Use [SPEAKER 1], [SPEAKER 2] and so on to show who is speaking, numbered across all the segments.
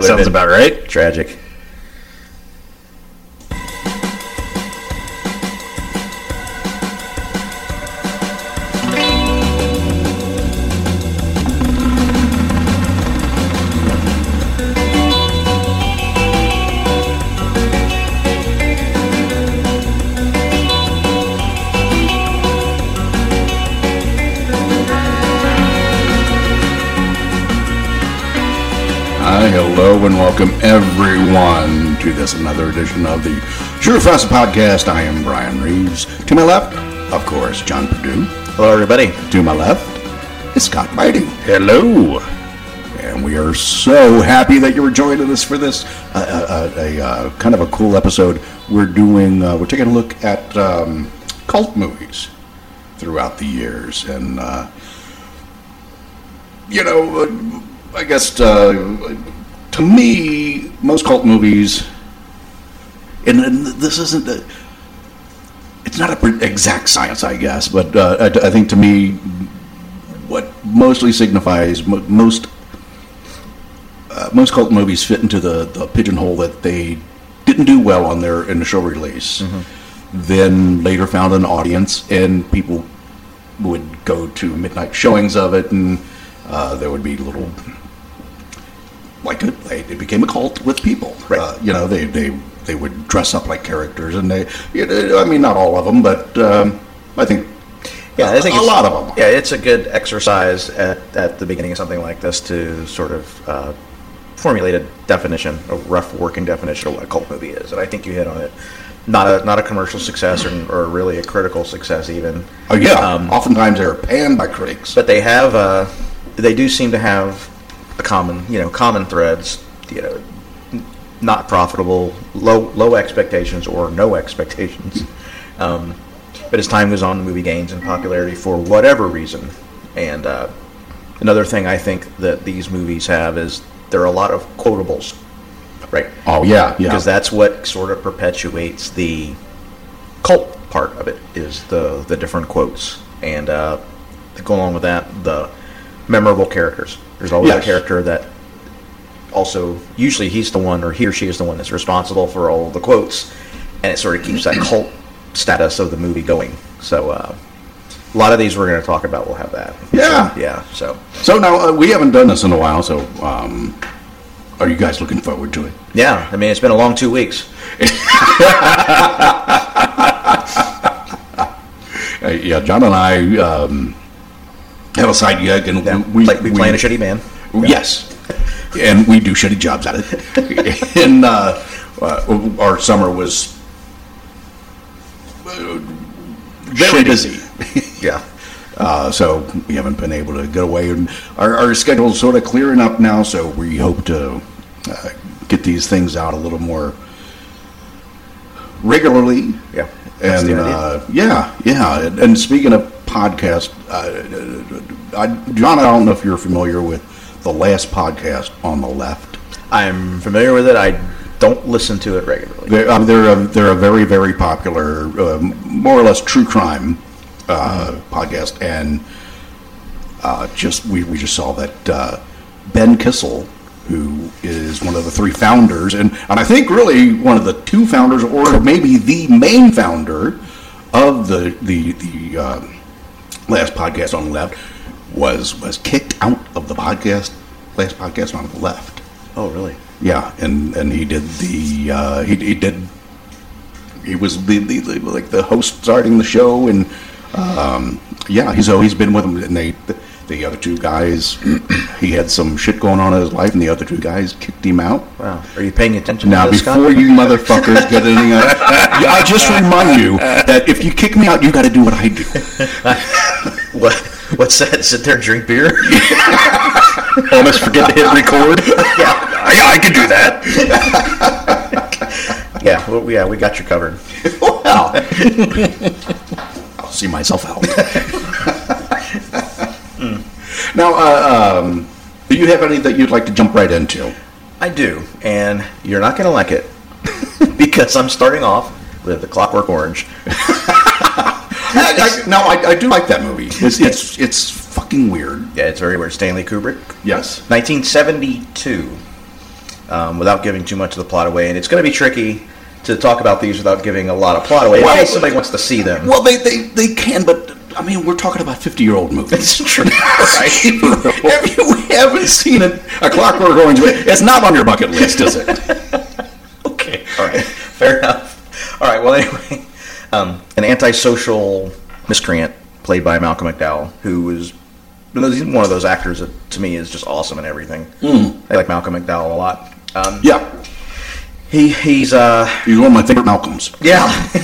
[SPEAKER 1] Sounds about right.
[SPEAKER 2] Tragic.
[SPEAKER 3] Hi, hello, and welcome everyone to this another edition of the True Frost Podcast. I am Brian Reeves. To my left, of course, John Perdue.
[SPEAKER 2] Hello, everybody.
[SPEAKER 3] To my left is Scott Biting.
[SPEAKER 1] Hello.
[SPEAKER 3] And we are so happy that you were joining us for this uh, uh, uh, a uh, kind of a cool episode. We're doing uh, we're taking a look at um, cult movies throughout the years, and uh, you know, uh, I guess uh, to me, most cult movies, and, and this isn't. A, it's not a pre- exact science, I guess, but uh, I, I think to me, what mostly signifies mo- most uh, most cult movies fit into the, the pigeonhole that they didn't do well on their initial release, then later found an audience, and people would go to midnight showings of it, and uh, there would be little like it, they, it became a cult with people. Right. Uh, you know, they, they they would dress up like characters, and they, you know, I mean, not all of them, but um, I think
[SPEAKER 2] Yeah, I think
[SPEAKER 3] a
[SPEAKER 2] it's-
[SPEAKER 3] lot of them.
[SPEAKER 2] Yeah, it's a good exercise at, at the beginning of something like this to sort of uh, formulate a definition, a rough working definition of what a cult movie is, and I think you hit on it. Not a not a commercial success or, or really a critical success even.
[SPEAKER 3] Oh, yeah. Oftentimes they're panned by critics.
[SPEAKER 2] but they have uh, they do seem to have a common you know common threads you know n- not profitable low low expectations or no expectations um, but as time goes on the movie gains in popularity for whatever reason and uh, another thing i think that these movies have is there are a lot of quotables right
[SPEAKER 3] oh, yeah, yeah.
[SPEAKER 2] because that's what sort of perpetuates the cult part of it is the the different quotes and uh, to go along with that the memorable characters there's always
[SPEAKER 3] Yes.
[SPEAKER 2] a character that also usually he's the one or he or she is the one that's responsible for all the quotes and it sort of keeps that cult status of the movie going so uh, a lot of these we're going to talk about will have that
[SPEAKER 3] Yeah.
[SPEAKER 2] So, yeah so
[SPEAKER 3] So now uh, we haven't done this in a while. So um, are you guys looking forward to it?
[SPEAKER 2] yeah i mean it's been a long two weeks
[SPEAKER 3] Uh, yeah, John and I um, have a side gig, and
[SPEAKER 2] yeah.
[SPEAKER 3] we,
[SPEAKER 2] like we,
[SPEAKER 3] we-
[SPEAKER 2] playing a shitty man
[SPEAKER 3] Yes, and we do shitty jobs at it. and uh, uh, our summer was uh, very
[SPEAKER 2] Shitty.
[SPEAKER 3] busy.
[SPEAKER 2] yeah
[SPEAKER 3] Uh, so we haven't been able to get away, and our, our schedule's sort of clearing up now. So we hope to uh, get these things out a little more regularly.
[SPEAKER 2] Yeah, that's
[SPEAKER 3] and
[SPEAKER 2] the idea.
[SPEAKER 3] uh, yeah, yeah. And, and speaking of podcast, uh, I, John, I don't know if you're familiar with the last podcast on the left.
[SPEAKER 2] I'm familiar with it. I don't listen to it regularly.
[SPEAKER 3] They're, um, they're, a, they're a very, very popular, um, more or less true crime uh, podcast. And uh, just we, we just saw that uh, Ben Kissel, who is one of the three founders, and, and I think really one of the two founders, or maybe the main founder of the, the, the um, last podcast on the left, was, was kicked out of the podcast, last podcast on the left.
[SPEAKER 2] Oh, really?
[SPEAKER 3] Yeah, and and he did the uh, he he did he was the, the, the like the host starting the show and um, yeah he's so he's been with him and they the other two guys he had some shit going on in his life and the other two guys kicked him out.
[SPEAKER 2] Wow. Are you paying attention
[SPEAKER 3] Now
[SPEAKER 2] to this,
[SPEAKER 3] before
[SPEAKER 2] Scott?
[SPEAKER 3] you motherfuckers get anything, out, yeah, I just remind you that if you kick me out, you got to do what I do.
[SPEAKER 2] What, what's that? Sit there, and drink beer?
[SPEAKER 1] Almost forget to hit record.
[SPEAKER 2] yeah.
[SPEAKER 1] I, I could do that.
[SPEAKER 2] Yeah. Well, yeah. We got you covered.
[SPEAKER 3] Well, I'll see myself out. Now, uh, um, do you have any that you'd like to jump right into?
[SPEAKER 2] I do, and you're not gonna like it because I'm starting off with the Clockwork Orange.
[SPEAKER 3] I, I, no, I, I do like that movie. It's it's it's fucking weird.
[SPEAKER 2] Yeah, it's very weird. Stanley Kubrick,
[SPEAKER 3] Yes.
[SPEAKER 2] 1972. um, without giving too much of the plot away. And it's going to be tricky to talk about these without giving a lot of plot away.
[SPEAKER 3] Well-
[SPEAKER 2] in case somebody wants to see them.
[SPEAKER 3] Well, they, they, they can, but I mean, we're talking about 50 year old movies.
[SPEAKER 2] it's true. right?
[SPEAKER 3] Have you haven't seen it? A Clockwork Orange? It's not on your bucket list, is it?
[SPEAKER 2] Okay. All right. Fair enough. All right. Well, anyway, um, an antisocial miscreant played by Malcolm McDowell, who is you know, he's one of those actors that to me is just awesome in everything. I like Malcolm McDowell a lot. Um,
[SPEAKER 3] Yeah,
[SPEAKER 2] he he's uh
[SPEAKER 3] he's one of my favorite Malcolms,
[SPEAKER 2] yeah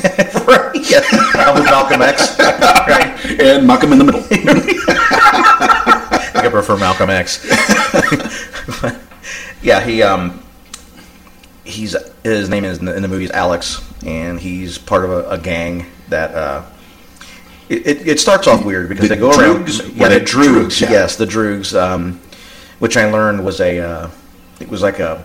[SPEAKER 2] right yeah I'm with Malcolm X right
[SPEAKER 3] and Malcolm in the Middle.
[SPEAKER 2] I prefer Malcolm X. yeah, he um, he's his name is in the, in the movie is Alex, and he's part of a, a gang that uh, it, it, it starts off weird because
[SPEAKER 3] The
[SPEAKER 2] they go
[SPEAKER 3] Droogs?
[SPEAKER 2] around.
[SPEAKER 3] Were
[SPEAKER 2] Yeah, the
[SPEAKER 3] they
[SPEAKER 2] Droogs.
[SPEAKER 3] Droogs, yeah.
[SPEAKER 2] Yes, the Droogs. Um, which I learned was a uh, it was like a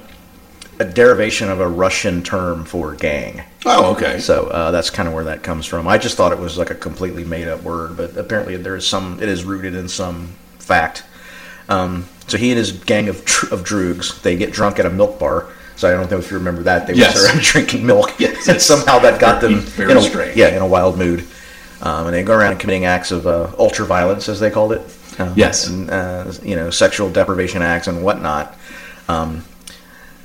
[SPEAKER 2] a derivation of a Russian term for gang.
[SPEAKER 3] Oh, okay.
[SPEAKER 2] So uh, that's kind of where that comes from. I just thought it was like a completely made up word, but apparently there is some. It is rooted in some fact. Um, so he and his gang of tr- of droogs they get drunk at a milk bar. So I don't know if you remember that they
[SPEAKER 3] Yes.
[SPEAKER 2] were sort of drinking milk,
[SPEAKER 3] Yes.
[SPEAKER 2] and somehow that got them
[SPEAKER 3] Very
[SPEAKER 2] in a,
[SPEAKER 3] strange.
[SPEAKER 2] yeah in a wild mood. Um, and they go around committing acts of uh, ultra violence, as they called it. Uh,
[SPEAKER 3] Yes.
[SPEAKER 2] and, uh, you know sexual deprivation acts and whatnot. Um,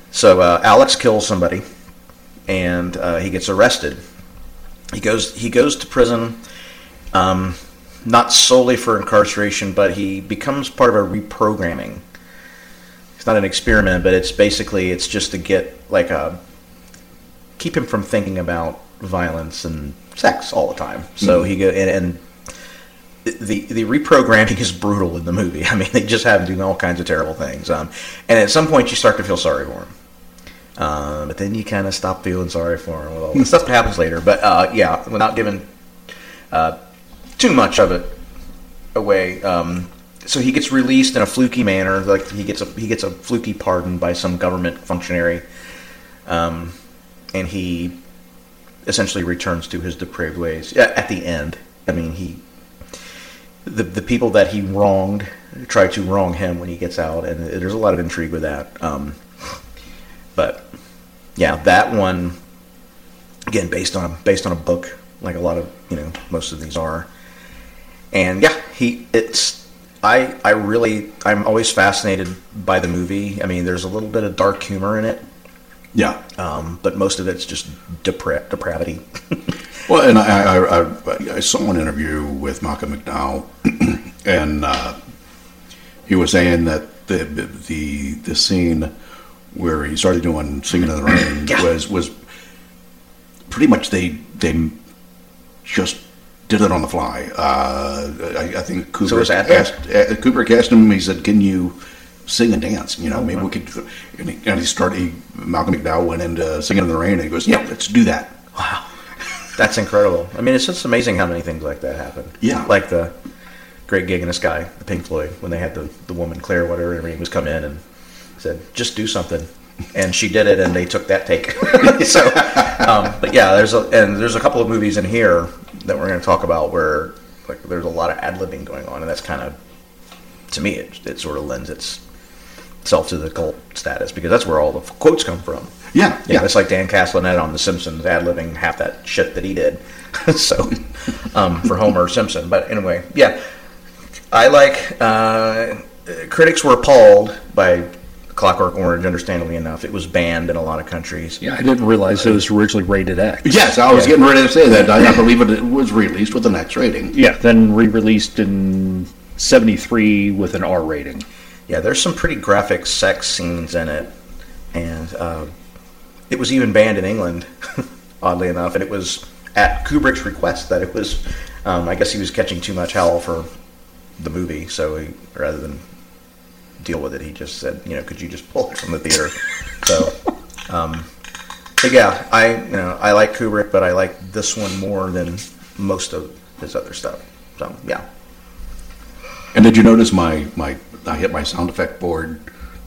[SPEAKER 2] so uh, Alex kills somebody, and uh, he gets arrested. He goes he goes to prison, um, not solely for incarceration, but he becomes part of a reprogramming. It's not an experiment, but it's basically it's just to get like a keep him from thinking about violence and sex all the time. So he go and. and the the reprogramming is brutal in the movie. I mean, they just have him doing all kinds of terrible things. Um, and at some point, you start to feel sorry for him. Um, but then you kind of stop feeling sorry for him with all the stuff that happens later. But uh, yeah, without giving uh, too much of it away. Um, so he gets released in a fluky manner. Like he gets a he gets a fluky pardon by some government functionary, um, and he essentially returns to his depraved ways Yeah, at the end. I mean, he the, the people that he wronged try to wrong him when he gets out, and there's a lot of intrigue with that. Um, but yeah, that one again based on based on a book, like a lot of you know most of these are, and yeah, he it's I I really I'm always fascinated by the movie. I mean, there's a little bit of dark humor in it,
[SPEAKER 3] Yeah.
[SPEAKER 2] um, but most of it's just depra- depravity.
[SPEAKER 3] Well, and I, I, I, I saw an interview with Malcolm McDowell, and uh, he was saying that the the the scene where he started doing singing in the rain
[SPEAKER 2] Yeah.
[SPEAKER 3] was was pretty much they they just did it on the fly. Uh, I, I think Kubrick
[SPEAKER 2] So it was Adler?
[SPEAKER 3] asked uh, Kubrick asked him. He said, "Can you sing and dance? You know, maybe we could." do-" And he, and he started. He, Malcolm McDowell went into singing in the rain, and he goes, "Yeah, let's do that."
[SPEAKER 2] That's incredible. I mean, it's just amazing how many things like that happen.
[SPEAKER 3] Yeah.
[SPEAKER 2] Like the Great Gig in the Sky, the Pink Floyd, when they had the, the woman, Claire, whatever, her name was come in and said, just do something. And she did it, and they took that take. so, um, but yeah, there's a and there's a couple of movies in here that we're going to talk about where like there's a lot of ad libbing going on, and that's kind of to me it, it sort of lends itself to the cult status because that's where all the quotes come from.
[SPEAKER 3] Yeah,
[SPEAKER 2] Yeah,
[SPEAKER 3] yeah.
[SPEAKER 2] it's like Dan Castellaneta on The Simpsons ad libbing half that shit that he did. so, um, for Homer Simpson. But anyway, yeah. I like. Uh, critics were appalled by Clockwork Orange, understandably enough. It was banned in a lot of countries.
[SPEAKER 4] Yeah, I didn't realize it was originally rated X.
[SPEAKER 3] Yes, I was getting ready to say that. I, I believe it, it was released with an X rating.
[SPEAKER 4] Yeah, then re-released in '73 with an R rating.
[SPEAKER 2] Yeah, there's some pretty graphic sex scenes in it, and uh, it was even banned in England, oddly enough. And it was at Kubrick's request that it was. Um, I guess he was catching too much hell for the movie, so he, rather than deal with it, he just said, you know, could you just pull it from the theater? so, um, but yeah, I you know I like Kubrick, but I like this one more than most of his other stuff. So yeah,
[SPEAKER 3] And did you notice my, my I hit my sound effect board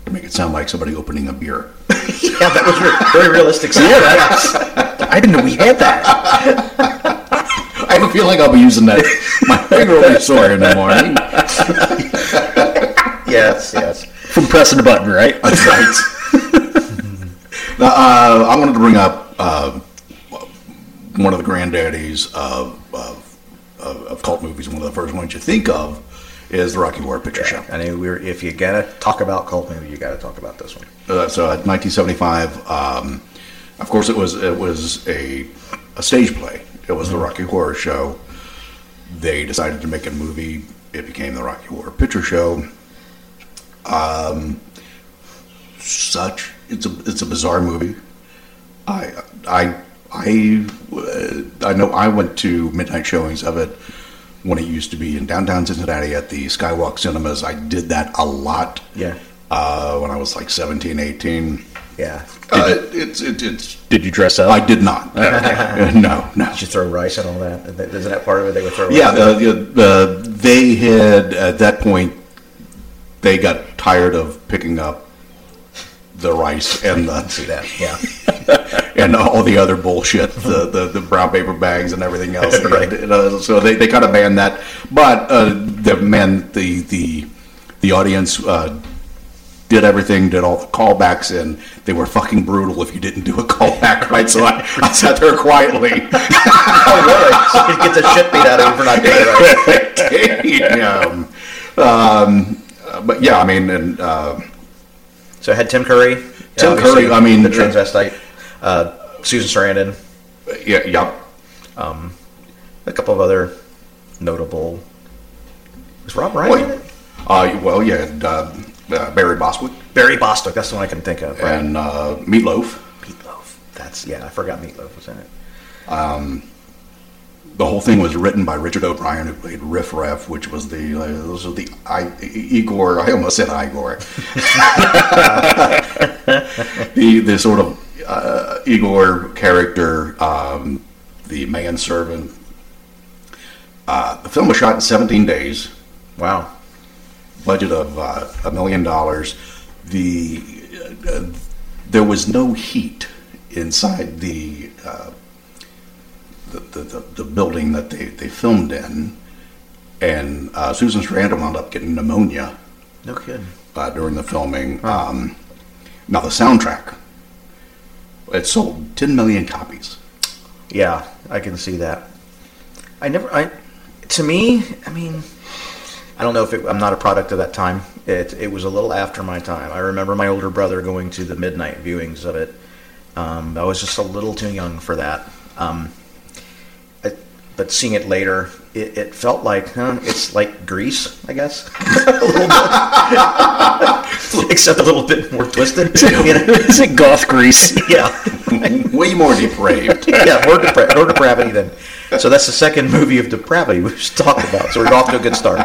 [SPEAKER 3] to make it sound like somebody opening a beer?
[SPEAKER 2] yeah, that was re- very realistic. Yeah,
[SPEAKER 4] I didn't know we had that.
[SPEAKER 3] I feel like I'll be using that. My finger will be sore in the morning.
[SPEAKER 2] yes, yes.
[SPEAKER 4] From pressing the button, right?
[SPEAKER 3] That's right. Uh, I wanted to bring up uh, one of the granddaddies of, of, of, of cult movies. One of the first ones you think of is the Rocky Horror Picture Show.
[SPEAKER 2] I mean, we were, if you gotta talk about cult movie, you gotta talk about this one.
[SPEAKER 3] Uh, so at 1975, um, of course, it was it was a, a stage play. It was the Rocky Horror Show. They decided to make a movie. It became the Rocky Horror Picture Show. Um, such it's a it's a bizarre movie. I I I uh, I know I went to midnight showings of it when it used to be in downtown Cincinnati at the Skywalk Cinemas. I did that a lot
[SPEAKER 2] Yeah,
[SPEAKER 3] uh, when I was like 17, 18.
[SPEAKER 2] yeah.
[SPEAKER 3] Uh, it's, it's, it's,
[SPEAKER 4] Did you dress up?
[SPEAKER 3] I did not. no, no.
[SPEAKER 2] Did you throw rice and all that? Isn't that part of it? They would throw.
[SPEAKER 3] Yeah,
[SPEAKER 2] rice?
[SPEAKER 3] the, the, the, they had, at that point, they got tired of picking up the rice and
[SPEAKER 2] see
[SPEAKER 3] the,
[SPEAKER 2] that. Yeah,
[SPEAKER 3] and all the other bullshit, the, the, the brown paper bags and everything else.
[SPEAKER 2] Right.
[SPEAKER 3] And, uh, so they, they kind of banned that. But uh, the man, the, the, the audience uh, did everything, did all the callbacks, and they were fucking brutal if you didn't do a callback right. So I, I sat there quietly.
[SPEAKER 2] oh, really? You get the shit beat out of you for not doing it right.
[SPEAKER 3] Damn. Um, but yeah, I mean, and uh,
[SPEAKER 2] So it had Tim Curry. yeah,
[SPEAKER 3] Tim
[SPEAKER 2] obviously,
[SPEAKER 3] Curry, I mean,
[SPEAKER 2] the
[SPEAKER 3] uh,
[SPEAKER 2] transvestite, uh, Susan Sarandon,
[SPEAKER 3] yeah, yeah.
[SPEAKER 2] a couple of other notable. Was Rob Ryan in
[SPEAKER 3] Well,
[SPEAKER 2] it?
[SPEAKER 3] uh, well yeah, and, uh, uh, Barry Boswick
[SPEAKER 2] Barry Bostock. That's the one I can think of. Right?
[SPEAKER 3] and uh, Meatloaf.
[SPEAKER 2] Meatloaf. That's yeah. I forgot Meatloaf was in it.
[SPEAKER 3] The whole thing was written by Richard O'Brien, who played Riff Raff, which was the uh, those were the I, Igor. I almost said Igor. the the sort of uh, Igor character, um, the manservant. Uh, the film was shot in 17 days.
[SPEAKER 2] Wow.
[SPEAKER 3] budget of uh, a million dollars. The uh, there was no heat inside the uh, the, the, the the building that they, they filmed in, and uh, Susan Sarandon wound up getting pneumonia
[SPEAKER 2] No kidding.
[SPEAKER 3] uh, during the filming. Um, now the soundtrack it sold ten million copies.
[SPEAKER 2] Yeah, I can see that. I never. I to me, I mean, I don't know if it, I'm not a product of that time. It it was a little after my time. I remember my older brother going to the midnight viewings of it. Um, I was just a little too young for that. Um, I, but seeing it later, it, it felt like huh, it's like Grease, I guess, a little bit, except a little bit more twisted. you know?
[SPEAKER 4] Is it goth grease?
[SPEAKER 2] Yeah
[SPEAKER 3] Way more depraved.
[SPEAKER 2] yeah, more, depra- more depravity then. So that's the second movie of depravity we've talked about. So we're off to a good start.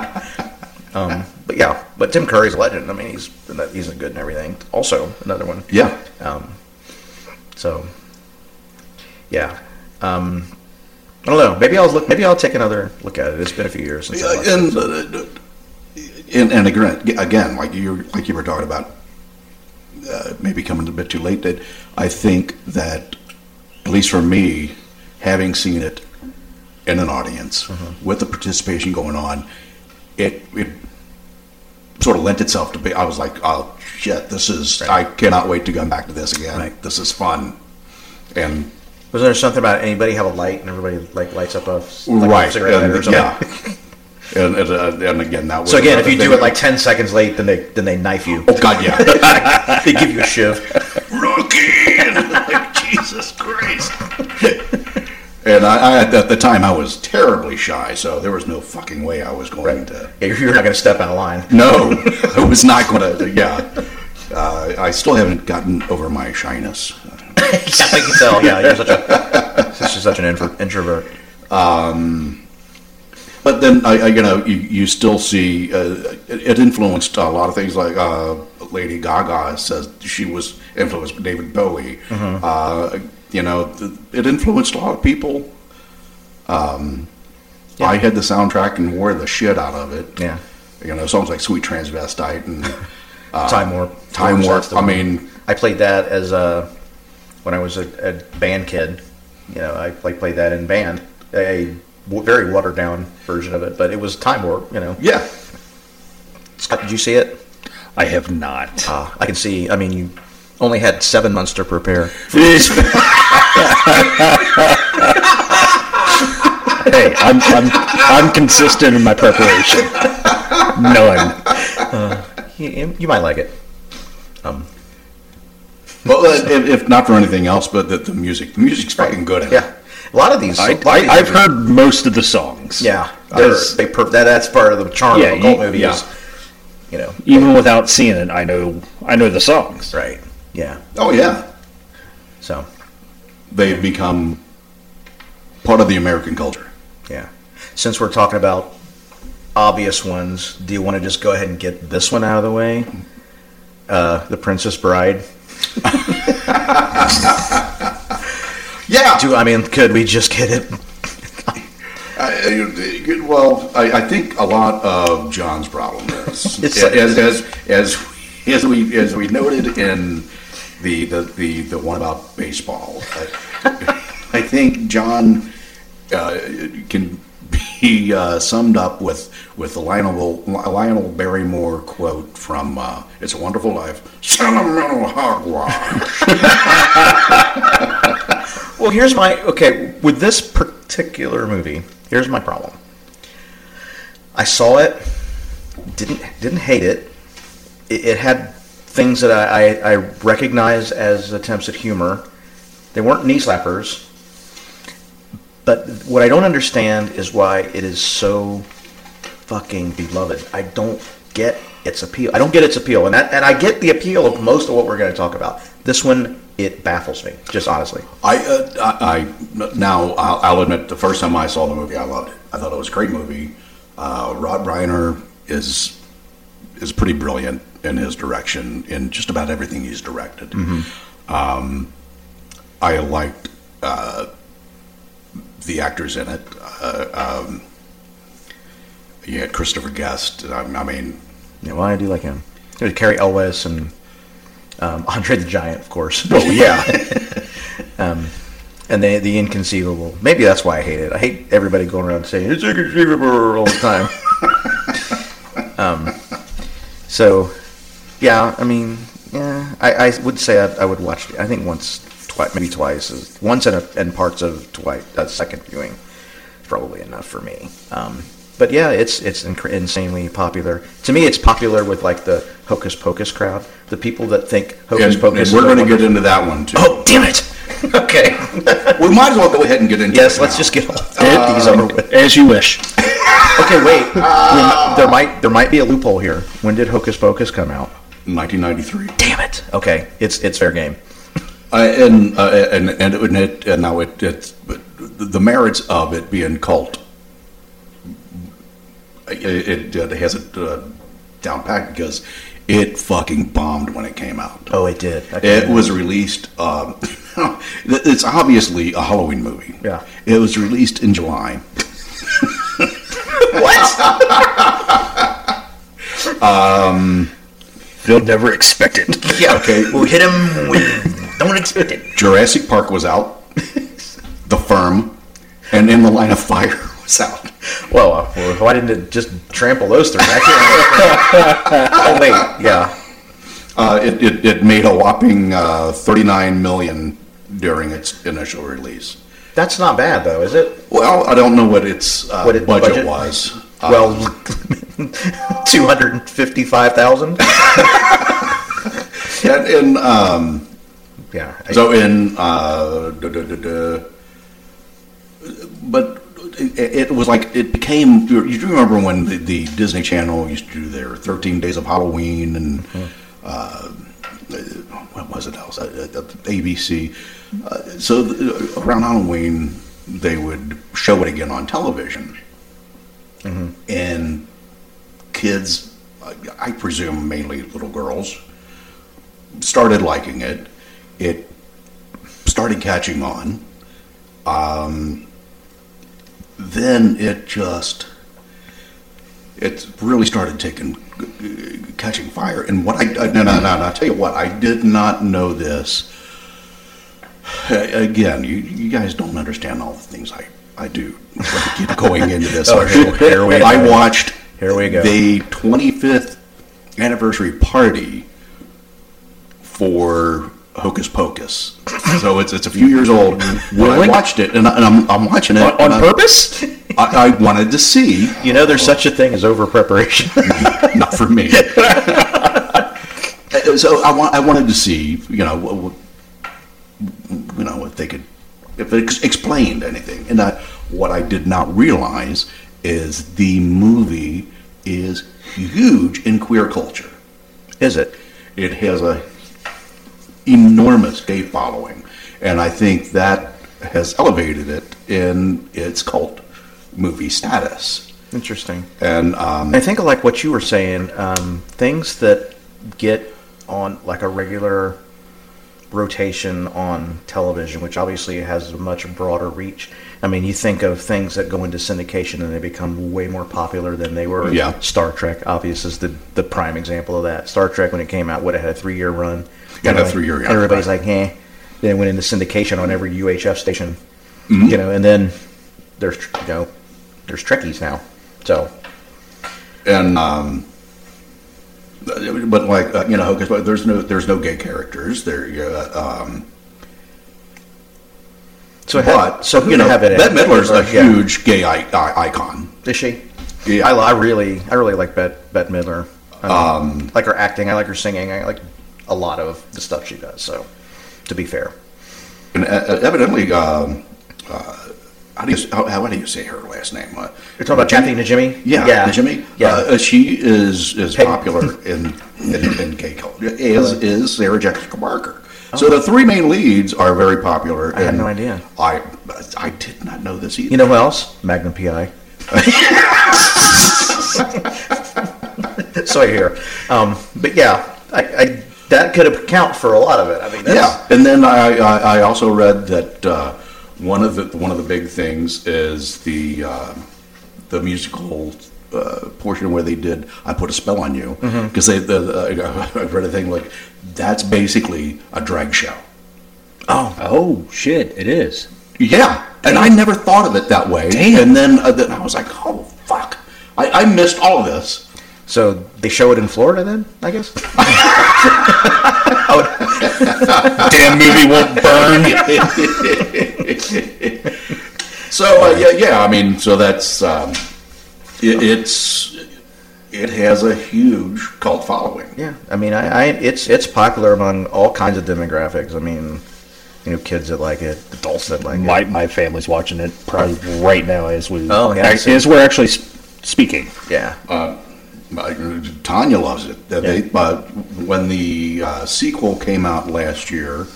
[SPEAKER 2] Um, but yeah, but Tim Curry's a legend. I mean, he's he's good and everything. Also, another one.
[SPEAKER 3] Yeah,
[SPEAKER 2] Um, so yeah, um, I don't know. Maybe I'll look. Maybe I'll take another look at it. It's been a few years since. I
[SPEAKER 3] Yeah,
[SPEAKER 2] watched it.
[SPEAKER 3] and, uh, uh, and and again, again, like you like you were talking about, uh, maybe coming a bit too late. That I think that, at least for me, having seen it in an audience
[SPEAKER 2] Mm-hmm.
[SPEAKER 3] with the participation going on, it it sort of lent itself to be. I was like, oh shit, this is. I cannot wait to come back to this again. This is fun, and
[SPEAKER 2] Wasn't there something about anybody have a light and everybody like lights up a s- like a
[SPEAKER 3] right,
[SPEAKER 2] cigarette lighter or
[SPEAKER 3] and,
[SPEAKER 2] something?
[SPEAKER 3] yeah. And, and, uh, and again, that was
[SPEAKER 2] So again, if
[SPEAKER 3] another
[SPEAKER 2] you do
[SPEAKER 3] thing.
[SPEAKER 2] it like ten seconds late, then they then they knife you.
[SPEAKER 3] oh god, yeah,
[SPEAKER 2] they give you a shiv.
[SPEAKER 3] rookie. like, Jesus Christ. And I, I, at the time, I was terribly shy, so there was no fucking way I was going to.
[SPEAKER 2] Yeah, you're you're not going to step out of line.
[SPEAKER 3] No, I was not going to. Yeah, uh, I still haven't gotten over my shyness.
[SPEAKER 2] yeah, I can tell. Yeah, you're such a such, such an intro, introvert.
[SPEAKER 3] But then, I, I, you know, you, you still see uh, it, it influenced a lot of things. Like uh, Lady Gaga says she was influenced by David Bowie.
[SPEAKER 2] Mm-hmm.
[SPEAKER 3] Uh, you know, th- it influenced a lot of people. Um, I had the soundtrack and wore the shit out of it.
[SPEAKER 2] Yeah,
[SPEAKER 3] You know, songs like "Sweet Transvestite" and
[SPEAKER 4] Uh,
[SPEAKER 2] time warp.
[SPEAKER 3] "Time
[SPEAKER 2] That's
[SPEAKER 3] Warp."
[SPEAKER 2] the
[SPEAKER 3] I
[SPEAKER 2] one.
[SPEAKER 3] mean,
[SPEAKER 2] I played that as a when I was a, a band kid. You know, I play, played that in band, a w- very watered down version of it, but it was time warp. You know,
[SPEAKER 3] yeah,
[SPEAKER 2] Scott, did you see it?
[SPEAKER 4] I have not.
[SPEAKER 2] Uh, I can see. I mean, you Only had seven months to prepare.
[SPEAKER 4] Hey, I'm, I'm, I'm consistent in my preparation. None.
[SPEAKER 2] You, you might like it.
[SPEAKER 3] Well, uh, if, if not for anything else, but the, the music. The music's fucking good.
[SPEAKER 2] Yeah, a lot of these. a
[SPEAKER 4] I,
[SPEAKER 2] lot of these
[SPEAKER 4] I, I've
[SPEAKER 2] are-
[SPEAKER 4] heard most of the songs.
[SPEAKER 2] Yeah, they're,
[SPEAKER 4] There's-
[SPEAKER 2] they per- that, that's part of the charm
[SPEAKER 4] Yeah,
[SPEAKER 2] of a cult
[SPEAKER 4] you-
[SPEAKER 2] movie
[SPEAKER 4] yeah.
[SPEAKER 2] is, you know,
[SPEAKER 4] Even without seeing it, I know I know the songs.
[SPEAKER 2] right? Yeah,
[SPEAKER 3] Oh yeah,
[SPEAKER 2] so
[SPEAKER 3] they've become part of the American culture.
[SPEAKER 2] yeah. Since we're talking about obvious ones, do you want to just go ahead and get this one out of the way? Uh, the Princess Bride.
[SPEAKER 3] Yeah.
[SPEAKER 2] Do I mean? Could we just get it?
[SPEAKER 3] I, I- uh, well, I, I think a lot of John's problem is
[SPEAKER 2] It's
[SPEAKER 3] as,
[SPEAKER 2] like-
[SPEAKER 3] as as as we as we noted in the the the, the one about baseball. I, I think John uh, can be uh, summed up with with the Lionel Lionel Barrymore quote from uh, "It's a Wonderful Life." Sentimental hogwash.
[SPEAKER 2] Well, here's my okay with this particular movie. Here's my problem. I saw it, didn't didn't hate it. It, it had things that I, I, I recognized as attempts at humor. They weren't knee slappers. But what I don't understand is why it is so fucking beloved. I don't get its appeal. I don't get its appeal, and that, and I get the appeal of most of what we're going to talk about. This one, it baffles me, just honestly.
[SPEAKER 3] I, uh, I, I now I'll, I'll admit the first time I saw the movie I loved it. I thought it was a great movie. Uh, Rod Reiner is is pretty brilliant in his direction in just about everything he's directed. Um,
[SPEAKER 2] Mm-hmm.
[SPEAKER 3] I liked uh, the actors in it. Uh, um, you had Christopher Guest. I, I mean,
[SPEAKER 2] Yeah, well, I do like him. There's Carrie Elwes and um, Andre the Giant, of course.
[SPEAKER 3] oh yeah,
[SPEAKER 2] and the the inconceivable. Maybe that's why I hate it. I hate everybody going around saying it's inconceivable all the time. um, so, yeah, I mean, yeah, I, I would say I, I would watch it. I think once, twice, maybe twice, is- once and a- and parts of twice a second viewing is probably enough for me. Um, but yeah, it's it's inc- insanely popular. To me, it's popular with like the hocus pocus crowd, the people that think hocus
[SPEAKER 3] and, and
[SPEAKER 2] pocus. is
[SPEAKER 3] we're
[SPEAKER 2] a
[SPEAKER 3] going to
[SPEAKER 2] wonder-
[SPEAKER 3] get into that one too.
[SPEAKER 2] Oh, damn it! okay.
[SPEAKER 3] We might as well go ahead and get into
[SPEAKER 2] Yes,
[SPEAKER 3] it
[SPEAKER 2] let's
[SPEAKER 3] now.
[SPEAKER 2] just get all these over with.
[SPEAKER 4] Um, As you wish.
[SPEAKER 2] Okay, wait. We mi- there might there might be a loophole here. When did Hocus Pocus come out?
[SPEAKER 3] 1993.
[SPEAKER 2] Damn it. Okay, it's it's fair game.
[SPEAKER 3] I and, uh, and and and it and now it it's but the merits of it being cult. It, it, it has it uh, down pat because it fucking bombed when it came out.
[SPEAKER 2] Oh, it did. Okay.
[SPEAKER 3] It was released. Um, it's obviously a Halloween movie.
[SPEAKER 2] Yeah.
[SPEAKER 3] It was released in July.
[SPEAKER 2] what?
[SPEAKER 4] They'll never expect it.
[SPEAKER 2] yeah.
[SPEAKER 3] Okay.
[SPEAKER 2] We'll hit him. We don't expect it.
[SPEAKER 3] Jurassic Park was out. the Firm, and In the Line of Fire was out.
[SPEAKER 2] Well, uh, well, why didn't it just trample those three? I can't- oh wait, yeah.
[SPEAKER 3] Uh, it, it, it made a whopping uh, 39 million during its initial release.
[SPEAKER 2] That's not bad though, is it?
[SPEAKER 3] Well, I don't know what its uh,
[SPEAKER 2] What it-
[SPEAKER 3] budget,
[SPEAKER 2] budget?
[SPEAKER 3] was. Uh,
[SPEAKER 2] Well, two hundred and fifty-five thousand.
[SPEAKER 3] and, and, um,
[SPEAKER 2] Yeah. I-
[SPEAKER 3] so in uh, duh, duh, duh, duh. but it, it was like it became. You do remember when the, the Disney Channel used to do their 13 Days of Halloween and uh, what was it else? Uh, uh, ABC. Uh, so th- around Halloween, they would show it again on television, and kids, I- I presume mainly little girls, started liking it. It started catching on. Um, then it just it really started taking catching fire. And what I no no no, no I tell you what I did not know this. Again, you, you guys don't understand all the things I, I do. I keep going into this.
[SPEAKER 2] Oh, here- here we
[SPEAKER 3] I
[SPEAKER 2] go.
[SPEAKER 3] watched
[SPEAKER 2] Here we go.
[SPEAKER 3] the 25th anniversary party for Hocus Pocus. So it's it's a few years old. When I watched it, and, I, and I'm, I'm watching it
[SPEAKER 4] Mm-hmm. On,
[SPEAKER 3] and
[SPEAKER 4] on
[SPEAKER 3] I-
[SPEAKER 4] purpose?
[SPEAKER 3] I, I wanted to see,
[SPEAKER 2] You know, there's such a thing as over preparation.
[SPEAKER 3] not for me. Uh, so I want I wanted to see, you know, what, what, you know, if they could, if it ex- explained anything. And I, what I did not realize is the movie is huge in queer culture.
[SPEAKER 2] Is it?
[SPEAKER 3] It has a enormous gay following, and I think that has elevated it in its cult movie status.
[SPEAKER 2] Interesting.
[SPEAKER 3] And um,
[SPEAKER 2] I think like what you were saying, um, things that get on like a regular rotation on television, which obviously has a much broader reach. I mean, you think of things that go into syndication and they become way more popular than they were.
[SPEAKER 3] Yeah.
[SPEAKER 2] Star Trek, obvious, is the, the prime example of that. Star Trek, when it came out, would have had a three year run.
[SPEAKER 3] Yeah,
[SPEAKER 2] You know,
[SPEAKER 3] a three-year run,
[SPEAKER 2] Everybody's
[SPEAKER 3] right.
[SPEAKER 2] like, eh. Then it went into syndication on every UHF station,
[SPEAKER 3] Mm-hmm.
[SPEAKER 2] you know, and then there's, you know, there's Trekkies now. So
[SPEAKER 3] and um, but like uh, you know, Hocus Pocus, there's no there's no gay characters there. Uh, um,
[SPEAKER 2] So,
[SPEAKER 3] but
[SPEAKER 2] have, so who
[SPEAKER 3] you know,
[SPEAKER 2] have it?
[SPEAKER 3] Bette Midler's a
[SPEAKER 2] Yeah.
[SPEAKER 3] huge gay I- I- icon.
[SPEAKER 2] Is she?
[SPEAKER 3] Yeah.
[SPEAKER 2] I, li- I really, I really like Bette, Bette Midler. I um, like her acting. I like her singing. I like a lot of the stuff she does. So, to be fair,
[SPEAKER 3] And uh, evidently, um, uh, how do you how, how do you say her last name? Uh,
[SPEAKER 2] you're talking about Kathy Najimy.
[SPEAKER 3] Yeah, Jimmy.
[SPEAKER 2] Yeah.
[SPEAKER 3] uh, she is is
[SPEAKER 2] Peg-
[SPEAKER 3] popular in, in in gay culture. Is is Sarah Jessica Parker. So the three main leads are very popular. I
[SPEAKER 2] Oh. had no idea.
[SPEAKER 3] I I did not know this either.
[SPEAKER 2] you know who else? Magnum PI. so I hear. Um, but yeah, I, I, that could account for a lot of it. I mean, that's,
[SPEAKER 3] Yeah, and then I, I, I also read that uh, one of the one of the big things is the uh, the musical uh, portion where they did "I Put a Spell on You"
[SPEAKER 2] Mm-hmm.
[SPEAKER 3] because they the, the, I read a thing like that's basically a drag show.
[SPEAKER 4] Oh, shit, it is.
[SPEAKER 3] Yeah, and I never thought of it that way.
[SPEAKER 4] Damn.
[SPEAKER 3] And then, uh, then I was like, oh fuck, I, I missed all of this.
[SPEAKER 2] So they show it in Florida, then I guess.
[SPEAKER 1] Damn movie won't burn.
[SPEAKER 3] So uh, yeah, yeah. I mean, so that's um, it, it's it has a huge cult following.
[SPEAKER 2] Yeah, I mean, I, I it's it's popular among all kinds of demographics. I mean, you know, kids that like it, adults that like
[SPEAKER 4] My, my family's watching it probably right now as we
[SPEAKER 2] Oh, yeah, I see.
[SPEAKER 4] as we're actually s- speaking.
[SPEAKER 2] it. Yeah,
[SPEAKER 3] Uh, Tanya loves it. Uh, They, uh, when the uh, sequel came out last year,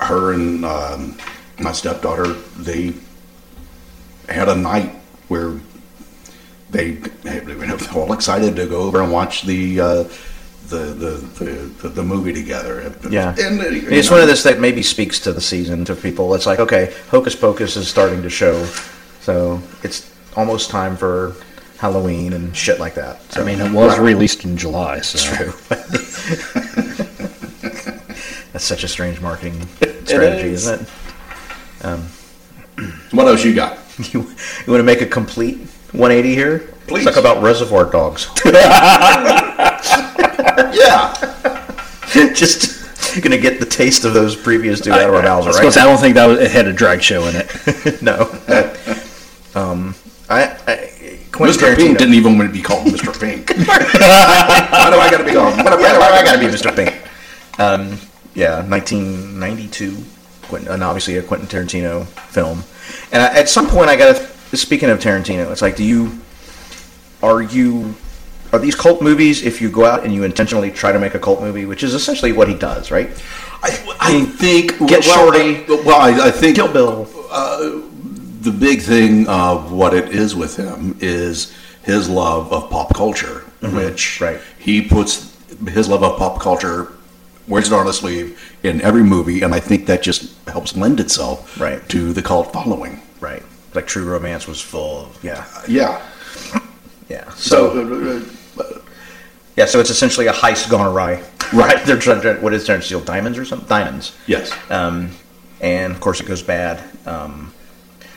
[SPEAKER 3] her and um, my stepdaughter they had a night where they they were all excited to go over and watch the. Uh, the, the, the, the, the movie together.
[SPEAKER 2] yeah.
[SPEAKER 3] And, uh, you
[SPEAKER 2] it's
[SPEAKER 3] know,
[SPEAKER 2] one of those that maybe speaks to the season to people. It's like, okay, Hocus Pocus is starting to show, so it's almost time for Halloween and shit like that. So,
[SPEAKER 4] I mean, it was released in July, so
[SPEAKER 2] that's such a strange marketing strategy,
[SPEAKER 4] is.
[SPEAKER 2] isn't it?
[SPEAKER 3] What else you got?
[SPEAKER 2] You, you want to make a complete 180 here?
[SPEAKER 3] Please.
[SPEAKER 2] Talk about Reservoir Dogs.
[SPEAKER 3] Yeah.
[SPEAKER 2] Just gonna get the taste of those previous two out of our mouths,
[SPEAKER 4] I, was
[SPEAKER 2] right?
[SPEAKER 4] gonna say, I don't think that was, it had a drag show in it.
[SPEAKER 2] No. um, I, I Quentin
[SPEAKER 3] Mr. Pink
[SPEAKER 2] Tarantino.
[SPEAKER 3] didn't even want to be called Mr. Pink. why do I got to be called? Why do
[SPEAKER 2] Yeah, why
[SPEAKER 3] why do
[SPEAKER 2] I gotta be Mr. Pink? Um, yeah, 1992, Quentin, and obviously a Quentin Tarantino film. And I, at some point, I gotta. Speaking of Tarantino, it's like, do you are you are these cult movies? If you go out and you intentionally try to make a cult movie, which is essentially what he does, right?
[SPEAKER 3] I, I think
[SPEAKER 2] Get
[SPEAKER 3] well,
[SPEAKER 2] shorty.
[SPEAKER 3] uh, Well, I, I think
[SPEAKER 2] Kill Bill.
[SPEAKER 3] the big thing of what it is with him is his love of pop culture, which
[SPEAKER 2] Mm-hmm. right.
[SPEAKER 3] he puts his love of pop culture wears it on his sleeve in every movie, and I think that just helps lend itself
[SPEAKER 2] Right.
[SPEAKER 3] to the cult following.
[SPEAKER 2] Right. Like True Romance was full of yeah,
[SPEAKER 3] Yeah.
[SPEAKER 2] yeah. So,
[SPEAKER 3] So,
[SPEAKER 2] yeah, so it's essentially a heist gone awry.
[SPEAKER 3] Right.
[SPEAKER 2] They're trying to what is trying to steal diamonds or something? Diamonds.
[SPEAKER 3] yes.
[SPEAKER 2] Um, and of course it goes bad. Um,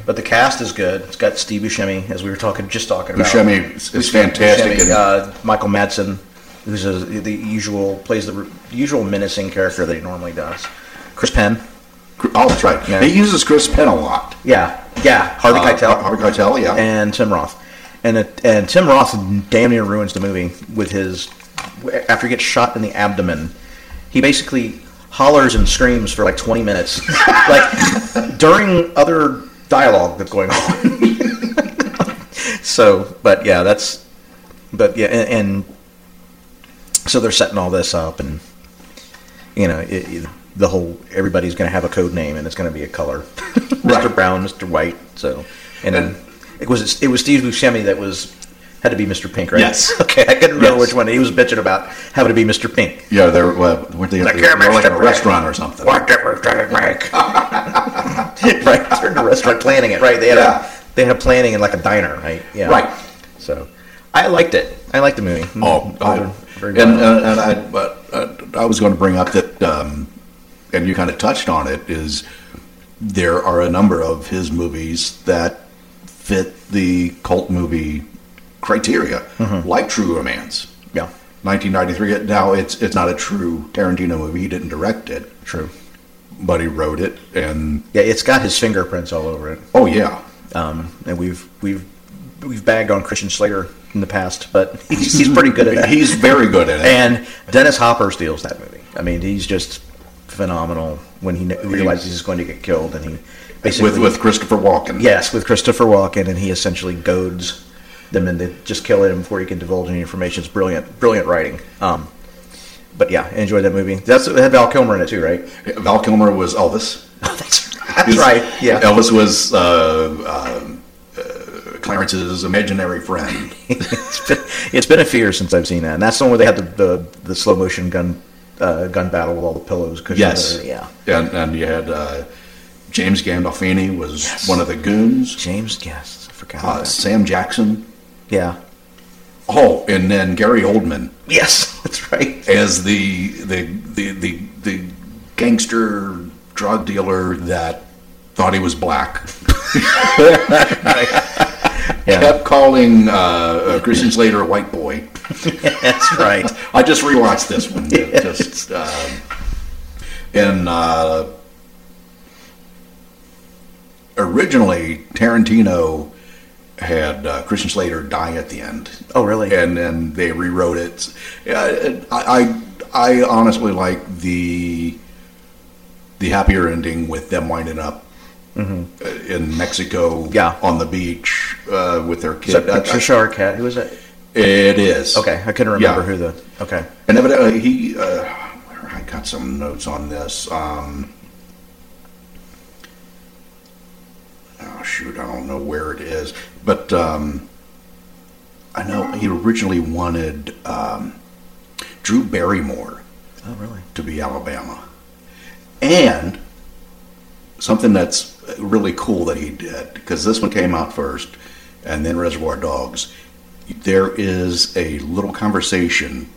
[SPEAKER 2] but the cast is good. It's got Steve Buscemi, as we were talking just talking about.
[SPEAKER 3] Buscemi is- is fantastic
[SPEAKER 2] Buscemi,
[SPEAKER 3] and-
[SPEAKER 2] uh, Michael Madsen. who's a, the usual plays the r- usual menacing character that he normally does. Chris Penn.
[SPEAKER 3] Oh, that's right.
[SPEAKER 2] Yeah.
[SPEAKER 3] He uses Chris Penn a lot.
[SPEAKER 2] Yeah, yeah. Harvey
[SPEAKER 3] Uh,
[SPEAKER 2] Keitel.
[SPEAKER 3] Harvey Keitel, yeah.
[SPEAKER 2] And Tim Roth. And it, and Tim Roth damn near ruins the movie with his after he gets shot in the abdomen. He basically hollers and screams for like 20 minutes, like during other dialogue that's going on. so, but yeah, that's but yeah, and, and so they're setting all this up, and you know, it, it- the whole everybody's going to have a code name, and it's going to be a color, Mr. Brown, Mr. White. So, and then it was it was Steve Buscemi that was had to be Mr. Pink, right?
[SPEAKER 4] Yes.
[SPEAKER 2] Okay, I couldn't remember
[SPEAKER 3] Yes.
[SPEAKER 2] which one he was bitching about having to be Mr. Pink.
[SPEAKER 3] Yeah, they're, uh, were they,
[SPEAKER 1] Like,
[SPEAKER 3] they're like in a
[SPEAKER 1] Mr.
[SPEAKER 3] restaurant or something.
[SPEAKER 1] What difference does it make?
[SPEAKER 2] right, they're in a restaurant planning it. Right, they had
[SPEAKER 3] Yeah.
[SPEAKER 2] a, they had a planning in like a diner, right? Yeah,
[SPEAKER 3] Right.
[SPEAKER 2] So, I liked it. I liked the movie. Mm-hmm.
[SPEAKER 3] Oh,
[SPEAKER 2] Very-
[SPEAKER 3] oh.
[SPEAKER 2] very
[SPEAKER 3] and,
[SPEAKER 2] well.
[SPEAKER 3] and, and I, but, uh, I was going to bring up that, um, and you kind of touched on it, is there are a number of his movies that fit the cult movie criteria,
[SPEAKER 2] Mm-hmm.
[SPEAKER 3] like True Romance,
[SPEAKER 2] yeah,
[SPEAKER 3] 1993. Now it's it's not a true Tarantino movie. He didn't direct it,
[SPEAKER 2] true.
[SPEAKER 3] but he wrote it, and
[SPEAKER 2] Yeah, it's got his fingerprints all over it.
[SPEAKER 3] oh yeah,
[SPEAKER 2] um, and we've we've we've bagged on Christian Slater in the past, but he's, he's pretty good at that.
[SPEAKER 3] he's very good at it.
[SPEAKER 2] and Dennis Hopper steals that movie. I mean, he's just phenomenal when he kn- realizes he's going to get killed, and he basically
[SPEAKER 3] with with Christopher Walken,
[SPEAKER 2] yes with Christopher Walken, and he essentially goads them into just killing him before he can divulge any information. It's brilliant, brilliant writing. Um, but yeah, I enjoyed that movie. That's it had Val Kilmer in it too, right? Oh,
[SPEAKER 3] Val Kilmer was Elvis.
[SPEAKER 2] that's that's
[SPEAKER 3] He's-
[SPEAKER 2] right. Yeah,
[SPEAKER 3] Elvis was uh, um, uh, Clarence's imaginary friend.
[SPEAKER 2] It's been- it's been a few years since I've seen that, and that's the one where they had the the, the slow motion gun uh, gun battle with all the pillows. cushions.
[SPEAKER 3] Yes,
[SPEAKER 2] yeah.
[SPEAKER 3] Uh, and and you had uh, James Gandolfini was one of the goons.
[SPEAKER 2] James, yes, I forgot. about
[SPEAKER 3] Uh,
[SPEAKER 2] that.
[SPEAKER 3] Sam Jackson.
[SPEAKER 2] Yeah.
[SPEAKER 3] Oh, and then Gary Oldman
[SPEAKER 2] Yes, that's right.
[SPEAKER 3] as the the the the, the gangster drug dealer that thought he was black.
[SPEAKER 2] Yeah,
[SPEAKER 3] Kept calling uh, uh, Christian Slater a white boy.
[SPEAKER 2] that's right.
[SPEAKER 3] I just rewatched this one. It Just um, and uh, originally Tarantino had uh, Christian Slater die at the end.
[SPEAKER 2] Oh, really?
[SPEAKER 3] And then they rewrote it. Yeah, it- I I, I honestly like the the happier ending with them winding up. uh, In Mexico,
[SPEAKER 2] Mm-hmm. Yeah.
[SPEAKER 3] on the beach uh, with their
[SPEAKER 2] Is that
[SPEAKER 3] kid. I- I-
[SPEAKER 2] Patricia Arquette? Who was it?
[SPEAKER 3] it is
[SPEAKER 2] Okay, I couldn't
[SPEAKER 3] Yeah.
[SPEAKER 2] remember who the. Okay.
[SPEAKER 3] And evidently, he, uh, where- I got some notes on this. Um, oh, shoot, I don't know where it is. But um, I know he originally wanted um, Drew Barrymore
[SPEAKER 2] Oh, really?
[SPEAKER 3] to be Alabama. And something that's really cool that he did, because this one came out first and then Reservoir Dogs, there is a little conversation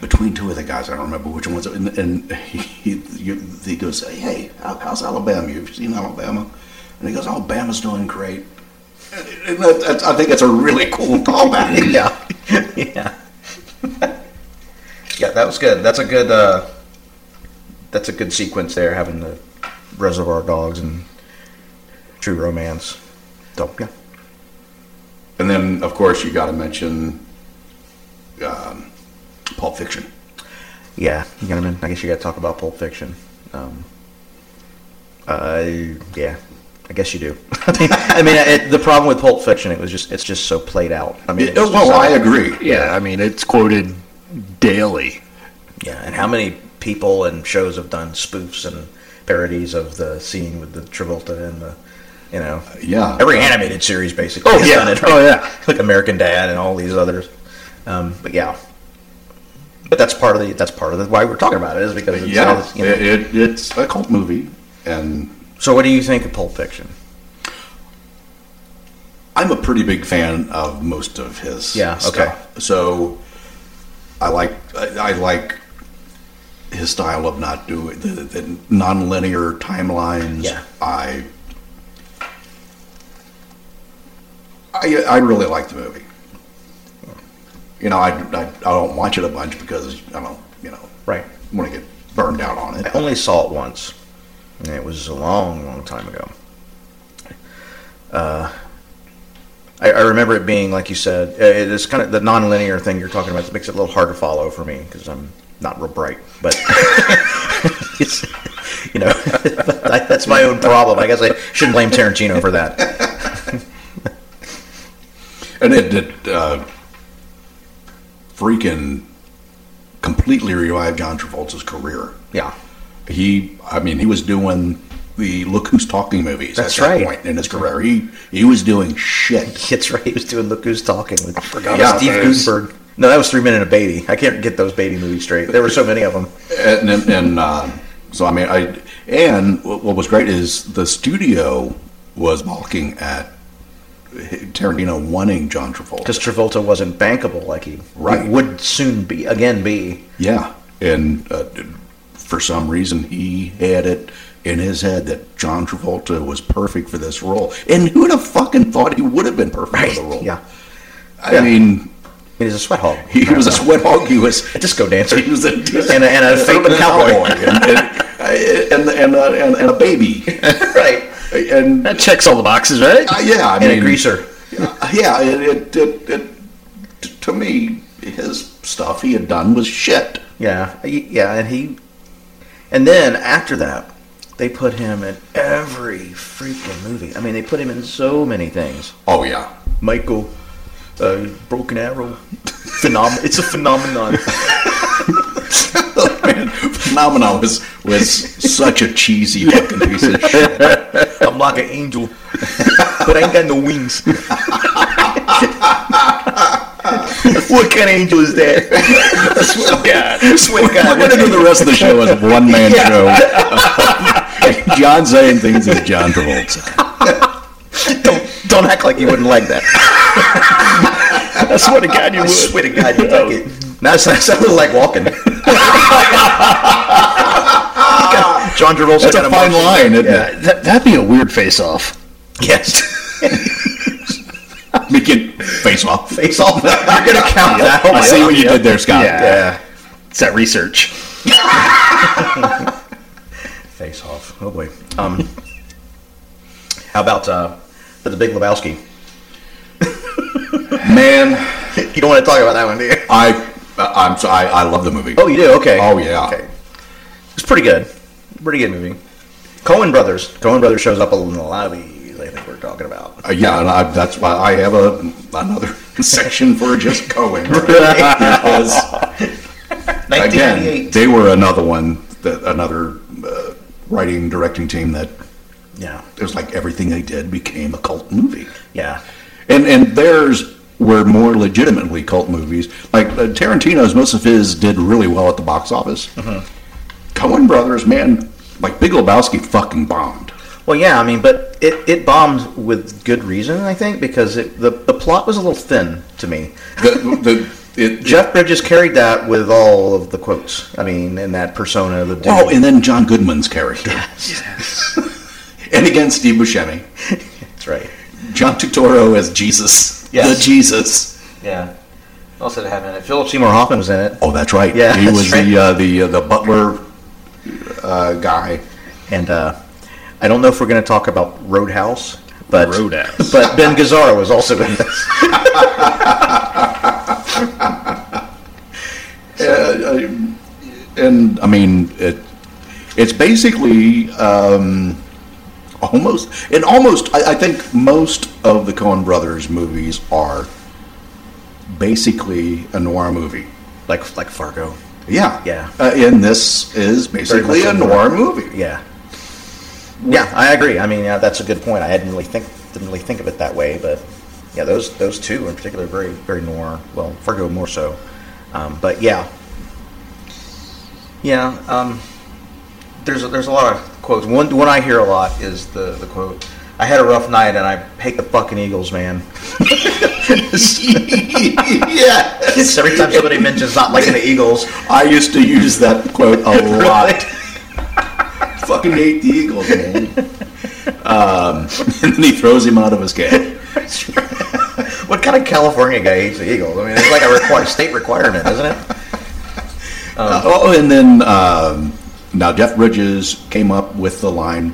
[SPEAKER 3] between two of the guys. I don't remember which ones. And, and he, he, he goes, Hey, how, how's Alabama? You've seen Alabama? And he goes, Alabama's doing great. And that, that's, I think that's a really cool callback.
[SPEAKER 2] Yeah. yeah. yeah, that was good. That's a good. Uh, that's a good sequence there, having the Reservoir Dogs and True Romance. So yeah.
[SPEAKER 3] And then, of course, you got to mention um, Pulp Fiction.
[SPEAKER 2] Yeah, you gotta, men- I guess you got to talk about Pulp Fiction. Um, uh, yeah, I guess you do. I mean, it, the problem with Pulp Fiction, it was just it's just so played out. I mean, it's
[SPEAKER 3] Yeah,
[SPEAKER 2] just
[SPEAKER 3] oh, well,
[SPEAKER 2] so-
[SPEAKER 3] I agree.
[SPEAKER 4] Yeah, I mean, it's quoted daily.
[SPEAKER 2] yeah. And how many people and shows have done spoofs and parodies of the scene with the Travolta and the, you know,
[SPEAKER 3] Yeah.
[SPEAKER 2] every animated series basically. has done it, right?
[SPEAKER 4] oh yeah.
[SPEAKER 2] like American Dad and all these others. Um, but yeah, but that's part of the that's part of the why we're talking about it is because it's,
[SPEAKER 3] Yeah,
[SPEAKER 2] you know.
[SPEAKER 3] it, it, it's a cult movie, and
[SPEAKER 2] So, what do you think of Pulp Fiction?
[SPEAKER 3] I'm a pretty big fan of most of his.
[SPEAKER 2] Yeah, okay.
[SPEAKER 3] stuff. So I like I, I like his style of not doing the, the nonlinear timelines.
[SPEAKER 2] Yeah.
[SPEAKER 3] I I I really like the movie. you know, I, I, I don't watch it a bunch because I don't, you know,
[SPEAKER 2] Right.
[SPEAKER 3] want to get burned out on
[SPEAKER 2] I
[SPEAKER 3] it.
[SPEAKER 2] only saw it once, and it was a long, long time ago. Uh, I, I remember it being, like you said, uh, it- it's kind of the nonlinear thing you're talking about. It makes it a little hard to follow for me because I'm not real bright, but it's, you know, but I, that's my own problem. I guess I shouldn't blame Tarantino for that.
[SPEAKER 3] And it did uh, freaking completely revive John Travolta's career.
[SPEAKER 2] Yeah,
[SPEAKER 3] He, I mean, he was doing the Look Who's Talking movies
[SPEAKER 2] That's
[SPEAKER 3] at that
[SPEAKER 2] right.
[SPEAKER 3] point in his career. He, he was doing shit.
[SPEAKER 2] that's right. He was doing "Look Who's Talking" with
[SPEAKER 3] about
[SPEAKER 2] Steve
[SPEAKER 3] those.
[SPEAKER 2] Gutenberg. No, that was Three Men and a Baby. I can't get those baby movies straight. There were so many of them.
[SPEAKER 3] and and, and uh, so I mean I and what what was great is the studio was balking at Tarantino wanting John Travolta.
[SPEAKER 2] because Travolta wasn't bankable like he, he
[SPEAKER 3] Right.
[SPEAKER 2] would soon be again be.
[SPEAKER 3] Yeah, and uh, for some reason he had it in his head that John Travolta was perfect for this role, and who'd have fucking thought he would have been perfect for the role?
[SPEAKER 2] Yeah,
[SPEAKER 3] I mean
[SPEAKER 2] I mean, he's a sweat hog.
[SPEAKER 3] he was a sweat hog. He was
[SPEAKER 2] a disco dancer.
[SPEAKER 3] He was a disco-
[SPEAKER 2] and a, and a fake
[SPEAKER 3] urban
[SPEAKER 2] cowboy.
[SPEAKER 3] and and and, and, uh, and and a baby,
[SPEAKER 2] right?
[SPEAKER 3] and
[SPEAKER 4] That checks all the boxes, right?
[SPEAKER 3] Uh, yeah, I
[SPEAKER 2] And
[SPEAKER 3] mean, uh,
[SPEAKER 2] a greaser.
[SPEAKER 3] Yeah, it, it, it, it, t- to me, his stuff he had done was shit.
[SPEAKER 2] Yeah, y- yeah, and he, and then after that, they put him in every freaking movie. I mean, they put him in so many things.
[SPEAKER 3] Oh yeah,
[SPEAKER 2] Michael, uh, Broken Arrow, phenom. it's a phenomenon.
[SPEAKER 3] man, Phenomenon was was such a cheesy fucking piece of shit.
[SPEAKER 2] I'm like an angel, but I ain't got no wings. what kind of angel is that?
[SPEAKER 4] God.
[SPEAKER 2] Swear to
[SPEAKER 3] We're
[SPEAKER 2] God.
[SPEAKER 3] gonna do the rest of the show as a one man show. John saying things is John Travolta.
[SPEAKER 2] Don't, don't act like you wouldn't like that.
[SPEAKER 4] I swear to God, you
[SPEAKER 2] I
[SPEAKER 4] would.
[SPEAKER 2] swear to God, you'd like it. Now it sounds a little like walking. John Travolta.
[SPEAKER 3] That's a fine line, isn't
[SPEAKER 2] Yeah.
[SPEAKER 3] it?
[SPEAKER 4] That, that'd be a weird face-off.
[SPEAKER 2] Yes.
[SPEAKER 3] We can face off.
[SPEAKER 2] Face off. You're gonna count that. Oh
[SPEAKER 3] I
[SPEAKER 2] my
[SPEAKER 3] see
[SPEAKER 2] God.
[SPEAKER 3] what you did there, Scott.
[SPEAKER 4] Yeah.
[SPEAKER 2] Yeah.
[SPEAKER 4] It's that research.
[SPEAKER 2] Face off. Oh boy. Um. How about uh, the Big Lebowski?
[SPEAKER 3] Man,
[SPEAKER 2] You don't want to talk about that one, do you?
[SPEAKER 3] I I'm so- I, I love the movie.
[SPEAKER 2] Oh, you do? Okay.
[SPEAKER 3] Oh, yeah.
[SPEAKER 2] Okay. It's pretty good. Pretty good movie. Cohen Brothers. Cohen Brothers shows up in a lot of these. I think we're talking about.
[SPEAKER 3] Uh, yeah, and I, that's why I have a another section for just Cohen. Because,
[SPEAKER 2] 1998.
[SPEAKER 3] again, they were another one that another uh, writing directing team that
[SPEAKER 2] Yeah.
[SPEAKER 3] it was like everything they did became a cult movie,
[SPEAKER 2] Yeah.
[SPEAKER 3] and and theirs were more legitimately cult movies. Like uh, Tarantino's, most of his did really well at the box office.
[SPEAKER 2] Uh-huh.
[SPEAKER 3] Cohen Brothers, man, like Big Lebowski, fucking bombed.
[SPEAKER 2] Well, yeah. I mean, but it, it bombed with good reason, I think, because it, the the plot was a little thin to me.
[SPEAKER 3] The, the, it,
[SPEAKER 2] Jeff Bridges carried that with all of the quotes. I mean, and that persona of the dude.
[SPEAKER 3] Oh, and then John Goodman's character. and again, Steve Buscemi.
[SPEAKER 2] that's right.
[SPEAKER 3] John Turturro as Jesus.
[SPEAKER 2] Yes.
[SPEAKER 3] The Jesus.
[SPEAKER 2] Yeah. Also, to have in it, Philip Seymour Hoffman was in it,
[SPEAKER 3] Oh, that's right.
[SPEAKER 2] Yeah,
[SPEAKER 3] he
[SPEAKER 2] that's
[SPEAKER 3] was
[SPEAKER 2] right.
[SPEAKER 3] the uh, the uh, the butler uh, guy.
[SPEAKER 2] and uh, I don't know if we're going to talk about Roadhouse, but
[SPEAKER 4] Roadhouse.
[SPEAKER 2] but Ben Gazzara was also in this.
[SPEAKER 3] And I mean, it it's basically um, almost and almost. I, I think most of the Coen Brothers movies are basically a noir movie.
[SPEAKER 2] like like Fargo.
[SPEAKER 3] Yeah,
[SPEAKER 2] Yeah.
[SPEAKER 3] Uh, and this is basically a
[SPEAKER 2] much a
[SPEAKER 3] noir movie.
[SPEAKER 2] Yeah. Yeah, I agree. I mean, yeah, that's a good point. I hadn't really think didn't really think of it that way, but yeah, those those two in particular are very very noir. Well, Fargo more so, um, but yeah, yeah. Um, there's a, there's a lot of quotes. One one I hear a lot is the the quote. I had a rough night and I hate the fucking Eagles, man.
[SPEAKER 3] yeah.
[SPEAKER 2] It's every time somebody mentions not liking the Eagles,
[SPEAKER 3] I used to use that quote a lot.
[SPEAKER 2] Right.
[SPEAKER 3] Fucking hate the Eagles, man. Um, and then he throws him out of his cab.
[SPEAKER 2] what what kind of California guy hates the Eagles? I mean, it's like a require, state requirement, isn't it?
[SPEAKER 3] Uh, oh, and then um, now Jeff Bridges came up with the line,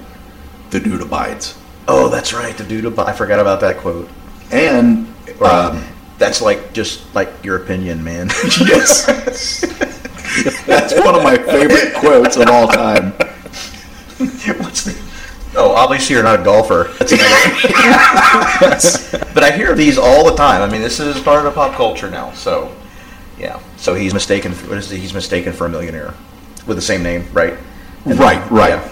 [SPEAKER 3] "The dude abides,"
[SPEAKER 2] Oh, that's right. The dude, ab- I forgot about that quote.
[SPEAKER 3] and
[SPEAKER 2] Um, that's like just like your opinion, man.
[SPEAKER 3] yes, that's one of my favorite quotes of all time.
[SPEAKER 2] What's the? Oh, obviously you're not a golfer. That's another. but I hear these all the time. I mean, this is part of pop culture now. So, yeah. So he's mistaken. What is it? He's mistaken for a millionaire with the same name, right?
[SPEAKER 3] Right, right.
[SPEAKER 2] Yeah.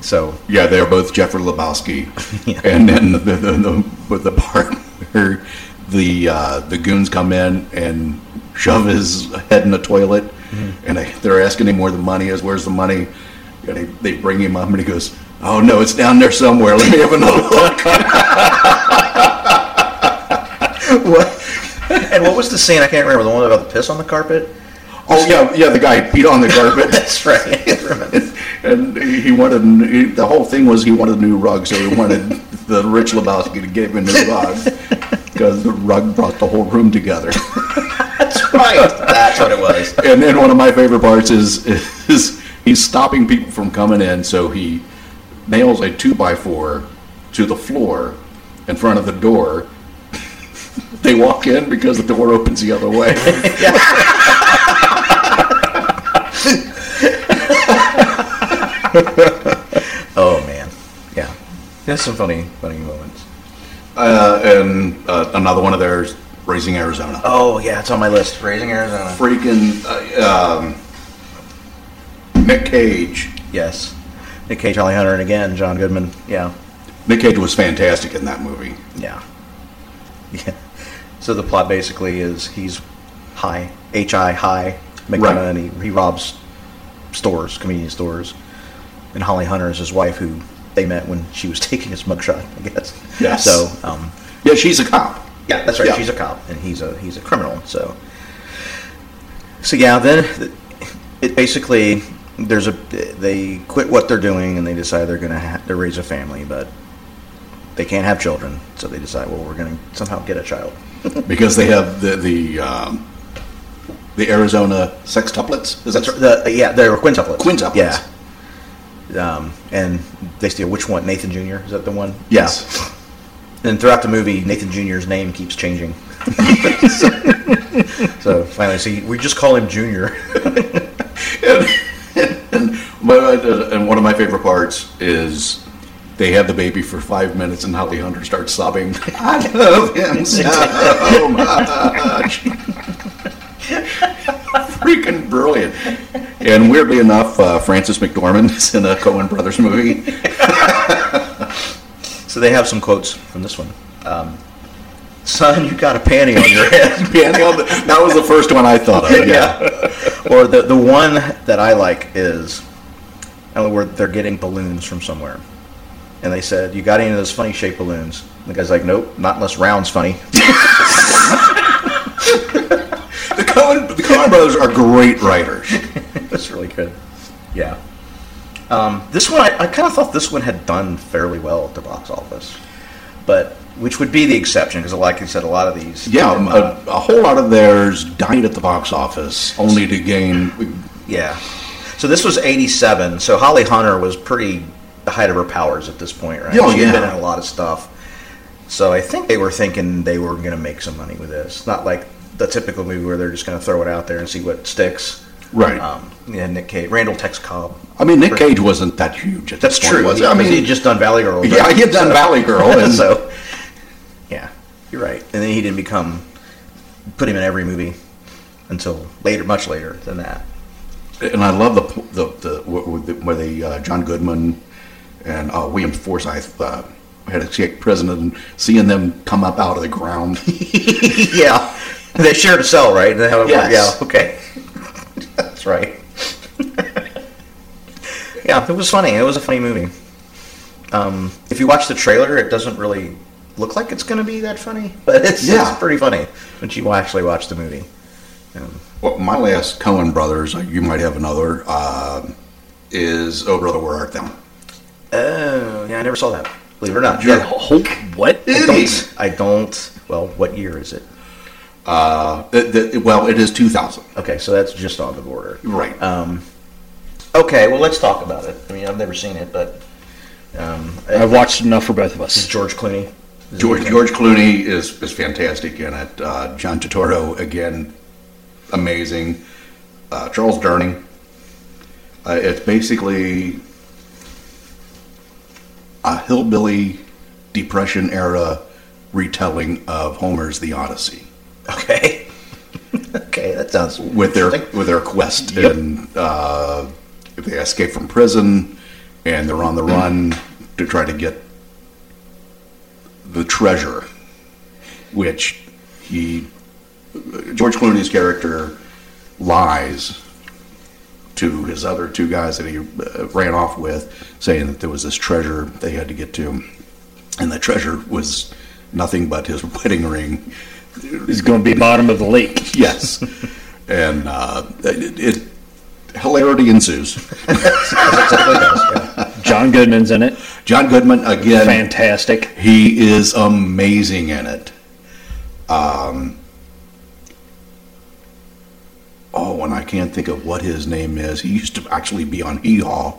[SPEAKER 2] So
[SPEAKER 3] Yeah, they are both Jeffrey Lebowski,
[SPEAKER 2] Yeah.
[SPEAKER 3] and then the the, the, with the part where the uh, the goons come in and shove his head in the toilet, and they, they're asking him where the money is. Where's the money? And they, they bring him up, and he goes, "Oh no, it's down there somewhere. Let me have another look."
[SPEAKER 2] and what was the scene? I can't remember. The one about the piss on the carpet.
[SPEAKER 3] oh yeah, yeah, the guy peed on the carpet,
[SPEAKER 2] That's right. I can't remember.
[SPEAKER 3] and he he wanted he, the whole thing was he wanted a new rug, so he wanted the rich Lebowski to give him a new rug because the rug brought the whole room together.
[SPEAKER 2] That's right. That's what it was.
[SPEAKER 3] and then one of my favorite parts is is he's stopping people from coming in, so he nails a two by four to the floor in front of the door. They walk in because the door opens the other way.
[SPEAKER 2] Oh man. Yeah. There's some funny, funny moments.
[SPEAKER 3] Uh, and uh, another one of theirs, Raising Arizona.
[SPEAKER 2] Oh yeah, it's on my list. Raising Arizona.
[SPEAKER 3] Freaking uh, um, Nick Cage.
[SPEAKER 2] Yes. Nick Cage, Holly Hunter, and again John Goodman. Yeah.
[SPEAKER 3] Nick Cage was fantastic in that movie.
[SPEAKER 2] Yeah. Yeah. So the plot basically is he's high, HI high, making
[SPEAKER 3] Right.
[SPEAKER 2] money. and he, he robs stores, convenience stores. And Holly Hunter is his wife who they met when she was taking his mugshot, I guess.
[SPEAKER 3] Yes.
[SPEAKER 2] So, um,
[SPEAKER 3] Yeah, she's a cop.
[SPEAKER 2] yeah, that's right.
[SPEAKER 3] Yeah.
[SPEAKER 2] She's a cop and he's a he's a criminal, so So yeah, then it basically there's a they quit what they're doing and they decide they're going to ha- to raise a family, but they can't have children, so they decide well we're going to somehow get a child.
[SPEAKER 3] because they have the the um, the Arizona sextuplets. Is
[SPEAKER 2] That's
[SPEAKER 3] that
[SPEAKER 2] right. The, yeah, they were quintuplets.
[SPEAKER 3] Quintuplets.
[SPEAKER 2] Yeah. Um, and they steal which one? Nathan Jr. Is that the one?
[SPEAKER 3] Yes.
[SPEAKER 2] Yeah. And throughout the movie, Nathan Jr.'s name keeps changing. so, finally, see, we just call him Junior.
[SPEAKER 3] But uh, and one of my favorite parts is they have the baby for five minutes, and Holly Hunter starts sobbing. I love him so much. Freaking brilliant! And weirdly enough, uh, Francis McDormand is in a Coen Brothers movie.
[SPEAKER 2] So they have some quotes from this one. Um, Son, you got a panty on your head.
[SPEAKER 3] Piano, that was the first one I thought of. Yeah.
[SPEAKER 2] or the the one that I like is, I don't know where they're getting balloons from somewhere, and they said, "You got any of those funny shaped balloons?" And the guy's like, "Nope, not unless rounds funny."
[SPEAKER 3] The Coen the Coen Brothers are great writers.
[SPEAKER 2] That's really good. Yeah. Um, this one, I, I kind of thought this one had done fairly well at the box office, but which would be the exception because, like you said, a lot of these.
[SPEAKER 3] Yeah,
[SPEAKER 2] um,
[SPEAKER 3] a, a whole lot of theirs died at the box office, only to gain.
[SPEAKER 2] yeah. So this was '87. So Holly Hunter was pretty the height of her powers at this point, right?
[SPEAKER 3] Oh,
[SPEAKER 2] She'd
[SPEAKER 3] yeah.
[SPEAKER 2] been in a lot of stuff. So I think they were thinking they were going to make some money with this, not like the typical movie where they're just going to throw it out there and see what sticks.
[SPEAKER 3] Right.
[SPEAKER 2] Um, yeah, Nick Cage, Randall Tex Cobb.
[SPEAKER 3] I mean, Nick Cage wasn't that huge at
[SPEAKER 2] That's
[SPEAKER 3] this
[SPEAKER 2] true.
[SPEAKER 3] point, was he?
[SPEAKER 2] I
[SPEAKER 3] I mean,
[SPEAKER 2] he had just done Valley Girl.
[SPEAKER 3] yeah,
[SPEAKER 2] right?
[SPEAKER 3] he had done Valley Girl, and
[SPEAKER 2] so, yeah, you're right. And then he didn't become put him in every movie until later, much later than that.
[SPEAKER 3] and I love the p- the, the where the- where they uh, John Goodman and uh, William Forsythe uh, had escaped prison, and seeing them come up out of the ground.
[SPEAKER 2] yeah, they shared a cell, right? And they have a-
[SPEAKER 3] Yes.
[SPEAKER 2] Yeah. Okay. That's right. yeah, it was funny. It was a funny movie. Um, if you watch the trailer, it doesn't really look like it's going to be that funny, but it's,
[SPEAKER 3] Yeah.
[SPEAKER 2] it's pretty funny when you actually watch the movie.
[SPEAKER 3] Well, my last Cohen Brothers, uh, you might have another, uh, is Oh Brother, Where Art Thou?
[SPEAKER 2] Oh, yeah, I never saw that. Believe it or not,
[SPEAKER 4] Your
[SPEAKER 2] yeah.
[SPEAKER 4] whole what?
[SPEAKER 2] I
[SPEAKER 3] It is.
[SPEAKER 2] don't, I don't. Well, what year is it?
[SPEAKER 3] The- Uh, the- well, it is 2000.
[SPEAKER 2] Okay, so that's just on the border.
[SPEAKER 3] Right.
[SPEAKER 2] Okay, well, let's talk about it. I mean, I've never seen it, but um,
[SPEAKER 4] I've watched enough for both of us.
[SPEAKER 2] George Clooney. is
[SPEAKER 3] George,
[SPEAKER 2] in it.
[SPEAKER 3] George Clooney is, is fantastic in it. Uh, John Turturro, again, amazing. Uh, Charles Durning. Uh, it's basically a hillbilly Depression era retelling of Homer's The Odyssey
[SPEAKER 2] Okay. okay, that sounds
[SPEAKER 3] with their
[SPEAKER 2] interesting.
[SPEAKER 3] with their quest
[SPEAKER 2] Yep.
[SPEAKER 3] and uh, they escape from prison and they're on the run to try to get the treasure, which he George Clooney's character lies to his other two guys that he uh, ran off with, saying that there was this treasure they had to get to, and the treasure was nothing but his wedding ring.
[SPEAKER 4] It's going to be bottom of the lake.
[SPEAKER 3] Yes. and uh, it, it hilarity ensues.
[SPEAKER 4] John Goodman's in it.
[SPEAKER 3] John Goodman again.
[SPEAKER 4] Fantastic.
[SPEAKER 3] He is amazing in it. Um. Oh, and I can't think of what his name is. He used to actually be on Hee Haw,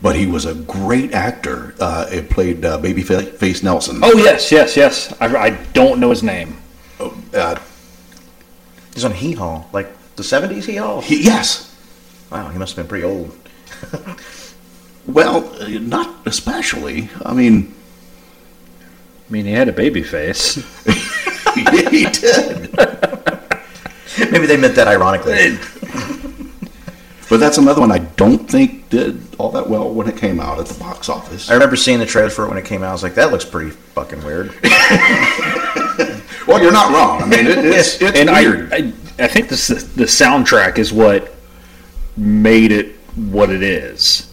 [SPEAKER 3] but he was a great actor. Uh, it played uh, Babyface Nelson.
[SPEAKER 4] Oh yes, yes, yes. I, I don't know his name.
[SPEAKER 3] uh,
[SPEAKER 2] He's on Hee Haw, like the 70s Hee Haw?
[SPEAKER 3] he, yes.
[SPEAKER 2] Wow, he must have been pretty old.
[SPEAKER 3] Well, uh, not especially. I mean,
[SPEAKER 4] I mean, he had a baby face.
[SPEAKER 3] he did.
[SPEAKER 2] Maybe they meant that ironically.
[SPEAKER 3] But that's another one I don't think did all that well when it came out at the box office.
[SPEAKER 2] I remember seeing the trailer for it when it came out. I was like, that looks pretty fucking weird.
[SPEAKER 3] Well, you're not wrong. I mean, it, it's, it's
[SPEAKER 4] and I,
[SPEAKER 3] weird.
[SPEAKER 4] I, I think this the soundtrack is what made it what it is.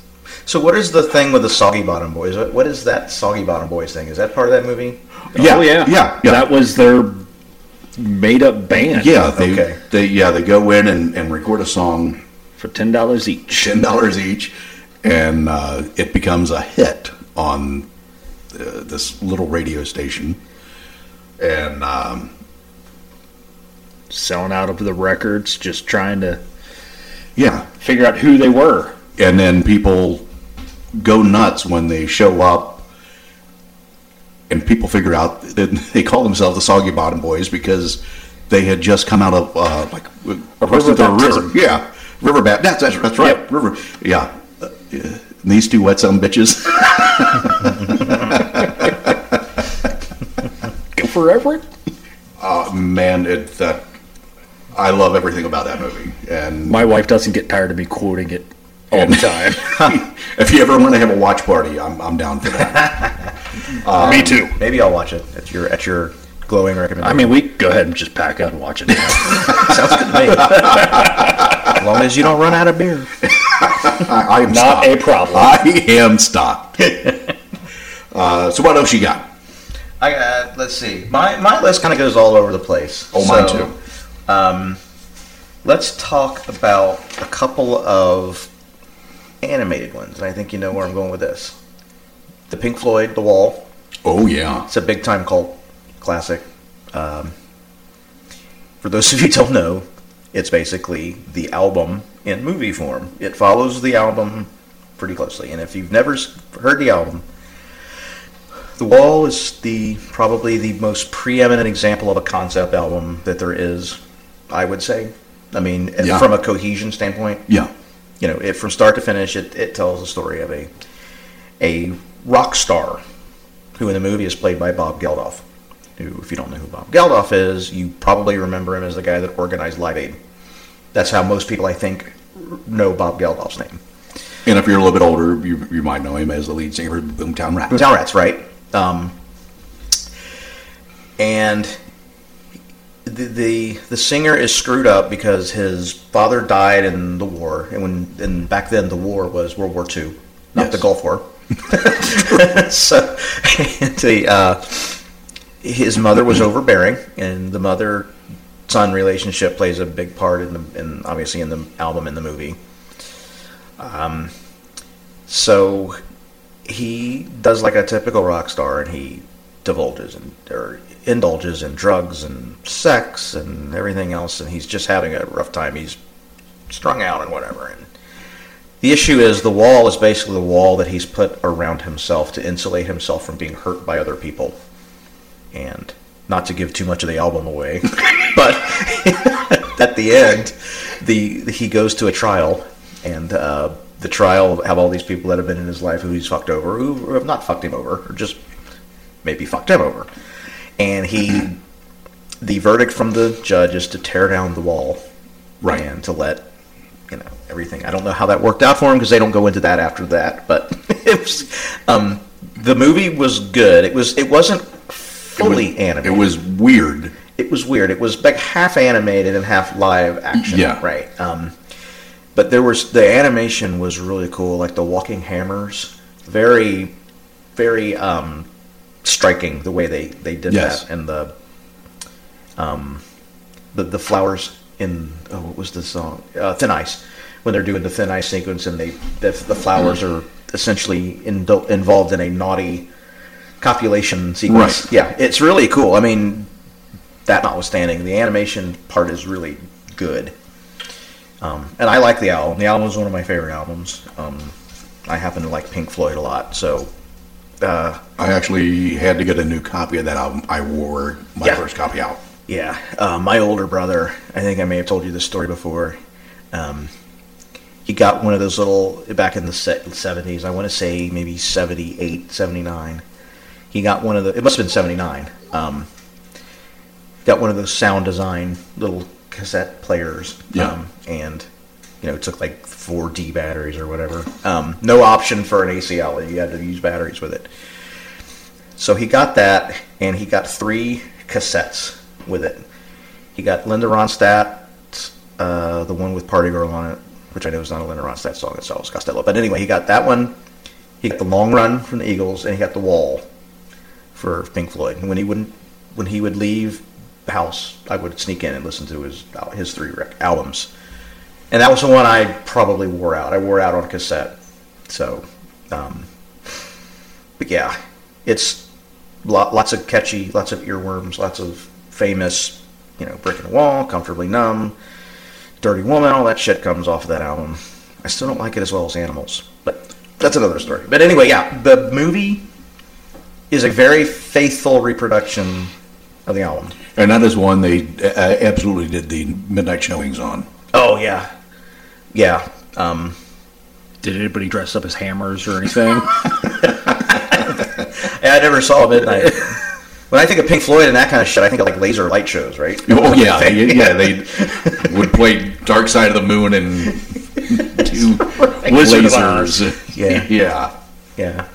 [SPEAKER 2] So, what is the thing with the Soggy Bottom Boys? What what is that Soggy Bottom Boys thing? Is that part of that movie?
[SPEAKER 3] yeah,
[SPEAKER 4] oh yeah,
[SPEAKER 3] yeah, yeah.
[SPEAKER 4] That was their made up band.
[SPEAKER 3] yeah, they,
[SPEAKER 2] Okay.
[SPEAKER 3] they, yeah, they go in and, and record a song,
[SPEAKER 4] for ten dollars each.
[SPEAKER 3] ten dollars each, and uh, it becomes a hit on uh, this little radio station, and um,
[SPEAKER 4] selling out of the records, just trying to
[SPEAKER 3] yeah,
[SPEAKER 4] figure out who they were.
[SPEAKER 3] and then people go nuts when they show up and people figure out that they call themselves the soggy bottom boys because they had just come out of uh, like a
[SPEAKER 4] river baptism.
[SPEAKER 3] river yeah river bat that's, that's, that's right
[SPEAKER 4] Yep.
[SPEAKER 3] river yeah Uh, yeah. And these two wet some bitches
[SPEAKER 4] Go forever.
[SPEAKER 3] man it that i love everything about that movie and
[SPEAKER 4] My wife doesn't get tired of me quoting it all the time.
[SPEAKER 3] if you ever want to have a watch party i'm, I'm down for that
[SPEAKER 4] me too.
[SPEAKER 2] Maybe I'll watch it at your at your glowing
[SPEAKER 4] I
[SPEAKER 2] recommendation.
[SPEAKER 4] mean, we go ahead and just pack up and watch it now.
[SPEAKER 2] sounds good to me. as long as you don't run out of beer.
[SPEAKER 3] I, I am
[SPEAKER 4] Not
[SPEAKER 3] stopped.
[SPEAKER 4] a problem.
[SPEAKER 3] i am stopped uh, so what else you got
[SPEAKER 2] I uh, let's see. My my list kind of goes all over the place.
[SPEAKER 3] Oh, mine
[SPEAKER 2] So, um,
[SPEAKER 3] too.
[SPEAKER 2] Let's talk about a couple of animated ones, and I think you know where I'm going with this. The Pink Floyd, The Wall.
[SPEAKER 3] Oh yeah.
[SPEAKER 2] It's a big time cult classic. Um, for those of you who don't know, it's basically the album in movie form. It follows the album pretty closely, and if you've never s- heard the album, The Wall is the probably the most preeminent example of a concept album that there is. I would say. I mean, and
[SPEAKER 3] Yeah.
[SPEAKER 2] from a cohesion standpoint,
[SPEAKER 3] Yeah.
[SPEAKER 2] you know, it from start to finish, it, it tells the story of a a rock star who in the movie is played by Bob Geldof. Who, if you don't know who Bob Geldof is, you probably remember him as the guy that organized Live Aid. That's how most people, I think, know Bob Geldof's name.
[SPEAKER 3] And if you're a little bit older, you, you might know him as the lead singer of Boomtown Rap.
[SPEAKER 2] Town Rats, right? Um, and the, the the singer is screwed up because his father died in the war, and when and back then the war was World War II, not the
[SPEAKER 3] Yes.
[SPEAKER 2] Gulf War. so the uh, his mother was overbearing, and the mother son relationship plays a big part in the in obviously in the album and the movie. Um, so he does like a typical rock star, and he divulges and or indulges in drugs and sex and everything else, and he's just having a rough time. He's strung out and whatever. And the issue is the wall is basically the wall that he's put around himself to insulate himself from being hurt by other people, and not to give too much of the album away, but at the end, the he goes to a trial, and uh, the trial have all these people that have been in his life who he's fucked over, who have not fucked him over, or just maybe fucked him over, and he. The verdict from the judge is to tear down the wall,
[SPEAKER 3] Right.
[SPEAKER 2] And to let you know everything. I don't know how that worked out for him because they don't go into that after that. But it was, um, the movie was good. It was. It wasn't fully animated
[SPEAKER 3] It was weird.
[SPEAKER 2] it was weird. It was like half animated and half live action.
[SPEAKER 3] Yeah.
[SPEAKER 2] Right. Um, but there was the animation was really cool, like the walking hammers, very, very um, striking the way they they did
[SPEAKER 3] Yes.
[SPEAKER 2] that, and the um, the the flowers in oh what was the song uh, Thin Ice when they're doing the Thin Ice sequence and they the, the flowers
[SPEAKER 3] Mm.
[SPEAKER 2] are essentially indul involved in a naughty copulation sequence.
[SPEAKER 3] Right.
[SPEAKER 2] Yeah, it's really cool. I mean, that notwithstanding, the animation part is really good. Um, and I like the album. The album is one of my favorite albums. Um, I happen to like Pink Floyd a lot, so
[SPEAKER 3] I actually had to get a new copy of that album. I wore my
[SPEAKER 2] Yeah.
[SPEAKER 3] first copy out.
[SPEAKER 2] yeah. Uh, my older brother, I think I may have told you this story before. Um, he got one of those little back in the se- 70s. I want to say maybe 78, 79. He got one of the. It must have been 79. Um, got one of those sound design little cassette players.
[SPEAKER 3] Yeah.
[SPEAKER 2] Um, and you know, it took like four D batteries or whatever. Um, no option for an ACL. You had to use batteries with it. So he got that, and he got three cassettes with it. He got Linda Ronstadt, uh, the one with Party Girl on it, which I know is not a Linda Ronstadt song, it's Elvis Costello. But anyway, he got that one. He got the Long Run from the Eagles, and he got the Wall for Pink Floyd. And when he wouldn't, when he would leave the house, I would sneak in and listen to his his three rec- albums. And that was the one I probably wore out. I wore out on cassette. So, um, but yeah, it's lo- lots of catchy, lots of earworms, lots of famous, you know, brick in the wall, comfortably numb, dirty woman, all that shit comes off of that album. I still don't like it as well as Animals, but that's another story. But anyway, yeah, the movie is a very faithful reproduction of the album.
[SPEAKER 3] And that is one they uh, absolutely did the midnight showings on.
[SPEAKER 2] Oh yeah, yeah. Um,
[SPEAKER 4] Did anybody dress up as hammers or anything?
[SPEAKER 2] I never saw
[SPEAKER 3] Oh,
[SPEAKER 2] Midnight. when I think of Pink Floyd and that kind of shit, I think of like laser light shows, right?
[SPEAKER 3] Oh yeah, they- yeah. They would play Dark Side of the Moon and do
[SPEAKER 4] Wizard of
[SPEAKER 3] lasers.
[SPEAKER 2] Yeah.
[SPEAKER 3] yeah.
[SPEAKER 2] Yeah.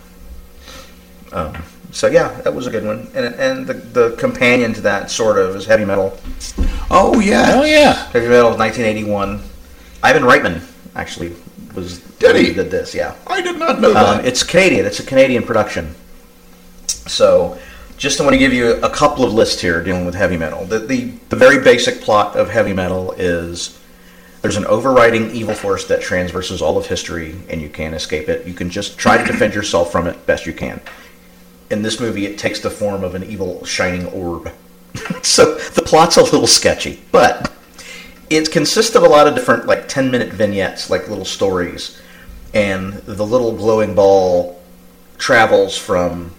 [SPEAKER 2] Um, so yeah, that was a good one, and and the, the companion to that sort of is heavy metal.
[SPEAKER 3] Oh yeah.
[SPEAKER 4] oh yeah.
[SPEAKER 2] Heavy metal, of 1981. Ivan Reitman actually was
[SPEAKER 3] Did he?
[SPEAKER 2] did this. Yeah.
[SPEAKER 3] I did not know
[SPEAKER 2] Um,
[SPEAKER 3] that.
[SPEAKER 2] it's Canadian. It's a Canadian production. So, just want to give you a couple of lists here dealing with heavy metal. The, the, the very basic plot of heavy metal is there's an overriding evil force that transverses all of history, and you can't escape it. You can just try to defend yourself from it best you can. In this movie, it takes the form of an evil shining orb. so, the plot's a little sketchy, but it consists of a lot of different like 10 minute vignettes like little stories and the little glowing ball travels from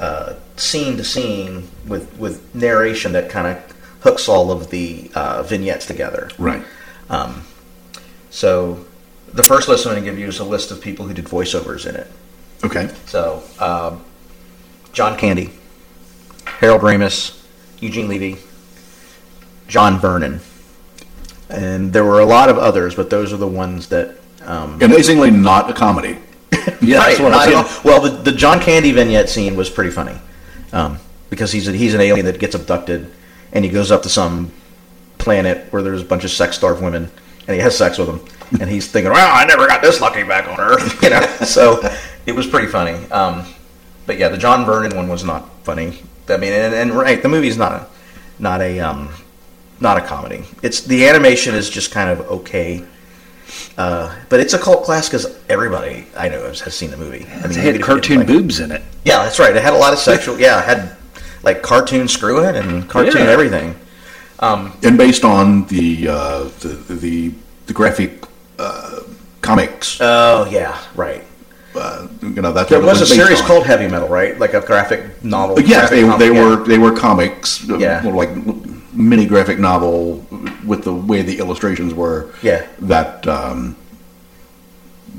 [SPEAKER 2] uh, scene to scene with with narration that kind of hooks all of the uh, vignettes together Um,
[SPEAKER 3] Right.
[SPEAKER 2] so the first list i'm going to give you is a list of people who did voiceovers in it
[SPEAKER 3] Okay.
[SPEAKER 2] so um, john candy harold ramis eugene levy john vernon and there were a lot of others but those are the ones that um,
[SPEAKER 3] Amazingly, not a comedy.
[SPEAKER 4] Yeah,
[SPEAKER 2] Right,
[SPEAKER 4] that's what
[SPEAKER 2] not
[SPEAKER 4] I
[SPEAKER 2] at
[SPEAKER 4] was
[SPEAKER 2] all. Well, the, the John Candy vignette scene was pretty funny um, because he's a, he's an alien that gets abducted and he goes up to some planet where there's a bunch of sex starved women and he has sex with them and he's thinking, "Well, I never got this lucky back on Earth," you know. so it was pretty funny. Um, but yeah, the John Vernon one was not funny. I mean, and, and right, the movie's not a, not a um, not a comedy. It's the animation is just kind of okay. Uh, but it's a cult classic because everybody I know has, has seen the movie. I mean,
[SPEAKER 4] It
[SPEAKER 2] you
[SPEAKER 4] had
[SPEAKER 2] could-
[SPEAKER 4] cartoon
[SPEAKER 2] like-
[SPEAKER 4] boobs in it.
[SPEAKER 2] Yeah, that's right. It had a lot of sexual. Yeah, it had like cartoon screwing and cartoon
[SPEAKER 4] Yeah.
[SPEAKER 2] everything.
[SPEAKER 3] and based on the uh, the, the the graphic uh, comics,
[SPEAKER 2] Oh yeah, right.
[SPEAKER 3] uh, you know that's
[SPEAKER 2] There
[SPEAKER 3] what
[SPEAKER 2] was
[SPEAKER 3] it
[SPEAKER 2] a
[SPEAKER 3] based
[SPEAKER 2] series
[SPEAKER 3] on.
[SPEAKER 2] called Heavy Metal, right? Like a graphic novel.
[SPEAKER 3] But yes,
[SPEAKER 2] graphic
[SPEAKER 3] they,
[SPEAKER 2] comic,
[SPEAKER 3] they
[SPEAKER 2] yeah.
[SPEAKER 3] were they were comics, uh,
[SPEAKER 2] Yeah.
[SPEAKER 3] more like mini graphic novel with the way the illustrations were.
[SPEAKER 2] Yeah.
[SPEAKER 3] that um,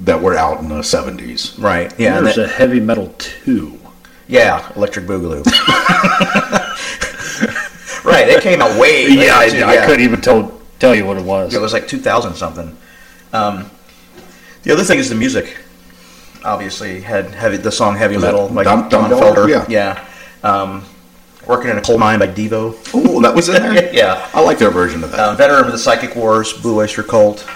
[SPEAKER 3] that were out in the seventies.
[SPEAKER 2] right. Yeah, and
[SPEAKER 4] There's
[SPEAKER 2] that-
[SPEAKER 4] a heavy metal two.
[SPEAKER 2] yeah, Electric Boogaloo. right, it came out way. later,
[SPEAKER 4] Yeah, I,
[SPEAKER 2] too,
[SPEAKER 4] I couldn't even tell tell you what it was.
[SPEAKER 2] It was like 2000 something. Um, the other thing is the music. Obviously, had heavy the song heavy
[SPEAKER 3] that
[SPEAKER 2] metal like
[SPEAKER 3] Don-
[SPEAKER 2] Don,
[SPEAKER 3] Don
[SPEAKER 2] Felder.
[SPEAKER 3] Felder?
[SPEAKER 2] Yeah. Um, Working in a coal mine by Devo.
[SPEAKER 3] Oh, that was in there.
[SPEAKER 2] Yeah.
[SPEAKER 3] I like their version of that.
[SPEAKER 2] Uh, veteran of the Psychic Wars, Blue Oyster Cult,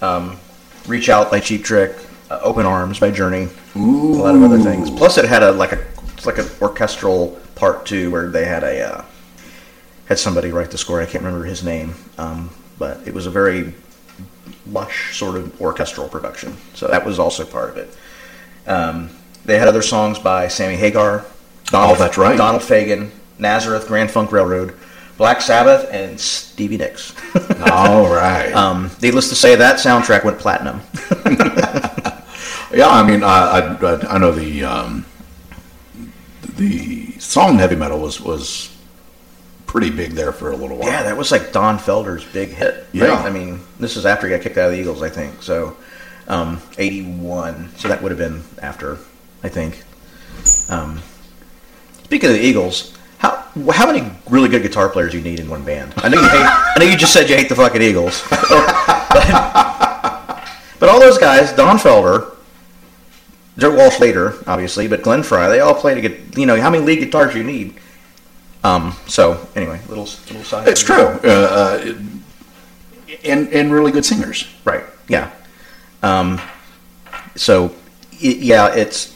[SPEAKER 2] um, Reach Out by Cheap Trick, uh, Open Arms by Journey, a lot of other things. Plus, it had a like a it's like an orchestral part too, where they had a uh, had somebody write the score. I can't remember his name, um, but it was a very lush sort of orchestral production. So that was also part of it. Um, they had other songs by Sammy Hagar, Donald,
[SPEAKER 3] Oh, that's right.
[SPEAKER 2] Donald Fagen, Nazareth, Grand Funk Railroad, Black Sabbath, and Stevie Nicks.
[SPEAKER 3] All right.
[SPEAKER 2] Um, needless to say, that soundtrack went platinum.
[SPEAKER 3] yeah, I mean, I I, I- I know the um, the song heavy metal was was pretty big there for a little while.
[SPEAKER 2] yeah, that was like Don Felder's big hit. Right?
[SPEAKER 3] Yeah.
[SPEAKER 2] I mean, this is after he got kicked out of the Eagles, I think. So, um, 81. So that would have been after, I think. Um, speaking of the Eagles, how how many really good guitar players do you need in one band? I know you hate. I know you just said you hate the fucking Eagles. But all those guys, Don Felder, Joe Walsh later, obviously, but Glenn Fry, they all played a good, you know, how many lead guitars you need. Um, so anyway, little little side.
[SPEAKER 3] it's true. Uh, uh, it- and and really good singers.
[SPEAKER 2] Right. Yeah. Um, so y- yeah, it's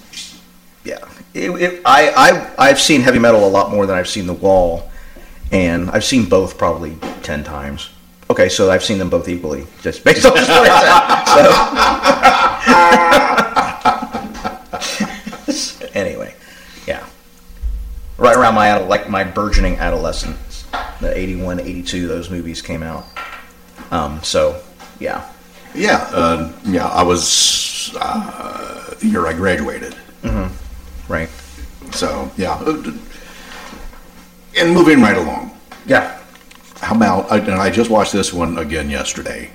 [SPEAKER 2] yeah. It, it, I I I've seen heavy metal a lot more than I've seen The Wall, and I've seen both probably ten times. Okay, so I've seen them both equally, just based on the story. so anyway, yeah. Right around my adol- like my burgeoning adolescence, the 81, 82, those movies came out. Um, so yeah,
[SPEAKER 3] Yeah, uh, yeah. I was uh, the year I graduated,
[SPEAKER 2] Right.
[SPEAKER 3] so yeah. And moving right along,
[SPEAKER 2] Yeah.
[SPEAKER 3] how about I, and I just watched this one again yesterday,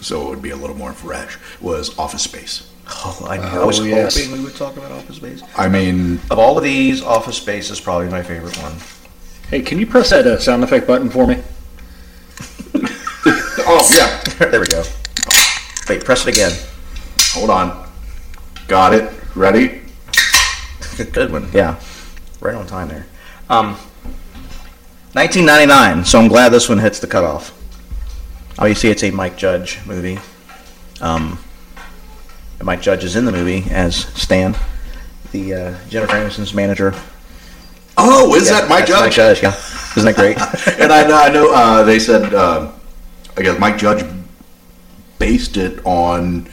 [SPEAKER 3] so it would be a little more fresh. Was Office Space?
[SPEAKER 2] Oh, I, I was
[SPEAKER 4] yes.
[SPEAKER 2] hoping we would talk about Office Space.
[SPEAKER 3] I mean,
[SPEAKER 2] Of all of these, Office Space is probably my favorite one.
[SPEAKER 4] hey, can you press that uh, sound effect button for me?
[SPEAKER 3] oh yeah.
[SPEAKER 2] there we go. Wait, press it again.
[SPEAKER 3] Hold on. Got it. Ready?
[SPEAKER 2] Good one. Yeah. Right on time there. Um, 1999. So I'm glad this one hits the cutoff. Obviously, it's a Mike Judge movie. Um, and Mike Judge is in the movie as Stan, the uh, Jennifer Aniston's manager.
[SPEAKER 3] Oh, is
[SPEAKER 2] Yeah,
[SPEAKER 3] that Mike
[SPEAKER 2] that's
[SPEAKER 3] Judge?
[SPEAKER 2] Mike Judge. Yeah. Isn't that great?
[SPEAKER 3] and I know, I know uh, they said, uh, I guess Mike Judge based it on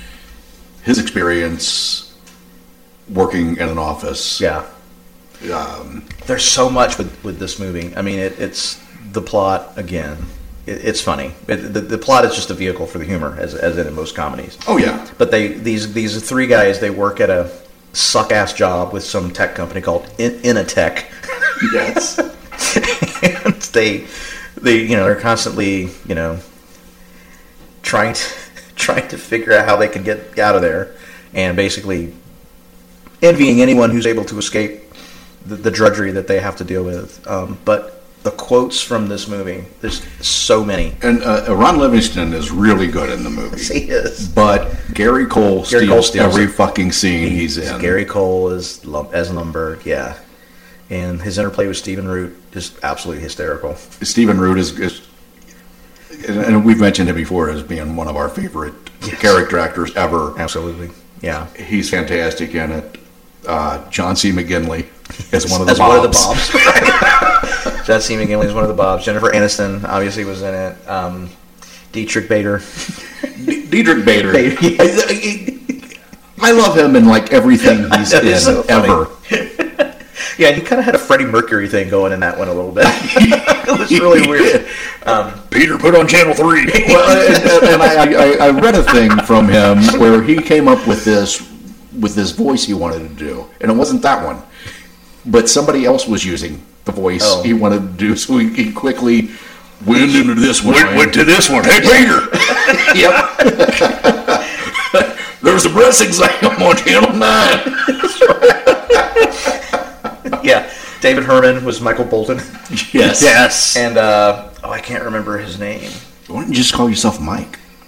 [SPEAKER 3] his experience working in an office.
[SPEAKER 2] Yeah.
[SPEAKER 3] Um,
[SPEAKER 2] There's so much with, with this movie. I mean, it, it's the plot again. It, it's funny. It, the, the plot is just a vehicle for the humor, as, as in most comedies.
[SPEAKER 3] oh, yeah.
[SPEAKER 2] But they these these three guys they work at a suck ass job with some tech company called In- Inatech.
[SPEAKER 3] Yes.
[SPEAKER 2] and they they you know they're constantly you know trying to trying to figure out how they can get out of there and basically envying anyone who's able to escape the, the drudgery that they have to deal with um, but the quotes from this movie there's so many
[SPEAKER 3] and uh, Ron Livingston is really good in the movie.
[SPEAKER 2] he is
[SPEAKER 3] But Gary Cole,
[SPEAKER 2] Gary
[SPEAKER 3] steals
[SPEAKER 2] Cole steals
[SPEAKER 3] every
[SPEAKER 2] it.
[SPEAKER 3] fucking scene he's in.
[SPEAKER 2] Gary Cole is Lum- as Lumberg yeah and his interplay with Stephen Root is absolutely hysterical
[SPEAKER 3] Stephen Root is, is and we've mentioned him before as being one of our favorite
[SPEAKER 2] Yes.
[SPEAKER 3] character actors ever.
[SPEAKER 2] absolutely yeah
[SPEAKER 3] He's fantastic in it. Uh, John C. McGinley is one of the
[SPEAKER 2] That's
[SPEAKER 3] bobs.
[SPEAKER 2] one of the bobs. John C. McGinley is one of the bobs. Jennifer Aniston obviously was in it. Um, Dietrich Bader.
[SPEAKER 3] D- Diedrich Bader.
[SPEAKER 2] Bader,
[SPEAKER 3] I love him in like everything he's
[SPEAKER 2] know,
[SPEAKER 3] in
[SPEAKER 2] it's so funny.
[SPEAKER 3] ever.
[SPEAKER 2] Yeah, he kind of had a Freddie Mercury thing going in that one a little bit. it was really weird.
[SPEAKER 1] Peter, put on channel three.
[SPEAKER 3] well, uh, and, and I, I, I read a thing from him where he came up with this with this voice he wanted to do, and it wasn't that one, but somebody else was using the voice
[SPEAKER 2] Oh.
[SPEAKER 3] he wanted to do, so he, he quickly went into this one.
[SPEAKER 1] Went, went to this one. Hey, Peter,
[SPEAKER 3] yep. There's a breast exam on Channel Nine.
[SPEAKER 2] Yeah, David Herman was Michael Bolton,
[SPEAKER 3] Yes.
[SPEAKER 4] Yes.
[SPEAKER 2] and uh, oh, I can't remember his name.
[SPEAKER 3] Why don't you just call yourself Mike?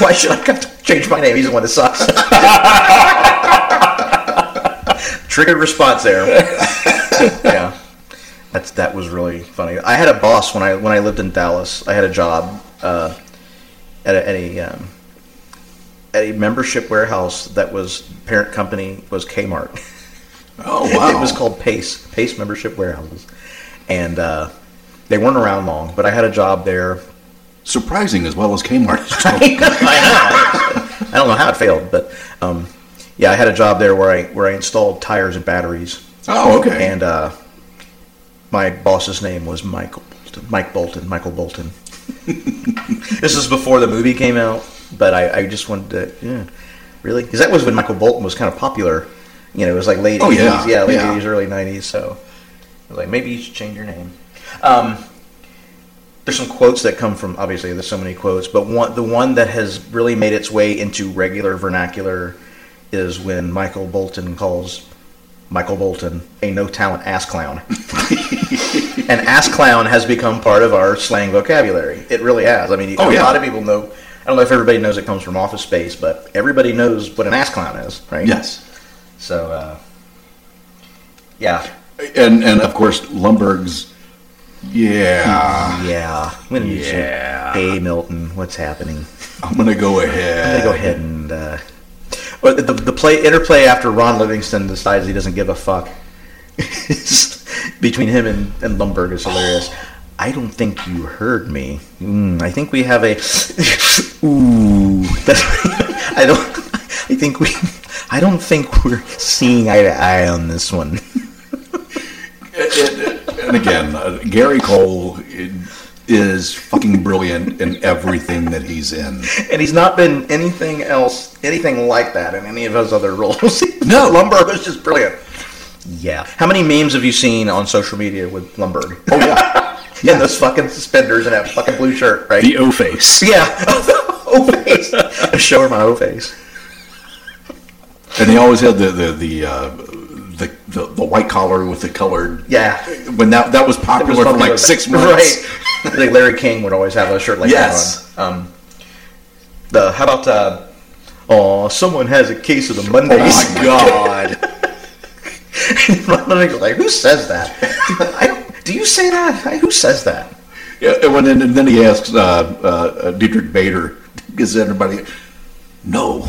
[SPEAKER 2] Why should I have to change my name? He's the one that sucks. Triggered response there. yeah, that's that was really funny. I had a boss when I when I lived in Dallas. I had a job uh, at a, at a um, at a membership warehouse that was parent company was Kmart.
[SPEAKER 3] Oh wow.
[SPEAKER 2] It was called Pace, Pace Membership Warehouses. And uh, they weren't around long, but I had a job there.
[SPEAKER 3] surprising as well as Kmart.
[SPEAKER 2] I don't know how it failed, but um, yeah, I had a job there where I where I installed tires and batteries.
[SPEAKER 3] oh okay.
[SPEAKER 2] And uh, my boss's name was Michael Bolton. Mike Bolton. Michael Bolton. this is before the movie came out, but I, I just wanted to, yeah, really? Because that was when Michael Bolton was kind of popular. You know, it was like late
[SPEAKER 3] Oh,
[SPEAKER 2] 80s.
[SPEAKER 3] yeah,
[SPEAKER 2] yeah, late
[SPEAKER 3] yeah.
[SPEAKER 2] 80s, early 90s. So I was like, maybe you should change your name. Um, there's some quotes that come from, obviously, there's so many quotes, but one, the one that has really made its way into regular vernacular is when Michael Bolton calls Michael Bolton a no talent ass clown. and ass clown has become part of our slang vocabulary. It really has. I mean,
[SPEAKER 3] Oh,
[SPEAKER 2] a
[SPEAKER 3] yeah.
[SPEAKER 2] lot of people know. I don't know if everybody knows it comes from Office Space, but everybody knows what an ass clown is, right?
[SPEAKER 3] yes.
[SPEAKER 2] So, uh, yeah,
[SPEAKER 3] And and of course Lumberg's. Yeah.
[SPEAKER 2] yeah. I'm gonna need some-
[SPEAKER 3] Yeah.
[SPEAKER 2] Hey, Milton, what's happening?
[SPEAKER 3] I'm gonna go ahead.
[SPEAKER 2] I'm gonna go ahead and. Uh, well, the, the play interplay after Ron Livingston decides he doesn't give a fuck between him and, and Lumberg is hilarious. I don't think you heard me. Mm, I think we have a. Ooh, that's, I don't. I think we. I don't think we're seeing eye to eye on this one.
[SPEAKER 3] And again, uh, Gary Cole i- is fucking brilliant in everything that he's in.
[SPEAKER 2] And he's not been anything else, anything like that in any of his other roles.
[SPEAKER 3] No.
[SPEAKER 2] Lumberg was just brilliant. Yeah. How many memes have you seen on social media with Lumberg?
[SPEAKER 3] Oh yeah,
[SPEAKER 2] And those fucking suspenders and that fucking blue shirt, right?
[SPEAKER 4] The O face.
[SPEAKER 2] yeah. O face. Show her my O face.
[SPEAKER 3] and he always had the the the uh, the, the, the white collar with the colored.
[SPEAKER 2] Yeah.
[SPEAKER 3] When that that was
[SPEAKER 2] It was
[SPEAKER 3] popular for
[SPEAKER 2] popular.
[SPEAKER 3] like six months.
[SPEAKER 2] Right. I think Larry King would always have a shirt like
[SPEAKER 3] Yes.
[SPEAKER 2] that on. Um, the, how about, uh, oh, someone has a case of the Mondays.
[SPEAKER 3] Oh my god.
[SPEAKER 2] My mother's like, who says that? I, do you say that? I, who says that?
[SPEAKER 3] Yeah, and, when, and then he asks uh, uh, uh, Dietrich Bader, "Is everybody?" No,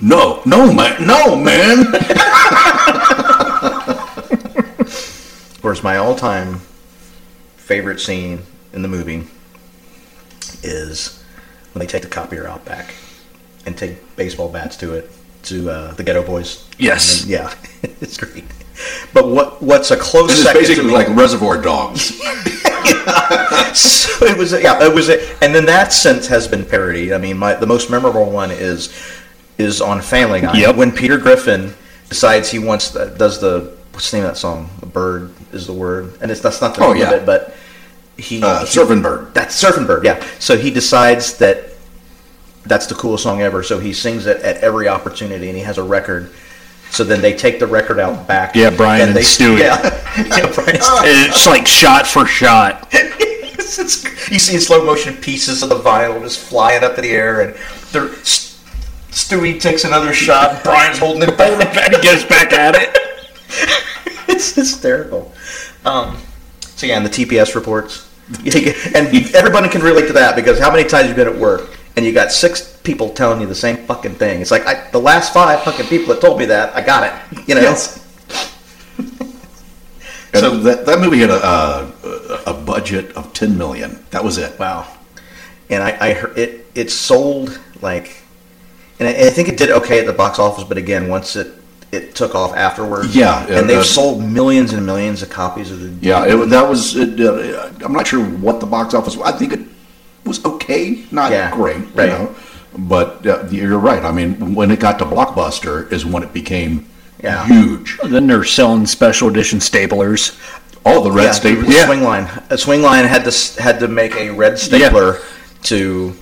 [SPEAKER 3] no, no, man, no, man.
[SPEAKER 2] Of course, my all-time favorite scene in the movie is when they take the copier out back and take baseball bats to it to uh, the Ghetto Boys.
[SPEAKER 4] Yes.
[SPEAKER 2] And then- yeah, it's great. But what what's a close
[SPEAKER 3] This is
[SPEAKER 2] second to
[SPEAKER 3] basically
[SPEAKER 2] me-
[SPEAKER 3] like Reservoir Dogs.
[SPEAKER 2] so it was yeah it was a, and then that since has been parodied i mean my the most memorable one is is on family guy
[SPEAKER 4] Yep.
[SPEAKER 2] when peter griffin decides he wants the, does the what's the name of that song a bird is the word and it's that's not the
[SPEAKER 3] Oh,
[SPEAKER 2] name
[SPEAKER 3] yeah.
[SPEAKER 2] of it but he,
[SPEAKER 3] Uh,
[SPEAKER 2] he-
[SPEAKER 3] Surfing Bird.
[SPEAKER 2] that's surfing bird yeah so he decides that that's the coolest song ever so he sings it at every opportunity and he has a record so then they take the record out back
[SPEAKER 4] Yeah, Brian and
[SPEAKER 2] they,
[SPEAKER 4] Stewie.
[SPEAKER 2] yeah, yeah brian and Stewie.
[SPEAKER 4] It's like shot for shot.
[SPEAKER 2] It's- it's- you see in slow motion pieces of the vinyl just flying up in the air, and they're, S- Stewie takes another shot. Brian's holding it back.
[SPEAKER 4] And he goes back at it.
[SPEAKER 2] it's hysterical. Um, so yeah, and the TPS reports, You get- and everybody can relate to that because how many times you've been at work and you got six people telling you the same fucking thing? It's like I, the last five fucking people that told me that I got it. You know.
[SPEAKER 3] Yes. And
[SPEAKER 2] So-
[SPEAKER 3] that, that movie had a, a a budget of ten million. That was it.
[SPEAKER 2] Wow. and I, I heard it it sold like, and I, and I think it did okay at the box office, but again, once it it took off afterwards,
[SPEAKER 3] Yeah,
[SPEAKER 2] and they've
[SPEAKER 3] uh,
[SPEAKER 2] sold millions and millions of copies of the
[SPEAKER 3] Yeah, it, was- that was. It, uh, I'm not sure what the box office. was. I think it was okay, not
[SPEAKER 2] Yeah,
[SPEAKER 3] great,
[SPEAKER 2] right.
[SPEAKER 3] you know. But uh, you're right. I mean, when it got to blockbuster, is when it became
[SPEAKER 2] Yeah.
[SPEAKER 3] huge.
[SPEAKER 4] Then they're selling special edition staplers.
[SPEAKER 3] All the red
[SPEAKER 2] yeah,
[SPEAKER 3] staples.
[SPEAKER 2] the swing line. A swing line had to s- had to make a red stapler to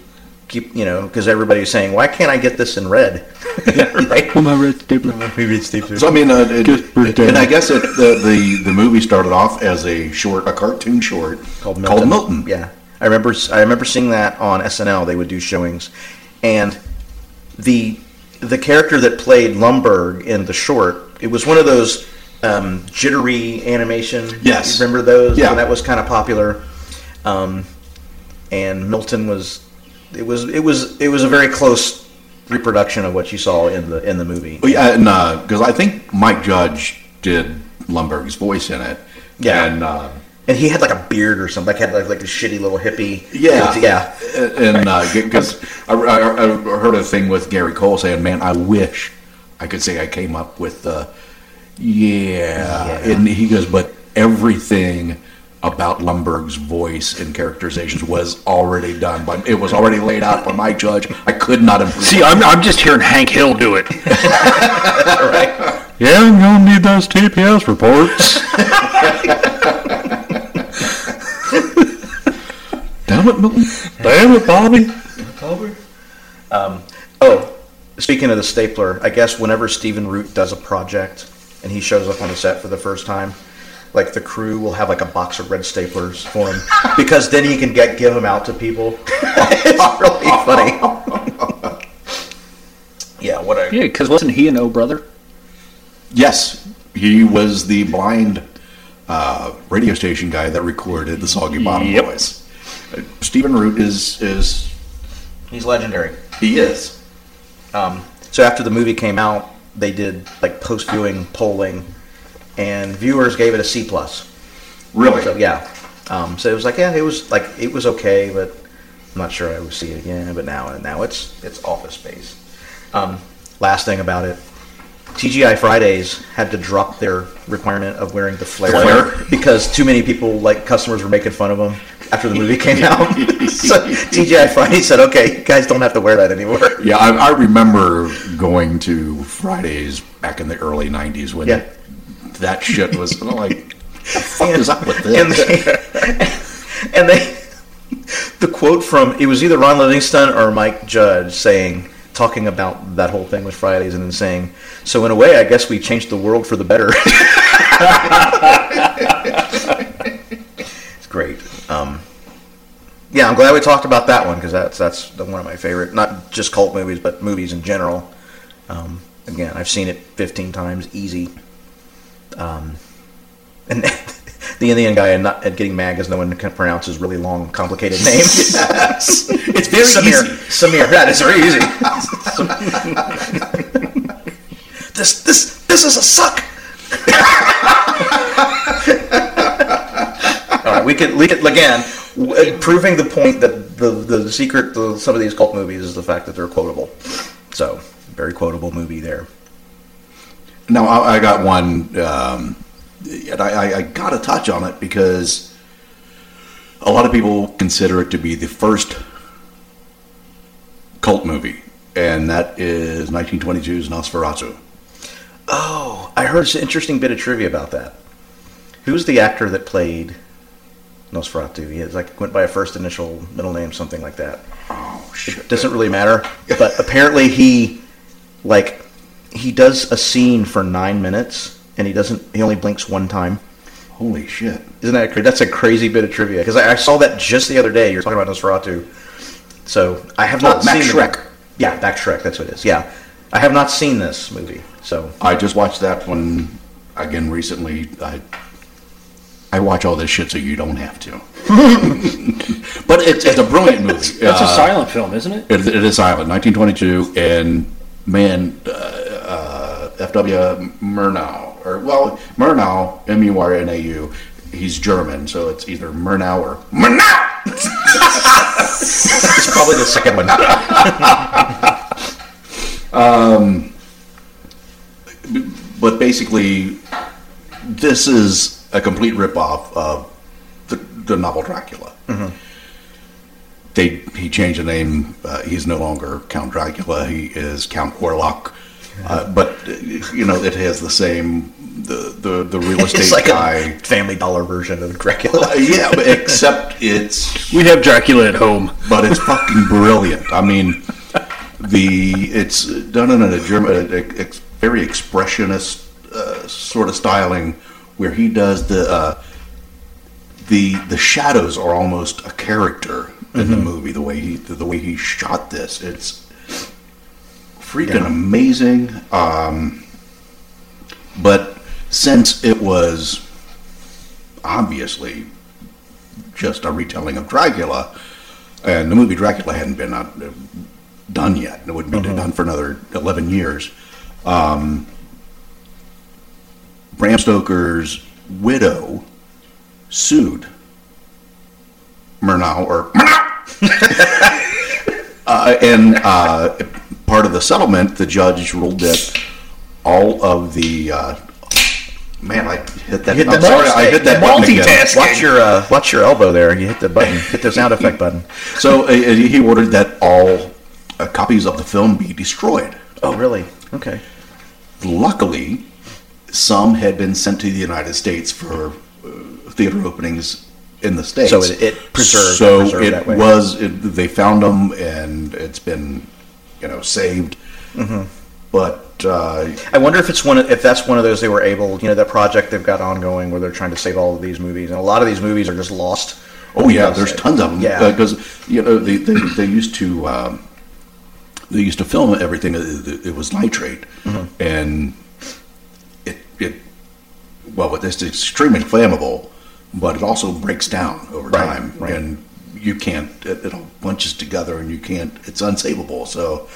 [SPEAKER 2] keep you know because everybody was saying why can't I get this in red? right?
[SPEAKER 4] my red stapler.
[SPEAKER 2] Red stapler.
[SPEAKER 3] So I mean, uh, it,
[SPEAKER 4] Good for
[SPEAKER 3] and I
[SPEAKER 4] Dad.
[SPEAKER 3] guess it, the, the the movie started off as a short, a cartoon short
[SPEAKER 2] called Milton.
[SPEAKER 3] Called Milton.
[SPEAKER 2] Yeah, I remember. I remember seeing that on SNL. They would do showings, and the the character that played Lumberg in the short, it was one of those um, jittery animation.
[SPEAKER 3] Yes.
[SPEAKER 2] You remember those?
[SPEAKER 3] Yeah.
[SPEAKER 2] that was kind of popular. Um, and Milton was it was it was it was a very close reproduction of what you saw in the in the movie.
[SPEAKER 3] Well, yeah, and because I think Mike Judge did Lumberg's voice in it.
[SPEAKER 2] Yeah.
[SPEAKER 3] and uh,
[SPEAKER 2] And he had like a beard or something. Like had like, like a shitty little hippie.
[SPEAKER 3] Yeah,
[SPEAKER 2] yeah.
[SPEAKER 3] and because I, I, I heard a thing with Gary Cole saying, "Man, I wish I could say I came up with the yeah,",
[SPEAKER 2] Yeah.
[SPEAKER 3] and he goes, "But everything." About Lumberg's voice and characterizations was already done, by it was already laid out by Mike Judge. I could not improve.
[SPEAKER 4] See, I'm, I'm just hearing Hank Hill do it.
[SPEAKER 2] right.
[SPEAKER 4] yeah, I'm gonna need those TPS reports.
[SPEAKER 3] Damn it, Milton.
[SPEAKER 4] Damn it, Bobby.
[SPEAKER 2] Oh, speaking of the stapler, I guess whenever Steven Root does a project and he shows up on the set for the first time, like the crew will have like a box of red staplers for him because then he can get give them out to people. it's really funny. yeah, what a
[SPEAKER 4] Yeah, because wasn't he an O brother?
[SPEAKER 3] Yes, he was the blind uh, radio station guy that recorded the Soggy Bottom
[SPEAKER 4] Yep.
[SPEAKER 3] Boys. Uh, Stephen Root is is
[SPEAKER 2] he's legendary.
[SPEAKER 3] he is.
[SPEAKER 2] Um, so after the movie came out, they did like post viewing polling, and viewers gave it a C plus.
[SPEAKER 3] Really?
[SPEAKER 2] So yeah, um, so it was like yeah, it was like it was okay, but I'm not sure I would see it again. But now and now it's it's Office Space. Um, last thing about it, TGI Fridays had to drop their requirement of wearing the flare,
[SPEAKER 3] Flare?
[SPEAKER 2] because too many people like customers were making fun of them after the movie came out. so TGI Fridays said, okay, you guys don't have to wear that anymore.
[SPEAKER 3] Yeah, I, I remember going to Fridays back in the early '90s when
[SPEAKER 2] Yeah.
[SPEAKER 3] that shit was and I'm like, the fuck is up with this?
[SPEAKER 2] and they, and they the quote from it was either Ron Livingston or Mike Judge saying talking about that whole thing with Fridays and then saying so in a way I guess we changed the world for the better. it's great. Um, yeah, I'm glad we talked about that one because that's that's the- one of my favorite, not just cult movies, but movies in general. Um, again, I've seen it 15 times, easy. Um, and the Indian guy and not and getting mad because no one can pronounce his really long, complicated name.
[SPEAKER 3] it's very
[SPEAKER 2] Samir.
[SPEAKER 3] easy.
[SPEAKER 2] Samir. That is very easy. this this this is a suck. All right, we could we could again w- proving the point that the the secret to some of these cult movies is the fact that they're quotable. So very quotable movie there.
[SPEAKER 3] No, I, I got one, um, and I, I, I got to touch on it because a lot of people consider it to be the first cult movie, and that is 1922's Nosferatu.
[SPEAKER 2] Oh, I heard an interesting bit of trivia about that. Who's the actor that played Nosferatu? He is, like went by a first initial, middle name, something like that.
[SPEAKER 3] Oh shit!
[SPEAKER 2] Doesn't really matter, but apparently he, like, he does a scene for nine minutes and he doesn't. He only blinks one time.
[SPEAKER 3] Holy shit!
[SPEAKER 2] Isn't that crazy? That's a crazy bit of trivia because I, I saw that just the other day. You're talking about Nosferatu, so I have not
[SPEAKER 3] Oh, Max
[SPEAKER 2] seen the-
[SPEAKER 3] Schreck.
[SPEAKER 2] Yeah, Max Shrek. That's what it is. Yeah, I have not seen this movie, so
[SPEAKER 3] I just watched that one again recently. I I watch all this shit so you don't have to. but it's it's a brilliant movie. Uh,
[SPEAKER 4] That's a silent film, isn't it?
[SPEAKER 3] It, it is Island, 1922, and man, uh, uh, F.W. Murnau, or well, Murnau, M-U-R-N-A-U. He's German, so it's either Murnau or Murnau.
[SPEAKER 2] Probably the second one.
[SPEAKER 3] but basically, this is a complete ripoff of the, the novel Dracula.
[SPEAKER 2] Mm-hmm.
[SPEAKER 3] They he changed the name. Uh, he's no longer Count Dracula. He is Count Orlok. Uh, but uh, you know, it has the same the the, the real estate
[SPEAKER 2] It's like
[SPEAKER 3] guy.
[SPEAKER 2] a Family Dollar version of Dracula.
[SPEAKER 3] Uh, yeah, but except it's
[SPEAKER 4] We have Dracula at home.
[SPEAKER 3] but it's fucking brilliant. I mean, the it's done in a German, a, a- ex- very expressionist uh, sort of styling, where he does the uh, the the shadows are almost a character in the movie. The way he the, way he shot this, it's freaking amazing. Um, but since it was obviously just a retelling of Dracula, and the movie Dracula hadn't been uh, done yet. It wouldn't be
[SPEAKER 2] Mm-hmm.
[SPEAKER 3] done for another 11 years. Um, Bram Stoker's widow sued Murnau, or uh, and uh, part of the settlement, the judge ruled that all of the uh, man, I hit that.
[SPEAKER 2] You hit
[SPEAKER 3] I'm
[SPEAKER 2] that
[SPEAKER 3] sorry,
[SPEAKER 2] button.
[SPEAKER 3] I hit that button again.
[SPEAKER 1] Multitasking.
[SPEAKER 2] Watch your uh, watch your elbow there. You hit the button. Hit the sound effect button.
[SPEAKER 3] So uh, he ordered that all uh, copies of the film be destroyed.
[SPEAKER 2] Oh, really? Okay.
[SPEAKER 3] Luckily, some had been sent to the United States for uh, theater openings in the states.
[SPEAKER 2] So it- it preserved-
[SPEAKER 3] So
[SPEAKER 2] preserved
[SPEAKER 3] it
[SPEAKER 2] that way.
[SPEAKER 3] was. It, they found them, and it's been, you know, saved.
[SPEAKER 2] Mm-hmm.
[SPEAKER 3] But uh,
[SPEAKER 2] I wonder if it's one of, if that's one of those they were able, you know, that project they've got ongoing where they're trying to save all of these movies, and a lot of these movies are just lost.
[SPEAKER 3] Oh yeah, there's tons of Uh, them.
[SPEAKER 2] Yeah.
[SPEAKER 3] because you know they, they, they used to um, they used to film everything. It, it- it was nitrate,
[SPEAKER 2] Mm-hmm.
[SPEAKER 3] and it it well, it's extremely flammable, but it also breaks down over
[SPEAKER 2] Right,
[SPEAKER 3] time,
[SPEAKER 2] right.
[SPEAKER 3] and you can't. It, it all bunches together, and you can't. It's unsavable. So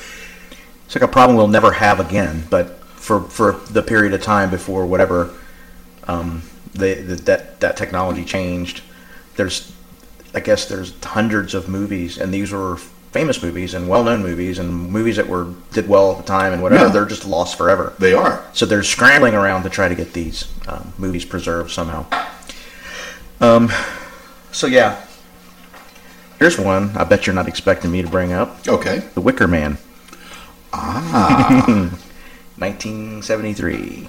[SPEAKER 2] It's like a problem we'll never have again, but for for the period of time before whatever um, they, that that that technology changed, there's I guess there's hundreds of movies, and these were famous movies and well-known movies and movies that were did well at the time and whatever.
[SPEAKER 3] Yeah.
[SPEAKER 2] They're just lost forever.
[SPEAKER 3] they are.
[SPEAKER 2] So they're scrambling around to try to get these um, movies preserved somehow. Um, so yeah, here's one. I bet you're not expecting me to bring up
[SPEAKER 3] Okay.
[SPEAKER 2] The Wicker Man. Ah, 1973.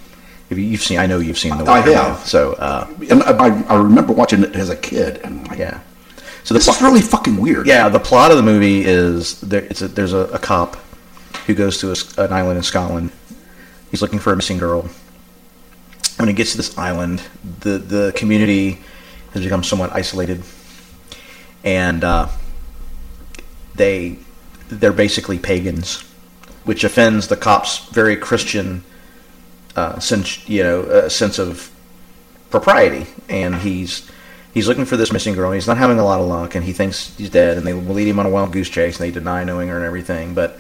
[SPEAKER 2] If you- you've seen, I know you've seen The
[SPEAKER 3] I
[SPEAKER 2] Wicker
[SPEAKER 3] have.
[SPEAKER 2] Man. So uh,
[SPEAKER 3] And I, I remember watching it as a kid, and I'm like,
[SPEAKER 2] yeah,
[SPEAKER 3] so this is really fucking weird.
[SPEAKER 2] yeah. The plot of the movie is there, it's a, there's a, a cop who goes to a s an island in Scotland. He's looking for a missing girl. when he gets to this island, the the community has become somewhat isolated, and uh, they they're basically pagans, which offends the cops' very Christian uh, sense, you know, uh, sense of propriety. And he's he's looking for this missing girl. And he's not having a lot of luck, and he thinks he's dead. And they lead him on a wild goose chase, and they deny knowing her and everything, but.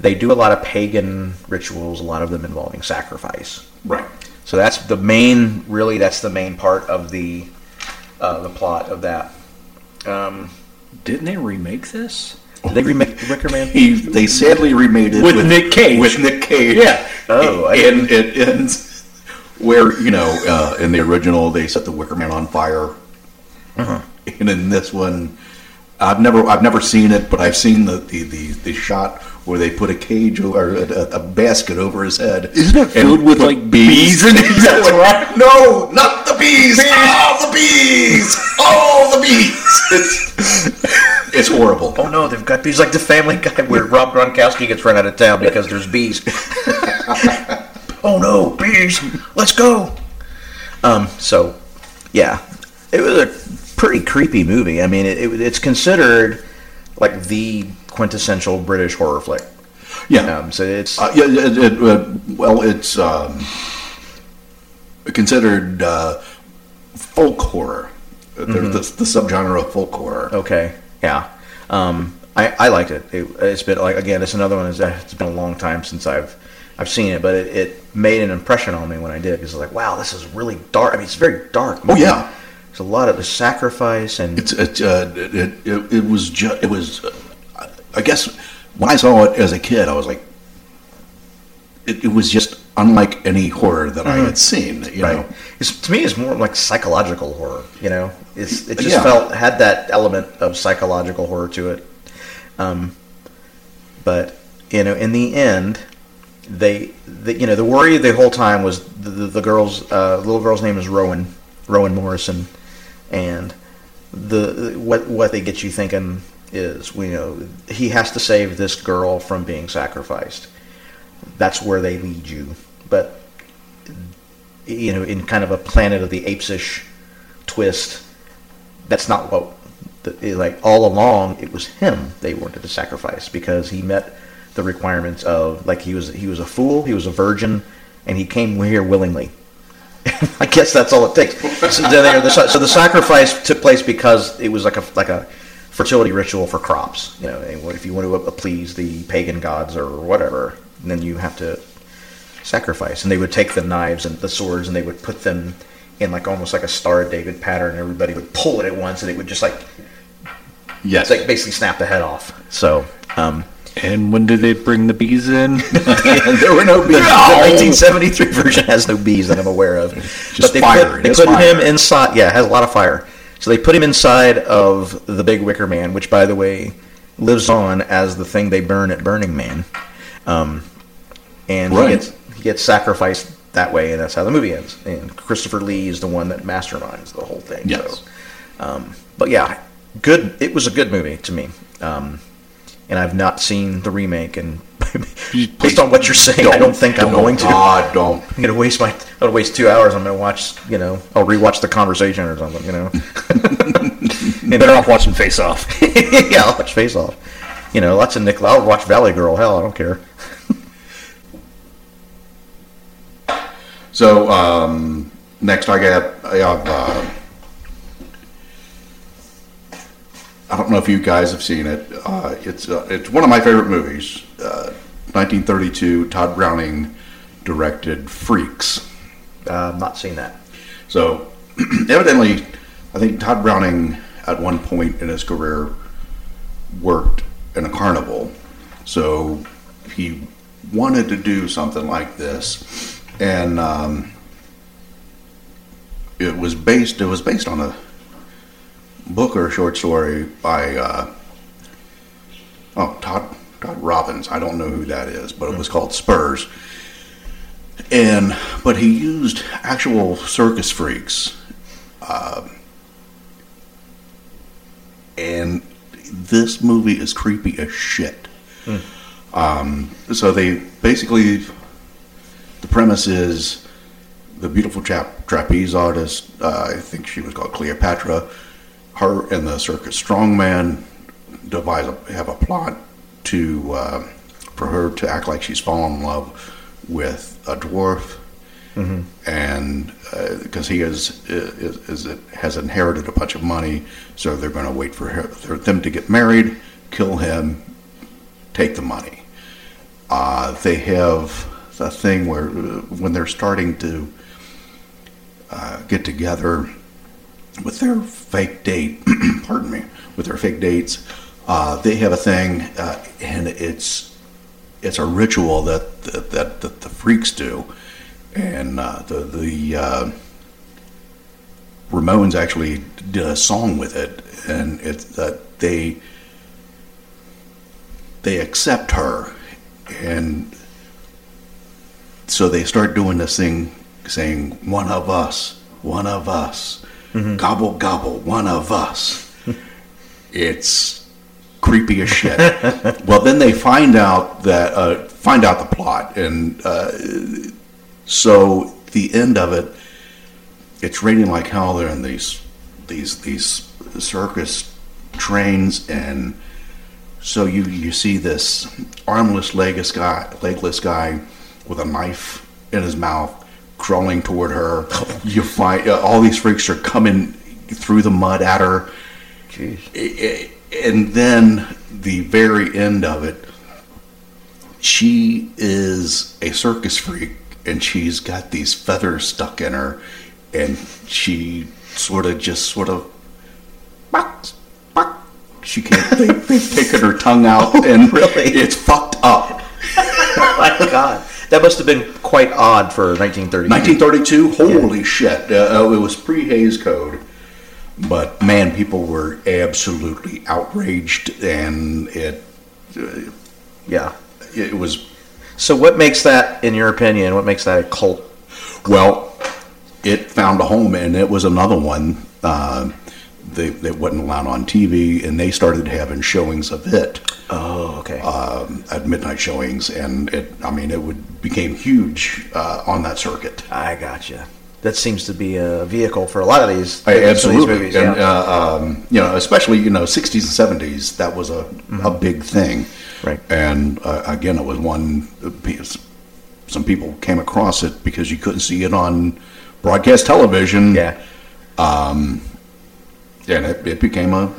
[SPEAKER 2] They do a lot of pagan rituals, a lot of them involving sacrifice.
[SPEAKER 3] Right.
[SPEAKER 2] So that's the main, really, that's the main part of the uh, the plot of that.
[SPEAKER 4] Didn't they remake this?
[SPEAKER 2] Did they remake the Wicker Man?
[SPEAKER 3] He, they sadly remade it
[SPEAKER 4] With Nick Cage.
[SPEAKER 3] With Nick Cage,
[SPEAKER 4] Yeah.
[SPEAKER 2] Oh, I
[SPEAKER 3] and it ends where you know uh, in the original they set the Wicker Man on fire,
[SPEAKER 4] Uh-huh.
[SPEAKER 3] and in this one, I've never I've never seen it, but I've seen the the, the, the shot where they put a cage over or a, a basket over his head.
[SPEAKER 4] Isn't it filled with, like, bees and-
[SPEAKER 3] That's right. No, not the bees! All the bees! All the bees! It's, it's horrible.
[SPEAKER 2] Oh no, they've got bees like the Family Guy where Rob Gronkowski gets run out of town because there's bees. oh no, bees! Let's go. Um. So, yeah, it was a pretty creepy movie. I mean, it, it, it's considered like the quintessential British horror flick.
[SPEAKER 3] Yeah.
[SPEAKER 2] Um. So it's
[SPEAKER 3] Uh, yeah, it, it, uh, well, it's um, considered uh, folk horror. There's
[SPEAKER 2] Mm-hmm.
[SPEAKER 3] the, the subgenre of folk horror.
[SPEAKER 2] Okay. Yeah. Um, I, I liked it. it. It's been like again, it's another one. Is that it's been a long time since I've I've seen it, but it, it made an impression on me when I did because like, wow, this is really dark. I mean, it's very dark.
[SPEAKER 3] Oh, yeah.
[SPEAKER 2] There's a lot of the sacrifice and
[SPEAKER 3] It's it, uh, it, it, it was just it was. I guess when I saw it as a kid, I was like, it, it was just unlike any horror that I had seen. You
[SPEAKER 2] Mm-hmm. right.
[SPEAKER 3] know,
[SPEAKER 2] It's, to me, it's more like psychological horror. You know, it's it just
[SPEAKER 3] Yeah.
[SPEAKER 2] felt had that element of psychological horror to it. Um, but you know, in the end, they, the, you know, the worry the whole time was the, the, the girl's uh, little girl's name is Rowan Rowan Morrison, and the what what they get you thinking is we know he has to save this girl from being sacrificed. That's where they lead you, but you know, in kind of a Planet of the Apes-ish twist. That's not what, the, like, all along it was him they wanted to sacrifice because he met the requirements of, like, he was he was a fool, he was a virgin, and he came here willingly. I guess that's all it takes. So, then they- the, so the sacrifice took place because it was like a like a fertility ritual for crops. You know, and if you want to uh, please the pagan gods or whatever, then you have to sacrifice. And they would take the knives and the swords and they would put them in like almost like a Star of David pattern. And everybody would pull it at once, and it would just like
[SPEAKER 3] yes,
[SPEAKER 2] it's like basically snap the head off. So um,
[SPEAKER 4] And when did they bring the bees in?
[SPEAKER 2] there were no bees. The 1973 version has no bees that I'm aware of.
[SPEAKER 3] Just
[SPEAKER 2] they
[SPEAKER 3] fire.
[SPEAKER 2] Put, they
[SPEAKER 3] It's
[SPEAKER 2] put
[SPEAKER 3] fire.
[SPEAKER 2] him inside. Yeah, it has a lot of fire. So they put him inside of the Big Wicker Man, which, by the way, lives on as the thing they burn at Burning Man. Um, and
[SPEAKER 3] Right.
[SPEAKER 2] he, gets, he gets sacrificed that way, and that's how the movie ends. And Christopher Lee is the one that masterminds the whole thing.
[SPEAKER 3] Yes.
[SPEAKER 2] So, um, but yeah, good. It was a good movie to me. Um, and I've not seen the remake, and based on what you're saying, I don't think I'm going to.
[SPEAKER 3] Oh,
[SPEAKER 4] Ah.
[SPEAKER 3] God, don't.
[SPEAKER 2] I'm gonna waste my. I'm gonna waste two hours. I'm gonna watch. You know, I'll rewatch the conversation or something. You know,
[SPEAKER 4] Better off watching Face Off.
[SPEAKER 2] yeah, I'll watch Face Off. You know, lots of Nick. I'll watch Valley Girl. Hell, I don't care.
[SPEAKER 3] So um, next, I got I have. Uh, I don't know if you guys have seen it. Uh, it's uh, it's one of my favorite movies. Uh, 1932, Todd Browning directed Freaks.
[SPEAKER 2] Uh, I've not seen that.
[SPEAKER 3] So evidently, I think Todd Browning at one point in his career worked in a carnival. So he wanted to do something like this, and um, it was based. It was based on a book or a short story by uh, oh Todd Todd Robbins. I don't know who that is, but it was called Spurs and but he used actual circus freaks um, and this movie is creepy as shit um, so they basically the premise is the beautiful chap trapeze artist uh, i think she was called cleopatra her and the circus strongman devise a, have a plot to uh, for her to act like she's fallen in love with a dwarf, and because he is, is, is it, has inherited a bunch of money, so they're going to wait for, her, for them to get married, kill him, take the money. Uh, they have the thing where uh, when they're starting to uh, get together with their fake date, pardon me, with their fake dates, uh, they have a thing, uh, and it's it's a ritual that that, that, that the freaks do, and uh, the the uh, Ramones actually did a song with it, and it's that they they accept her, and so they start doing this thing, saying "one of us, one of us, gobble gobble, one of us." it's creepy as shit. well, then they find out that uh, find out the plot, and uh, so the end of it, it's raining like hell. They're in these these these circus trains, and so you you see this armless legless guy legless guy with a knife in his mouth crawling toward her. you find uh, all these freaks are coming through the mud at her
[SPEAKER 2] Jeez.
[SPEAKER 3] and then the very end of it, she is a circus freak and she's got these feathers stuck in her and she sort of just sort of She can't. They, they've taken her tongue out, and
[SPEAKER 2] Really?
[SPEAKER 3] it's fucked up.
[SPEAKER 2] Oh My God, that must have been quite odd for 1930.
[SPEAKER 3] 1932. Holy shit! Uh, uh, it was pre-Hayes Code, but man, people were absolutely outraged, and it
[SPEAKER 2] Yeah.
[SPEAKER 3] it was
[SPEAKER 2] So, what makes that, in your opinion, what makes that a cult?
[SPEAKER 3] Well, it found a home, and it was another one uh, that, that wasn't allowed on TV, and they started having showings of it
[SPEAKER 2] Oh, okay.
[SPEAKER 3] um, at midnight showings, and it, I mean, it would became huge uh, on that circuit.
[SPEAKER 2] I gotcha. That seems to be a vehicle for a lot of these.
[SPEAKER 3] I-
[SPEAKER 2] some of these
[SPEAKER 3] absolutely,
[SPEAKER 2] movies,
[SPEAKER 3] and
[SPEAKER 2] yeah.
[SPEAKER 3] uh, um, you know, especially you know, sixties and seventies, that was a, a big thing.
[SPEAKER 2] Mm-hmm. Right.
[SPEAKER 3] And uh, again, it was one. piece- Some people came across it because you couldn't see it on broadcast television.
[SPEAKER 2] yeah.
[SPEAKER 3] and it, it became a.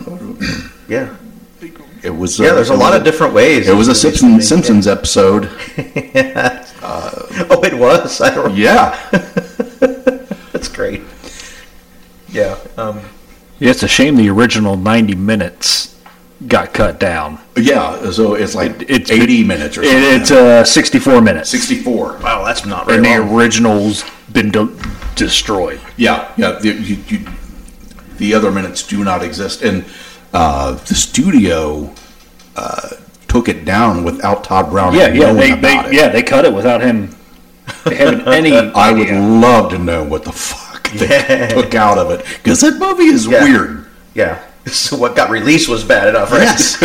[SPEAKER 2] Yeah.
[SPEAKER 3] It was
[SPEAKER 2] Yeah, there's a lot of different ways.
[SPEAKER 3] uh, It was a
[SPEAKER 2] these movies
[SPEAKER 3] Simpson,
[SPEAKER 2] can be-
[SPEAKER 3] Simpsons Uh, episode.
[SPEAKER 2] Oh, it was. I don't.
[SPEAKER 3] Yeah,
[SPEAKER 2] That's great. Yeah. Um,
[SPEAKER 4] Yeah, it's a shame the original 90 minutes got cut down.
[SPEAKER 3] yeah. So it's like
[SPEAKER 4] It's-
[SPEAKER 3] eighty minutes or
[SPEAKER 4] It,
[SPEAKER 3] something.
[SPEAKER 4] it's uh, 64 minutes.
[SPEAKER 3] sixty-four.
[SPEAKER 2] wow, that's not very
[SPEAKER 4] and the
[SPEAKER 2] long.
[SPEAKER 4] original's been de- destroyed.
[SPEAKER 3] Yeah, yeah. The, you, you, the other minutes do not exist, and uh, the studio uh, took it down without Todd Brown.
[SPEAKER 4] Yeah, yeah,
[SPEAKER 3] knowing
[SPEAKER 4] they, they
[SPEAKER 3] about it.
[SPEAKER 4] yeah they cut it without him having any.
[SPEAKER 3] I would
[SPEAKER 4] idea.
[SPEAKER 3] love to know what the fuck they
[SPEAKER 2] Yeah.
[SPEAKER 3] took out of it because that movie is
[SPEAKER 2] Yeah.
[SPEAKER 3] weird.
[SPEAKER 2] Yeah. So what got released was bad enough, right?
[SPEAKER 3] Yes.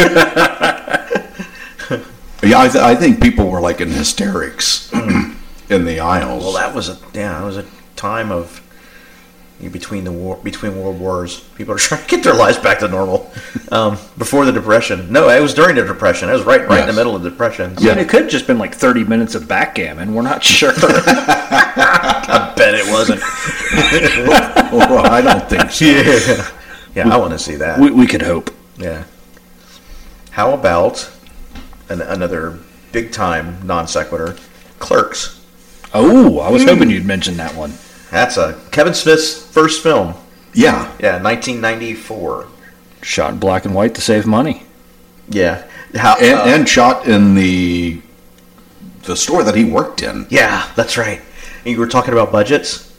[SPEAKER 3] yeah, I, th- I think people were like in hysterics in the aisles.
[SPEAKER 2] Well, that was a yeah, that was a time of you know, between the war between world wars. People are trying to get their lives back to normal um, before the depression. No, it was during the depression. It was right right in the
[SPEAKER 3] Yes.
[SPEAKER 2] middle of the depression.
[SPEAKER 4] I mean, it could have just been like 30 minutes of backgammon. We're not sure.
[SPEAKER 2] I bet it wasn't.
[SPEAKER 3] oh, I don't think so.
[SPEAKER 2] yeah, yeah, I want to see that.
[SPEAKER 4] we, we could hope.
[SPEAKER 2] Yeah. How about an, another big time non sequitur? Clerks.
[SPEAKER 4] Oh, I was hoping you'd mention that one.
[SPEAKER 2] That's a Kevin Smith's first film.
[SPEAKER 3] Yeah.
[SPEAKER 2] Yeah, 1994.
[SPEAKER 4] Shot in black and white to save money.
[SPEAKER 2] Yeah. How,
[SPEAKER 3] And,
[SPEAKER 2] uh,
[SPEAKER 3] and shot in the the store that he worked in.
[SPEAKER 2] Yeah, that's right. And you were talking about budgets.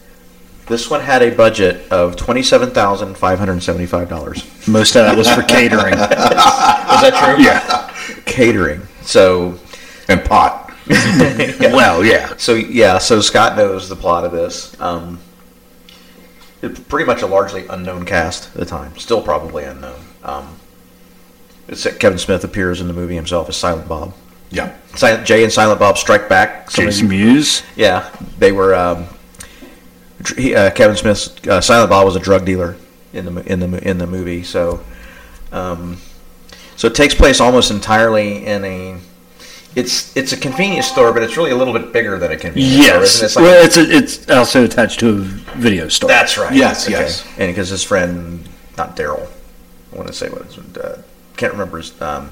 [SPEAKER 2] This one had a budget of twenty-seven thousand five hundred seventy-five dollars.
[SPEAKER 4] Most of that was for catering.
[SPEAKER 2] Is that true? yeah. Catering. So,
[SPEAKER 3] And pot.
[SPEAKER 4] Well, yeah.
[SPEAKER 2] so yeah. So Scott knows the plot of this. Um, it- pretty much a largely unknown cast at the time. Still probably unknown. Um, except Kevin Smith appears in the movie himself as Silent Bob.
[SPEAKER 3] Yeah.
[SPEAKER 2] Silent Jay and Silent Bob Strike Back. Some of you
[SPEAKER 4] Jason Mewes.
[SPEAKER 2] Yeah, they were. Um, dr- he, uh, Kevin Smith's uh, Silent Bob was a drug dealer in the mo- in the mo- in the movie. So, um, so it takes place almost entirely in a. It's it's a convenience store, but it's really a little bit bigger than a convenience store. Isn't
[SPEAKER 4] Yes.
[SPEAKER 2] it? It's like-
[SPEAKER 4] well, it's a, it's also attached to a video store.
[SPEAKER 2] that's right.
[SPEAKER 3] Yes, yes.
[SPEAKER 2] And because his friend, not Daryl, I want to say what his uh, can't remember his. Um,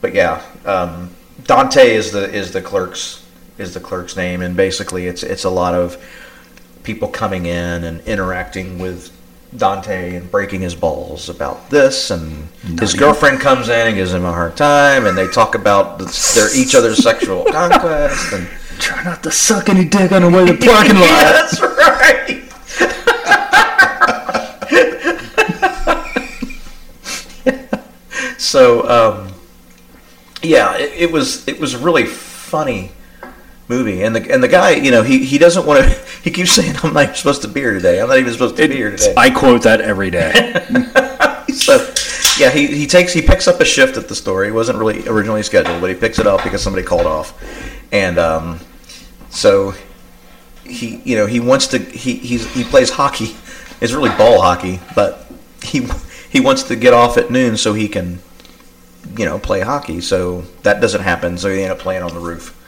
[SPEAKER 2] but yeah, um, Dante is the is the clerk's is the clerk's name, and basically it's it's a lot of people coming in and interacting with Dante and breaking his balls about this, and his girlfriend comes in and gives him a hard time, and they talk about the, their each other's sexual conquest and.
[SPEAKER 4] Try not to suck any dick on the way to the parking lot.
[SPEAKER 2] Yeah, that's right. so, um, yeah, it, it was it was a really funny movie, and the and the guy, you know, he, he doesn't want to. He keeps saying, "I'm not even supposed to be here today. I'm not even supposed to be here today."
[SPEAKER 4] I quote that every day.
[SPEAKER 2] so yeah he, he takes he picks up a shift at the store he wasn't really originally scheduled but he picks it up because somebody called off and um, so he you know he wants to he he's, he plays hockey it's really ball hockey but he he wants to get off at noon so he can you know play hockey so that doesn't happen so he end up playing on the roof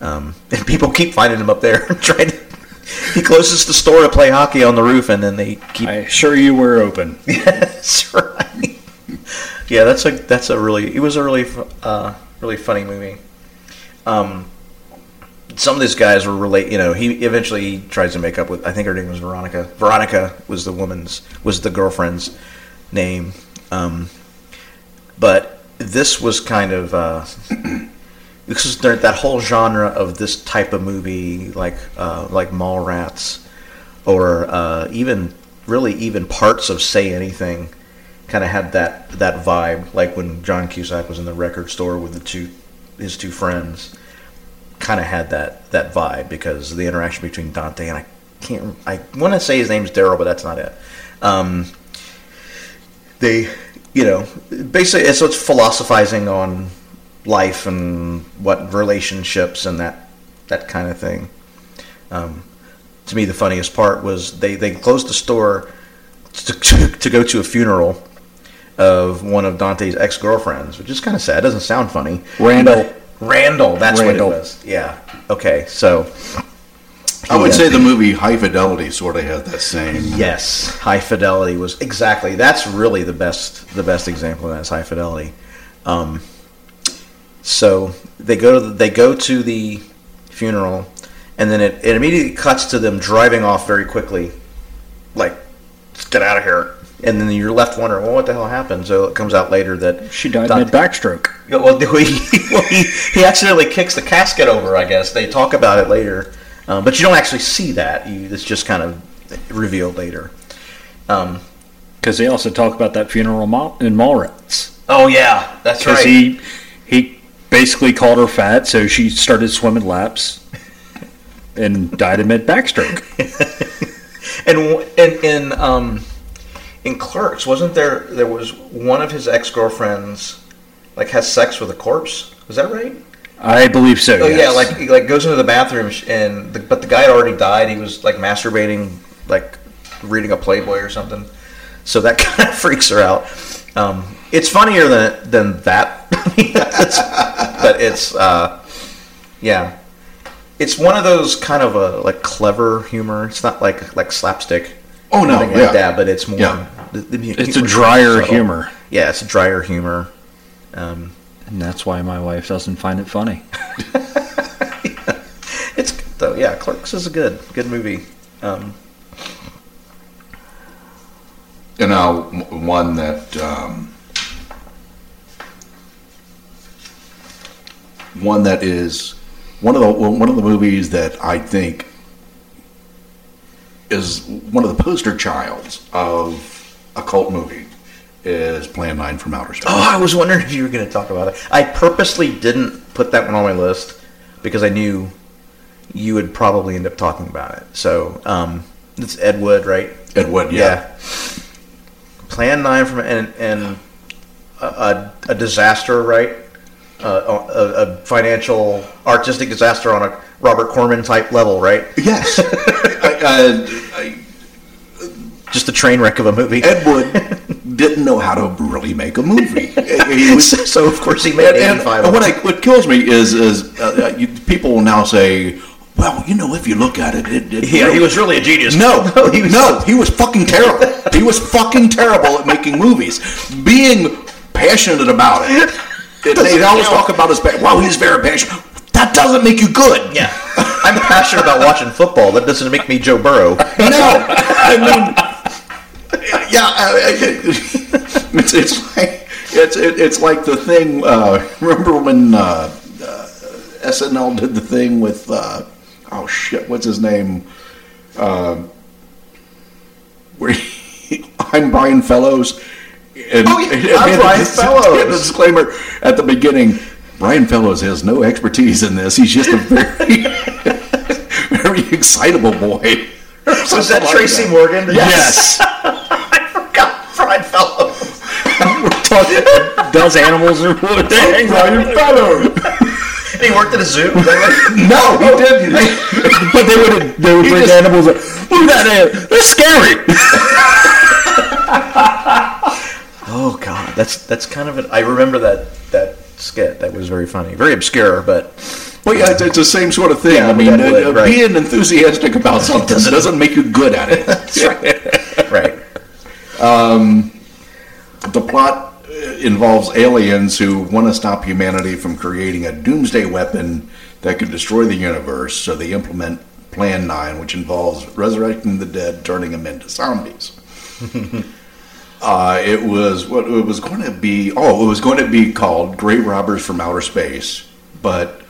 [SPEAKER 2] um, and people keep finding him up there trying to he closes the store to play hockey on the roof and then they keep
[SPEAKER 4] I assure you we're open.
[SPEAKER 2] that's right. yeah, that's a that's a really it was a really fu- uh, really funny movie. Um, some of these guys were relate. You know, he eventually tries to make up with. I think her name was Veronica. Veronica was the woman's was the girlfriend's name. Um, But this was kind of uh, this is there- that whole genre of this type of movie, like uh, like Mallrats, or uh, even really even parts of Say Anything, kind of had that that vibe. Like when John Cusack was in the record store with the two his two friends, kind of had that that vibe because the interaction between Dante and I can't I want to say his name's Daryl, but that's not it. Um, they, you know, basically, and so it's philosophizing on life and what relationships and that that kind of thing. Um, to me, the funniest part was they they closed the store to, to, to go to a funeral of one of Dante's ex girlfriends, which is kind of sad. It doesn't sound funny.
[SPEAKER 4] Randall.
[SPEAKER 2] Randall, that's
[SPEAKER 4] Randall.
[SPEAKER 2] what it was. Yeah. Okay. So
[SPEAKER 3] I would
[SPEAKER 2] Yeah.
[SPEAKER 3] say the movie High Fidelity sort of had that same.
[SPEAKER 2] Yes, high fidelity was exactly. That's really the best. The best example of that is high fidelity. Um, so they go to the, they go to the funeral, and then it, it immediately cuts to them driving off very quickly, like "Let's get out of here. And then you're left wondering, well, what the hell happened? So it comes out later that
[SPEAKER 4] She died
[SPEAKER 2] Dante-
[SPEAKER 4] mid backstroke.
[SPEAKER 2] yeah, Well, do we, well he, he accidentally kicks the casket over, I guess. They talk about it later. Um, but you don't actually see that. You, it's just kind of revealed later.
[SPEAKER 4] Because they also talk about that funeral mall in Mallrats.
[SPEAKER 2] Oh, yeah. That's
[SPEAKER 4] Because he he basically called her fat, so she started swimming laps and died amid backstroke.
[SPEAKER 2] And w- and in um, in Clerks, wasn't there? There was one of his ex girlfriends, like has sex with a corpse. Was that right?
[SPEAKER 4] I believe so.
[SPEAKER 2] Oh yeah,
[SPEAKER 4] yes.
[SPEAKER 2] like he, like goes into the bathroom sh- and the, but the guy had already died. He was like masturbating, like reading a Playboy or something. So that kind of freaks her out. Um, it's funnier than than that, but it's uh, yeah, it's one of those kind of a like clever humor. It's not like like slapstick.
[SPEAKER 3] Oh, no,
[SPEAKER 2] nothing
[SPEAKER 3] yeah.
[SPEAKER 2] like that. But it's more.
[SPEAKER 3] Yeah.
[SPEAKER 2] the- the
[SPEAKER 4] it's a
[SPEAKER 2] humor's
[SPEAKER 4] drier
[SPEAKER 2] subtle.
[SPEAKER 4] humor,
[SPEAKER 2] Yeah, it's a drier humor. Um,
[SPEAKER 4] and that's why my wife doesn't find it funny.
[SPEAKER 2] It's good though. Yeah, Clerks is a good good movie. Um,
[SPEAKER 3] And now m- one that um, one that is one of the one of the movies that I think is one of the poster childs of a cult movie is Plan Nine from Outer Space.
[SPEAKER 2] Oh, I was wondering if you were going to talk about it. I purposely didn't put that one on my list because I knew you would probably end up talking about it. So, um, it's Ed Wood, right?
[SPEAKER 3] Ed Wood, yeah.
[SPEAKER 2] Plan 9 from and and a, a, a disaster, right? Uh, a, a- a financial artistic disaster on a Robert Corman type level, right?
[SPEAKER 3] Yes. I, I, I,
[SPEAKER 2] Just a train wreck of a movie.
[SPEAKER 3] Ed Wood didn't know how to really make a movie. He was-
[SPEAKER 2] so, so of course he made
[SPEAKER 3] And- and,
[SPEAKER 2] 85.
[SPEAKER 3] what, I, what kills me is is uh, uh, you, people will now say, "Well, you know, if you look at it, it, it
[SPEAKER 2] yeah, he was really a genius.
[SPEAKER 3] no,
[SPEAKER 2] he was-
[SPEAKER 3] no, he was fucking terrible. he was fucking terrible at making movies. Being passionate about it, they, they always talk about his pa- wow, he's very passionate. That doesn't make you good.
[SPEAKER 2] Yeah. I'm passionate about watching football. That doesn't make me Joe Burrow.
[SPEAKER 3] No, I mean, yeah, I, I, it's it's like it's it, it's like the thing. Uh, remember when uh, uh, SNL did the thing with uh, oh shit, what's his name? Uh, where he, I'm Brian Fellows. And,
[SPEAKER 2] Oh, yeah,
[SPEAKER 3] and
[SPEAKER 2] I'm
[SPEAKER 3] they had
[SPEAKER 2] Brian
[SPEAKER 3] the dis-
[SPEAKER 2] Fellows.
[SPEAKER 3] had the disclaimer at the beginning. Brian Fellows has no expertise in this. He's just a very, very excitable boy.
[SPEAKER 2] Was that Tracy Morgan?
[SPEAKER 3] Yes.
[SPEAKER 2] God, fried fellow.
[SPEAKER 4] Does animals or what? they-
[SPEAKER 3] Brian Fellows.
[SPEAKER 2] And he worked at a zoo. Is that right?
[SPEAKER 3] No, he didn't.
[SPEAKER 4] But they would they would
[SPEAKER 3] He
[SPEAKER 4] bring
[SPEAKER 3] just-
[SPEAKER 4] animals. up, Look at that animal. That's scary.
[SPEAKER 2] oh God, that's that's kind of an. I remember that that skit. That was very funny, very obscure, but
[SPEAKER 3] Well, yeah, it's, it's the same sort of thing.
[SPEAKER 2] Yeah,
[SPEAKER 3] I mean,
[SPEAKER 2] that
[SPEAKER 3] uh,
[SPEAKER 2] would,
[SPEAKER 3] uh,
[SPEAKER 2] right.
[SPEAKER 3] being enthusiastic about something doesn't, make you good at it.
[SPEAKER 2] right.
[SPEAKER 3] The plot uh, involves aliens who want to stop humanity from creating a doomsday weapon that could destroy the universe, so they implement Plan 9, which involves resurrecting the dead, turning them into zombies. Uh, it was what it was going to be. Oh, it was going to be called "Great Robbers from Outer Space," but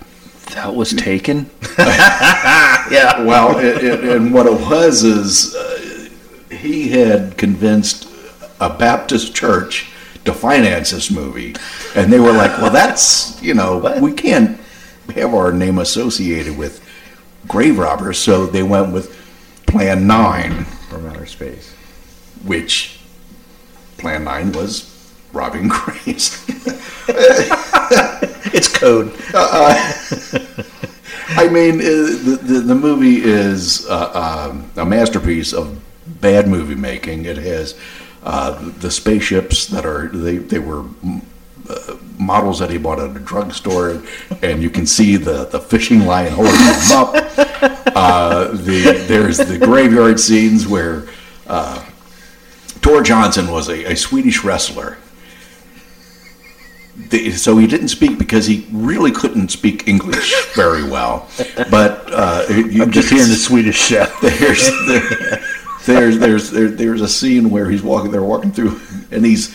[SPEAKER 4] That was taken.
[SPEAKER 2] Yeah.
[SPEAKER 3] well, it, it, and what it was is uh, he had convinced a Baptist church to finance this movie, and they were like, "Well, that's you know, we can't have our name associated with grave robbers," so they went with Plan Nine,
[SPEAKER 2] From outer space.
[SPEAKER 3] which Plan Nine was robbing graves.
[SPEAKER 2] It's code.
[SPEAKER 3] I mean, uh, the, the the movie is uh, um, a masterpiece of bad movie making. It has uh, the spaceships that are they they were mm, uh, models that he bought at a drugstore, and you can see the the fishing line holding them up. Uh, the there's the graveyard scenes where. Uh, Tor Johnson was a, a Swedish wrestler the, so he didn't speak because he really couldn't speak English very well. But uh, you
[SPEAKER 4] I'm just hearing the Swedish chef.
[SPEAKER 3] there's there, there's there's there, there's a scene where he's walking. They're walking through, and he's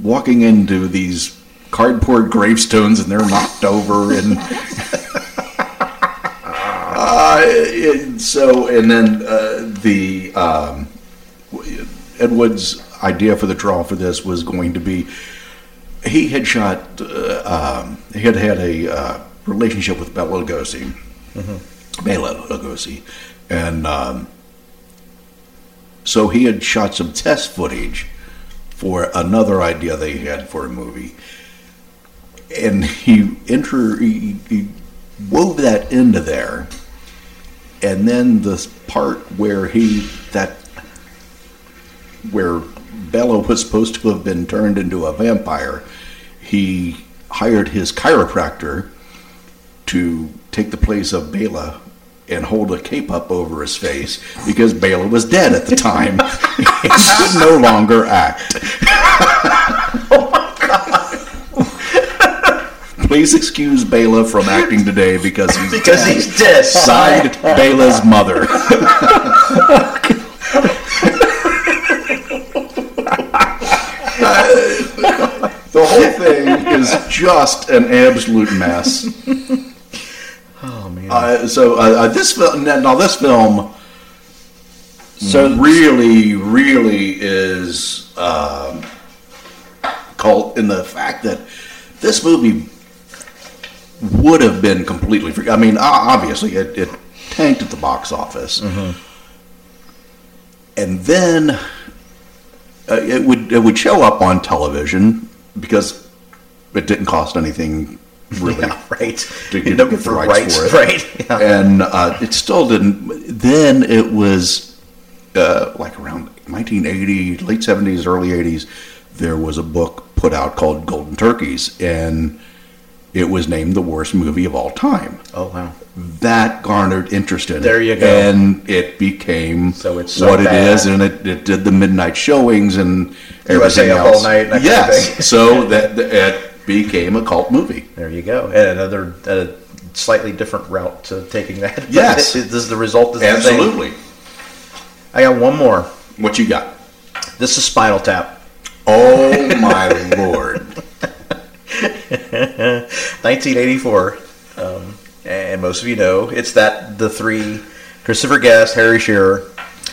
[SPEAKER 3] walking into these cardboard gravestones, and they're knocked over, and uh, and so and then uh, the um, Ed Wood's idea for the draw for this was going to be he had shot uh, um, he had had a uh, relationship with Bela Lugosi, Bela Lugosi, and um, so he had shot some test footage for another idea they had for a movie, and he inter he, he wove that into there, and then this part where he that where Bella was supposed to have been turned into a vampire, he hired his chiropractor to take the place of Bela and hold a cape up over his face because Bela was dead at the time and could no longer act. Oh Please excuse Bela from acting today because he's
[SPEAKER 2] Because
[SPEAKER 3] dead.
[SPEAKER 2] he's dead.
[SPEAKER 3] signed Bela's mother. The whole thing is just an absolute mess.
[SPEAKER 2] Oh man.
[SPEAKER 3] Uh, so uh, uh, this film, now this film,
[SPEAKER 4] So-
[SPEAKER 3] really, really is um, called in the fact that this movie would have been completely. Free. I mean, o- obviously, it, it tanked at the box office,
[SPEAKER 2] Mm-hmm.
[SPEAKER 3] and then uh, it would it would show up on television because it didn't cost anything really
[SPEAKER 2] yeah, right.
[SPEAKER 3] to
[SPEAKER 2] you
[SPEAKER 3] get
[SPEAKER 2] don't get
[SPEAKER 3] the
[SPEAKER 2] the
[SPEAKER 3] rights
[SPEAKER 2] rights,
[SPEAKER 3] for it.
[SPEAKER 2] right? Yeah.
[SPEAKER 3] and uh, it still didn't. Then it was uh, like around 1980, late 70s, early 80s. There was a book put out called Golden Turkeys, and it was named the worst movie of all time.
[SPEAKER 2] Oh wow.
[SPEAKER 3] That garnered interest in it.
[SPEAKER 2] There you go.
[SPEAKER 3] And it became
[SPEAKER 2] So it's so
[SPEAKER 3] what
[SPEAKER 2] bad.
[SPEAKER 3] it is, and it, it did the midnight showings and
[SPEAKER 2] USA
[SPEAKER 3] everything
[SPEAKER 2] up all
[SPEAKER 3] else.
[SPEAKER 2] night, that kind of
[SPEAKER 3] yes.
[SPEAKER 2] thing.
[SPEAKER 3] so that it became a cult movie.
[SPEAKER 2] There you go. And another a slightly different route to taking that. But
[SPEAKER 3] Yes.
[SPEAKER 2] this is the result. Is the same.
[SPEAKER 3] Absolutely.
[SPEAKER 2] I got one more.
[SPEAKER 3] What you got?
[SPEAKER 2] This is Spinal Tap.
[SPEAKER 3] Oh my lord.
[SPEAKER 2] 1984, um, and most of you know it's that the three Christopher Guest, Harry Shearer,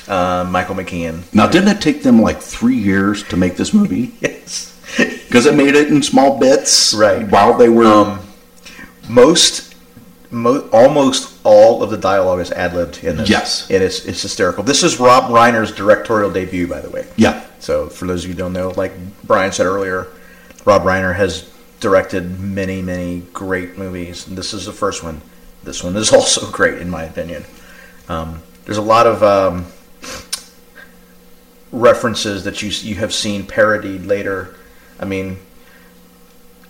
[SPEAKER 2] uh, Michael McKean.
[SPEAKER 3] Now, didn't it take them like three years to make this movie?
[SPEAKER 2] Yes,
[SPEAKER 3] Because it made it in small bits,
[SPEAKER 2] Right.
[SPEAKER 3] While they were,
[SPEAKER 2] most, mo- almost all of the dialogue is ad libbed in this.
[SPEAKER 3] Yes.
[SPEAKER 2] and it's it's hysterical. This is Rob Reiner's directorial debut, by the way.
[SPEAKER 3] yeah,
[SPEAKER 2] So for those of you who don't know, like Brian said earlier, Rob Reiner has directed many, many great movies. And this is the first one. This one is also great, in my opinion. Um, there's a lot of um, references that you you have seen parodied later. I mean,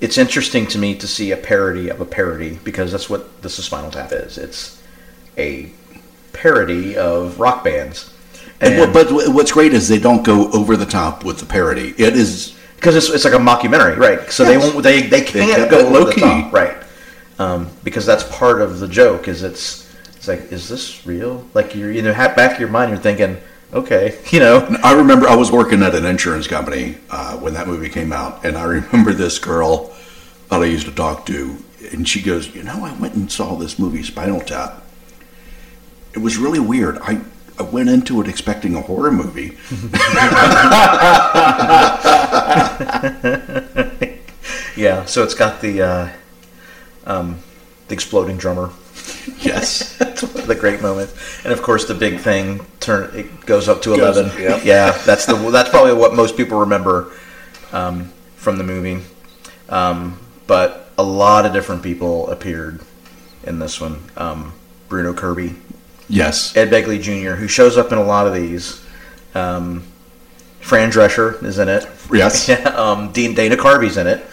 [SPEAKER 2] it's interesting to me to see a parody of a parody because that's what this is Spinal Tap is. It's a parody of rock bands.
[SPEAKER 3] And what, but wh- what's great is they don't go over the top with the parody. It is
[SPEAKER 2] because it's, it's like a mockumentary, right? So
[SPEAKER 3] Yes.
[SPEAKER 2] they won't they they can't
[SPEAKER 3] kept
[SPEAKER 2] go
[SPEAKER 3] it
[SPEAKER 2] low
[SPEAKER 3] low-key.
[SPEAKER 2] key, right? Um, because that's part of the joke. Is it's it's like is this real? Like you're you know ha- back of your mind, you're thinking okay, you know.
[SPEAKER 3] I remember I was working at an insurance company uh, when that movie came out, and I remember this girl that I used to talk to, and she goes, "You know, I went and saw this movie, Spinal Tap. It was really weird. I." I went into it expecting a horror movie.
[SPEAKER 2] Yeah, so it's got the uh, um, the exploding drummer,
[SPEAKER 3] Yes.
[SPEAKER 2] the great moment, and of course the big thing turn it goes up to
[SPEAKER 4] Goes-
[SPEAKER 2] eleven.
[SPEAKER 4] yeah.
[SPEAKER 2] Yeah, that's the that's probably what most people remember um, from the movie. Um, but a lot of different people appeared in this one. Um, Bruno Kirby,
[SPEAKER 3] Yes.
[SPEAKER 2] Ed Begley Jr., who shows up in a lot of these. Um, Fran Drescher is in it.
[SPEAKER 3] Yes.
[SPEAKER 2] um, Dean Dana Carvey's in it.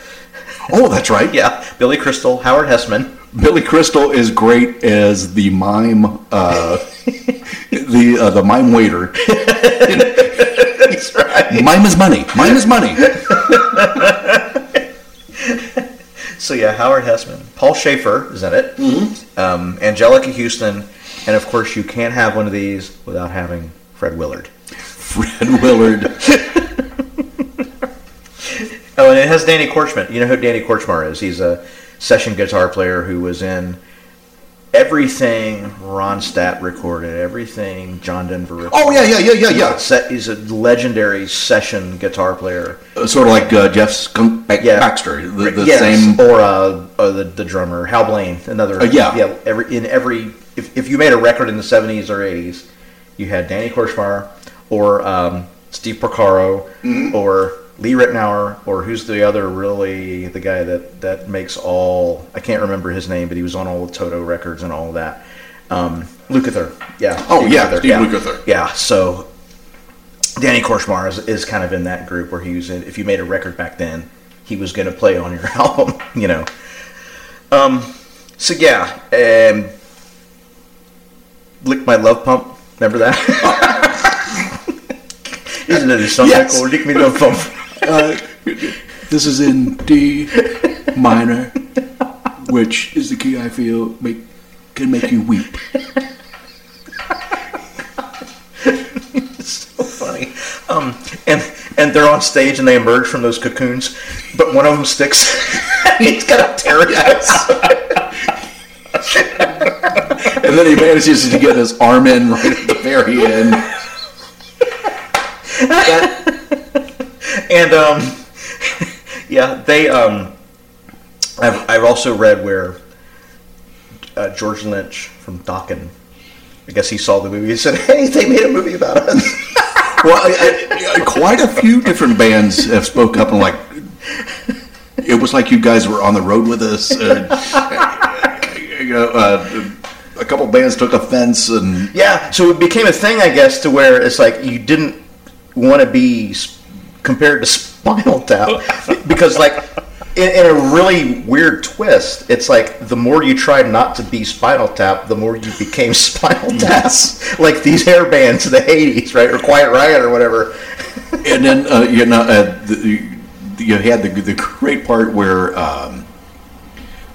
[SPEAKER 3] Oh, that's right.
[SPEAKER 2] Yeah, Billy Crystal, Howard Hessman.
[SPEAKER 3] Billy Crystal is great as the mime, uh, the uh, the mime waiter.
[SPEAKER 2] That's right.
[SPEAKER 3] Mime is money. Mime is money.
[SPEAKER 2] So yeah, Howard Hessman, Paul Schaefer is in it,
[SPEAKER 3] Mm-hmm.
[SPEAKER 2] um, Angelica Houston, and of course you can't have one of these without having Fred Willard.
[SPEAKER 3] Fred Willard.
[SPEAKER 2] Oh, and it has Danny Korchman. You know who Danny Korchmar is? He's a session guitar player who was in everything Ron Stapp recorded, everything John Denver recorded.
[SPEAKER 3] Oh yeah, yeah, yeah, yeah, yeah.
[SPEAKER 2] Se- He's a legendary session guitar player.
[SPEAKER 3] Uh, sort of like uh, Jeff Skunk Ba-
[SPEAKER 2] Yeah.
[SPEAKER 3] Baxter, the, the
[SPEAKER 2] Yes,
[SPEAKER 3] same.
[SPEAKER 2] or uh, or the, the drummer Hal Blaine, another
[SPEAKER 3] Uh, yeah.
[SPEAKER 2] yeah every in every if, if you made a record in the seventies or eighties, you had Danny Korshmar or um, Steve Porcaro
[SPEAKER 3] Mm-hmm.
[SPEAKER 2] or Lee Ritenour or who's the other really the guy that that makes all I can't remember his name, but he was on all the Toto records and all that. Um, Lukather, yeah.
[SPEAKER 3] Oh, yeah, Steve
[SPEAKER 2] yeah.
[SPEAKER 3] Lukather.
[SPEAKER 2] Yeah, so Danny Korshmar is, is kind of in that group where he was in, if you made a record back then, he was going to play on your album, you know. Um, so yeah, um, lick my love pump. Remember that? Isn't it a song
[SPEAKER 3] Yes.
[SPEAKER 2] called "Lick Me Love Pump"?
[SPEAKER 3] Uh, this is in D minor, which is the key I feel make, can make you weep.
[SPEAKER 2] so funny. Um, and and they're on stage and they emerge from those cocoons, but one of them sticks. He's got a pterodactyl.
[SPEAKER 3] And then he manages to get his arm in right at the very end.
[SPEAKER 2] and um, yeah, they um, I've I've also read where uh, George Lynch from Dokken, I guess he saw the movie and said, "Hey, they made a movie about us."
[SPEAKER 3] Well, I, I, quite a few different bands have spoke up and like, it was like you guys were on the road with us. And, you know, uh, a couple bands took offense and
[SPEAKER 2] yeah, so it became a thing, I guess, to where it's like you didn't want to be s- compared to Spinal Tap because, like, in, in a really weird twist, it's like the more you tried not to be Spinal Tap, the more you became Spinal Tap. Like these hair bands of the '80s, right, or Quiet Riot, or whatever.
[SPEAKER 3] and then uh, you know uh, the, you had the, the great part where um,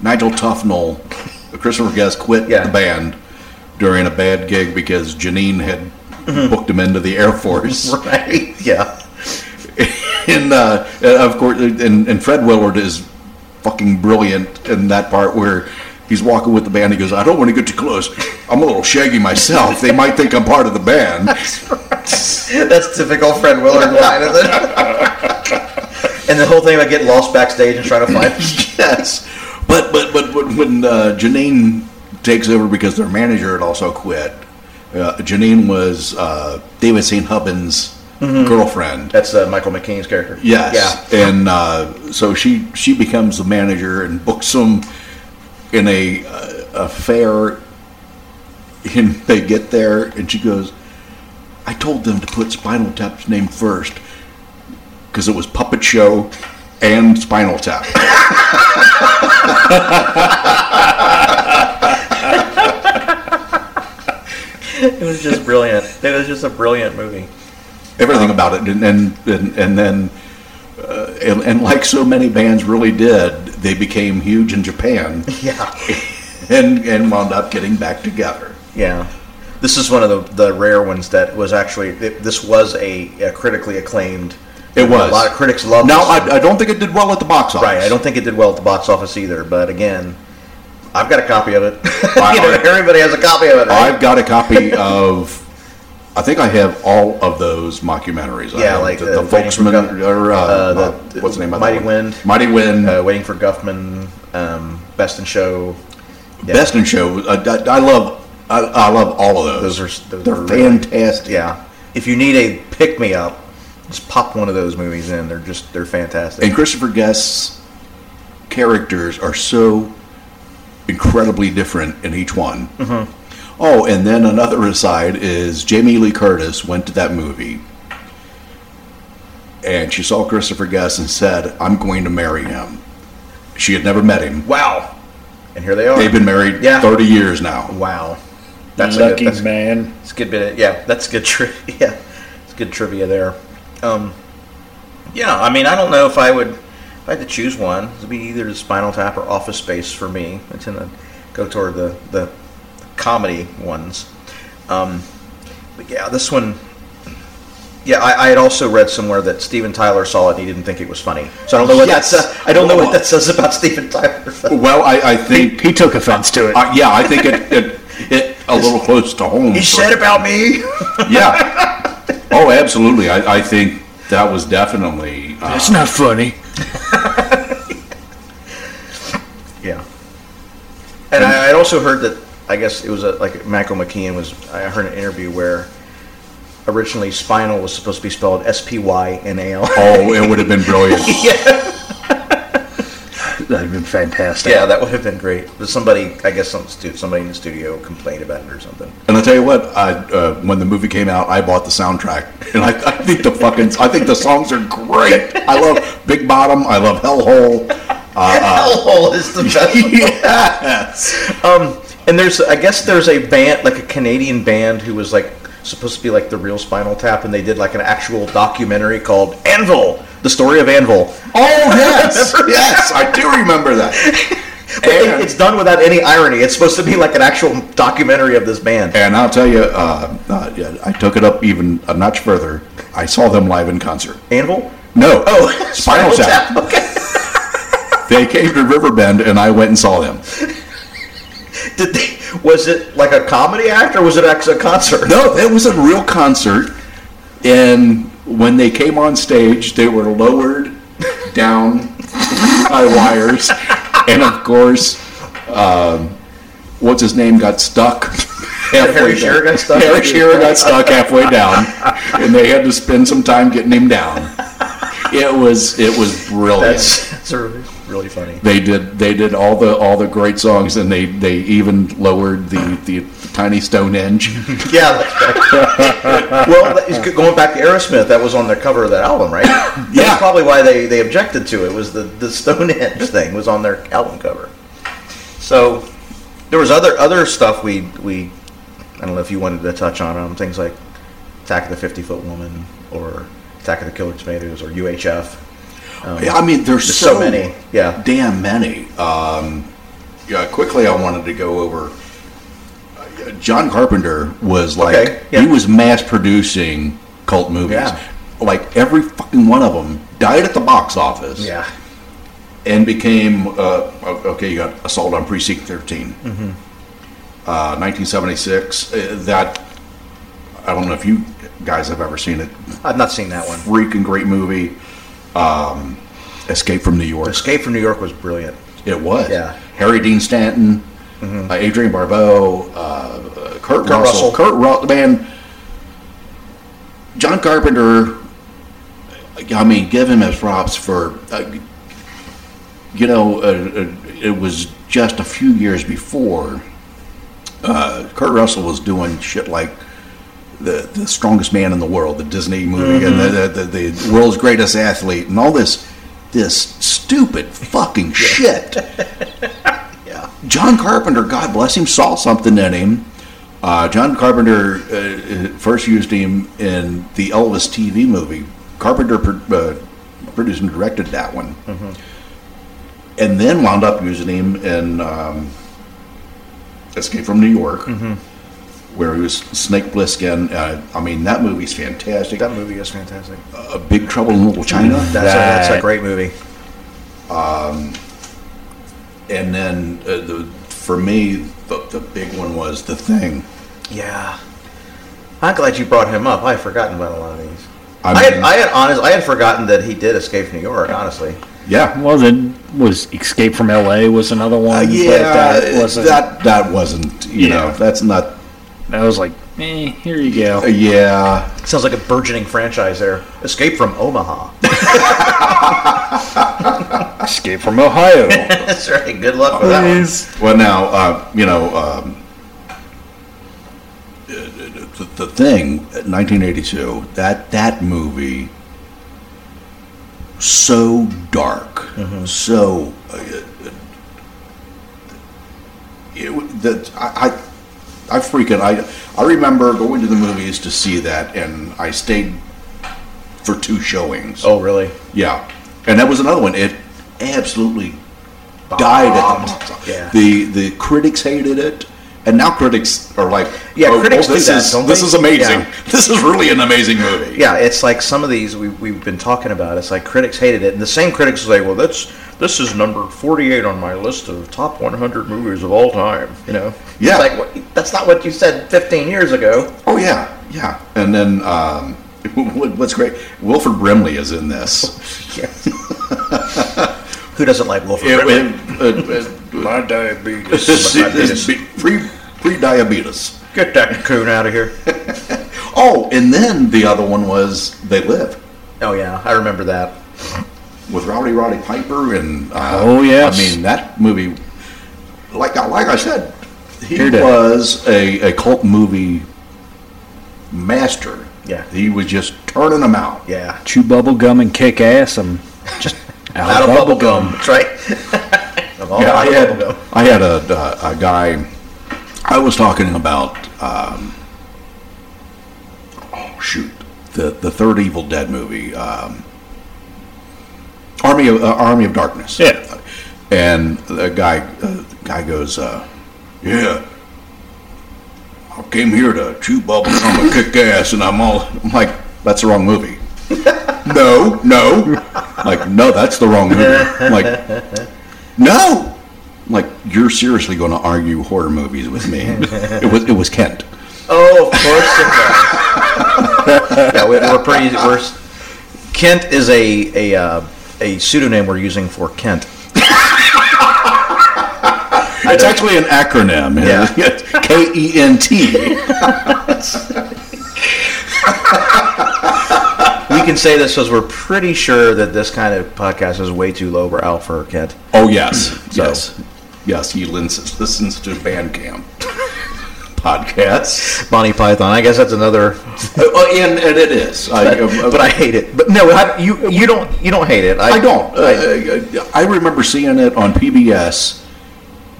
[SPEAKER 3] Nigel Tufnell, Christopher Guest quit
[SPEAKER 2] Yeah.
[SPEAKER 3] the band during a bad gig because Janine had booked him into the Air Force,
[SPEAKER 2] Right? Yeah.
[SPEAKER 3] and uh, and of course, and, and Fred Willard is fucking brilliant in that part where. He's walking with the band. He goes, "I don't want to get too close. I'm a little shaggy myself. They might think I'm part of the band."
[SPEAKER 2] That's typical Fred Willard line, isn't it? and the whole thing about getting lost backstage and trying to find.
[SPEAKER 3] yes, but but but, but when uh, Janine takes over because their manager had also quit, uh, Janine was uh, David St. Hubbins' girlfriend.
[SPEAKER 2] That's uh, Michael McKean's character.
[SPEAKER 3] Yes, and uh, so she she becomes the manager and books them in a uh, a fair. And they get there, and she goes, "I told them to put Spinal Tap's name first because it was Puppet Show and Spinal Tap."
[SPEAKER 2] Yeah. It was just brilliant. It was just a brilliant movie.
[SPEAKER 3] everything about it, and and and, and then. Uh, and, and like so many bands really did, they became huge in Japan,
[SPEAKER 2] Yeah.
[SPEAKER 3] and and wound up getting back together.
[SPEAKER 2] Yeah. This is one of the, the rare ones that was actually it, this was a, a critically acclaimed.
[SPEAKER 3] It was.
[SPEAKER 2] a lot of critics loved.
[SPEAKER 3] Now,
[SPEAKER 2] this.
[SPEAKER 3] I, I don't think it did well at the box office.
[SPEAKER 2] right. I don't think it did well at the box office either. But again, I've got a copy of it.
[SPEAKER 3] I-
[SPEAKER 2] You know,
[SPEAKER 3] I-
[SPEAKER 2] everybody has a copy of it. Right?
[SPEAKER 3] I've got a copy of. I think I have all of those mockumentaries. I
[SPEAKER 2] Yeah,
[SPEAKER 3] have
[SPEAKER 2] like,
[SPEAKER 3] the,
[SPEAKER 2] uh,
[SPEAKER 3] the
[SPEAKER 2] Waiting for
[SPEAKER 3] Folksman,
[SPEAKER 2] Gun-
[SPEAKER 3] or uh,
[SPEAKER 2] uh, the-
[SPEAKER 3] uh, what's the name of
[SPEAKER 2] Mighty
[SPEAKER 3] that one?
[SPEAKER 2] Wind.
[SPEAKER 3] Mighty Wind,
[SPEAKER 2] uh, waiting for Guffman, um, Best in Show. yeah.
[SPEAKER 3] Best in Show. Uh, I, I love, I, I love all of those.
[SPEAKER 2] Those are- those
[SPEAKER 3] they're
[SPEAKER 2] are really-
[SPEAKER 3] fantastic.
[SPEAKER 2] Yeah, if you need a pick me up, just pop one of those movies in. They're just they're fantastic.
[SPEAKER 3] And Christopher Guest's characters are so incredibly different in each one.
[SPEAKER 2] Mm-hmm.
[SPEAKER 3] Oh, and then another aside is Jamie Lee Curtis went to that movie and she saw Christopher Guest and said, I'm going to marry him. She had never met him.
[SPEAKER 2] wow, and here they are.
[SPEAKER 3] They've been married
[SPEAKER 2] Yeah.
[SPEAKER 3] 30 years now.
[SPEAKER 2] wow, that's a
[SPEAKER 4] Lucky
[SPEAKER 2] good, that's,
[SPEAKER 4] man.
[SPEAKER 2] that's a good bit. Of, yeah, that's good. Tri- yeah, it's good trivia there. Um, yeah, I mean, I don't know if I would. If I had to choose one, it would be either the Spinal Tap or Office Space for me. I tend to go toward the the comedy ones. Um, but yeah, this one. Yeah, I, I had also read somewhere that Steven Tyler saw it and he didn't think it was funny. So I don't know what
[SPEAKER 3] Yes.
[SPEAKER 2] that says. I don't know what
[SPEAKER 3] Well-
[SPEAKER 2] that says about Steven Tyler.
[SPEAKER 3] Well, I, I
[SPEAKER 4] He,
[SPEAKER 3] think,
[SPEAKER 4] he took offense to it.
[SPEAKER 3] uh, yeah, I think it, it, it a little close to home.
[SPEAKER 2] he
[SPEAKER 3] for-
[SPEAKER 2] said about me.
[SPEAKER 3] Yeah. Oh, absolutely. I, I think that was definitely. Uh,
[SPEAKER 4] That's not funny.
[SPEAKER 2] Yeah. And I I'd also heard that, I guess it was a, like Michael McKean was, I heard an interview where originally spinal was supposed to be spelled S P Y N A L.
[SPEAKER 3] oh, it would have been brilliant.
[SPEAKER 4] That'd have been fantastic.
[SPEAKER 2] Yeah, that would have been great. But somebody, I guess some stu- somebody in the studio complained about it or something.
[SPEAKER 3] And I'll tell you what, I, uh, when the movie came out, I bought the soundtrack, and I, I think the fucking I think the songs are great. I love Big Bottom. I love Hellhole.
[SPEAKER 2] Hellhole is the best.
[SPEAKER 3] yes.
[SPEAKER 2] Um, and there's, I guess there's a band, like a Canadian band who was like supposed to be like the real Spinal Tap, and they did like an actual documentary called Anvil, the story of Anvil.
[SPEAKER 3] Oh yes, yes, I do remember that.
[SPEAKER 2] It-
[SPEAKER 3] And,
[SPEAKER 2] it's done without any irony. It's supposed to be like an actual documentary of this band.
[SPEAKER 3] and I'll tell you, uh, uh, yeah, I took it up even a notch further. I saw them live in concert.
[SPEAKER 2] Anvil?
[SPEAKER 3] No,
[SPEAKER 2] Oh,
[SPEAKER 3] Spinal Tap.
[SPEAKER 2] Okay.
[SPEAKER 3] They came to Riverbend, and I went and saw them.
[SPEAKER 2] Did they, was it like a comedy act or was it actually a concert?
[SPEAKER 3] No, that was a real concert. And when they came on stage, they were lowered down by wires. And of course, um, what's his name got stuck halfway
[SPEAKER 2] Harry
[SPEAKER 3] down.
[SPEAKER 2] Shearer got stuck?
[SPEAKER 3] Harry Shearer got stuck halfway down. And they had to spend some time getting him down. It was it was brilliant
[SPEAKER 2] That's, that's really, really funny.
[SPEAKER 3] they did they did all the all the great songs and they they even lowered the the tiny stonehenge
[SPEAKER 2] Yeah. that's right. well, that is- going back to Aerosmith, that was on the cover of that album, right?
[SPEAKER 3] Yeah.
[SPEAKER 2] That's probably why they, they objected to it, was the, the Stonehenge thing was on their album cover. So there was other other stuff we, we I don't know if you wanted to touch on them, things like Attack of the 50 Foot Woman or Attack of the Killer Tomatoes or UHF. Um,
[SPEAKER 3] i mean there's,
[SPEAKER 2] There's so many. Yeah.
[SPEAKER 3] damn many um yeah quickly i wanted to go over uh, john carpenter was like
[SPEAKER 2] Okay, yeah.
[SPEAKER 3] he was mass producing cult movies
[SPEAKER 2] Yeah.
[SPEAKER 3] like every fucking one of them died at the box office
[SPEAKER 2] Yeah.
[SPEAKER 3] and became uh, o- okay. You got Assault on Precinct 13,
[SPEAKER 2] Mm-hmm.
[SPEAKER 3] uh, 1976. Uh, that I don't know if you guys have ever seen it.
[SPEAKER 2] I've not seen that one.
[SPEAKER 3] Freaking great movie. Um, Escape from New York.
[SPEAKER 2] Escape from New York was brilliant.
[SPEAKER 3] It was.
[SPEAKER 2] Yeah.
[SPEAKER 3] Harry Dean Stanton, uh, Adrian Barbeau, uh, uh, Kurt,
[SPEAKER 2] Russell.
[SPEAKER 3] Russell. Kurt Russell. Man, John Carpenter, I mean, give him his props for, uh, you know, uh, uh, it was just a few years before uh, Kurt Russell was doing shit like. The, the strongest man in the world, the Disney movie, and the, the, the, the world's greatest athlete, and all this this stupid fucking shit. John Carpenter, God bless him, saw something in him. Uh, John Carpenter uh, uh, first used him in the Elvis TV movie. Carpenter pro- uh, produced and directed that one,
[SPEAKER 2] Mm-hmm.
[SPEAKER 3] and then
[SPEAKER 2] Mm-hmm.
[SPEAKER 3] wound up using him in um, Escape from New York. where he was Snake Plissken. Uh, I mean, that movie's fantastic.
[SPEAKER 2] That movie is fantastic.
[SPEAKER 3] Uh, Big Trouble in Little China.
[SPEAKER 2] That's, a, that's a
[SPEAKER 4] That-
[SPEAKER 2] great movie.
[SPEAKER 3] and then uh, the for me, the, the big one was The Thing.
[SPEAKER 2] Yeah. I'm glad you brought him up. I had forgotten about a lot of these.
[SPEAKER 3] I
[SPEAKER 2] I, had,
[SPEAKER 3] mean-
[SPEAKER 2] I had honest, I had forgotten that he did escape from New York. Honestly,
[SPEAKER 3] Yeah.
[SPEAKER 4] Well, then was Escape from L.A. was another one. but
[SPEAKER 3] yeah,
[SPEAKER 4] that wasn't. That,
[SPEAKER 3] that that wasn't. You
[SPEAKER 4] Yeah.
[SPEAKER 3] know, that's not.
[SPEAKER 4] was like, eh, here you go.
[SPEAKER 3] Uh, yeah,
[SPEAKER 2] sounds like a burgeoning franchise there. Escape from Omaha.
[SPEAKER 4] Escape from Ohio.
[SPEAKER 2] That's right. Good luck with that one.
[SPEAKER 3] Well, now uh, you know um, the, the thing, 1982. That that movie so dark, so uh, uh, it, w- that I. I I freaking I I remember going to the movies to see that and I stayed for two showings.
[SPEAKER 2] Oh, really?
[SPEAKER 3] Yeah, and that was another one. It absolutely died at
[SPEAKER 2] Bombed.
[SPEAKER 3] the
[SPEAKER 2] Oh, Yeah.
[SPEAKER 3] The the critics hated it, and now critics are like,
[SPEAKER 2] Yeah,
[SPEAKER 3] "Oh,
[SPEAKER 2] critics
[SPEAKER 3] oh,
[SPEAKER 2] do
[SPEAKER 3] this
[SPEAKER 2] that,
[SPEAKER 3] is-
[SPEAKER 2] don't
[SPEAKER 3] this
[SPEAKER 2] they?"
[SPEAKER 3] is amazing.
[SPEAKER 2] Yeah.
[SPEAKER 3] This is really an amazing movie."
[SPEAKER 2] Yeah, it's like some of these we, we've been talking about. It's like critics hated it, and the same critics say, "Well, that's this is number forty-eight on my list of top one hundred movies of all time." You know? It's
[SPEAKER 3] Yeah.
[SPEAKER 2] like what, that's not what you said fifteen years ago.
[SPEAKER 3] Oh yeah, yeah. And then um, what- what's great? Wilford Brimley is in this.
[SPEAKER 2] Who doesn't like Wolf?
[SPEAKER 3] It- it- uh,
[SPEAKER 1] My
[SPEAKER 3] uh,
[SPEAKER 1] diabetes.
[SPEAKER 3] it's Pre pre diabetes.
[SPEAKER 2] Get that coon out of here.
[SPEAKER 3] Oh, and then the other one was They Live
[SPEAKER 2] Oh yeah, I remember that.
[SPEAKER 3] with Rowdy Roddy Piper and uh,
[SPEAKER 4] Oh, yes.
[SPEAKER 3] I mean that movie. Like I- like I said, he
[SPEAKER 4] Here to-
[SPEAKER 3] was a, a cult movie master.
[SPEAKER 2] Yeah.
[SPEAKER 3] he was just turning them out.
[SPEAKER 2] Yeah.
[SPEAKER 4] Chew bubble gum and kick ass. I'm just out,
[SPEAKER 2] Out
[SPEAKER 4] of
[SPEAKER 2] of
[SPEAKER 4] bubble
[SPEAKER 2] bubblegum.
[SPEAKER 4] gum.
[SPEAKER 2] That's right. of all
[SPEAKER 3] Yeah, I
[SPEAKER 2] out of
[SPEAKER 3] had
[SPEAKER 2] bubblegum.
[SPEAKER 3] I had a uh, a guy. I was talking about. Um, oh shoot, the the third Evil Dead movie, um, Army of uh, Army of Darkness.
[SPEAKER 4] Yeah.
[SPEAKER 3] and the guy uh, guy goes, uh, yeah. I came here to chew bubble gum and kick ass, and I'm all I'm like, that's the wrong movie. no, no, like no, that's the wrong movie. Like no! I'm Like, you're seriously going to argue horror movies with me. it, was, it was Kent.
[SPEAKER 2] Oh, of course. it was. yeah, we, we're pretty. We're, s- Kent is a a uh, a pseudonym we're using for Kent.
[SPEAKER 3] It's actually an acronym.
[SPEAKER 2] Yeah.
[SPEAKER 3] K E N T.
[SPEAKER 2] We can say this because we're pretty sure that this kind of podcast is way too lowbrow for Kent.
[SPEAKER 3] Oh, yes.
[SPEAKER 2] So-
[SPEAKER 3] Yes. Yes, he listens, listens to Bandcamp podcasts.
[SPEAKER 2] Monty Python. I guess that's another.
[SPEAKER 3] Oh, and, and it is. I, uh,
[SPEAKER 2] But I hate it. But no, I, you you don't you don't hate it.
[SPEAKER 3] I don't. Uh, I remember seeing it on PBS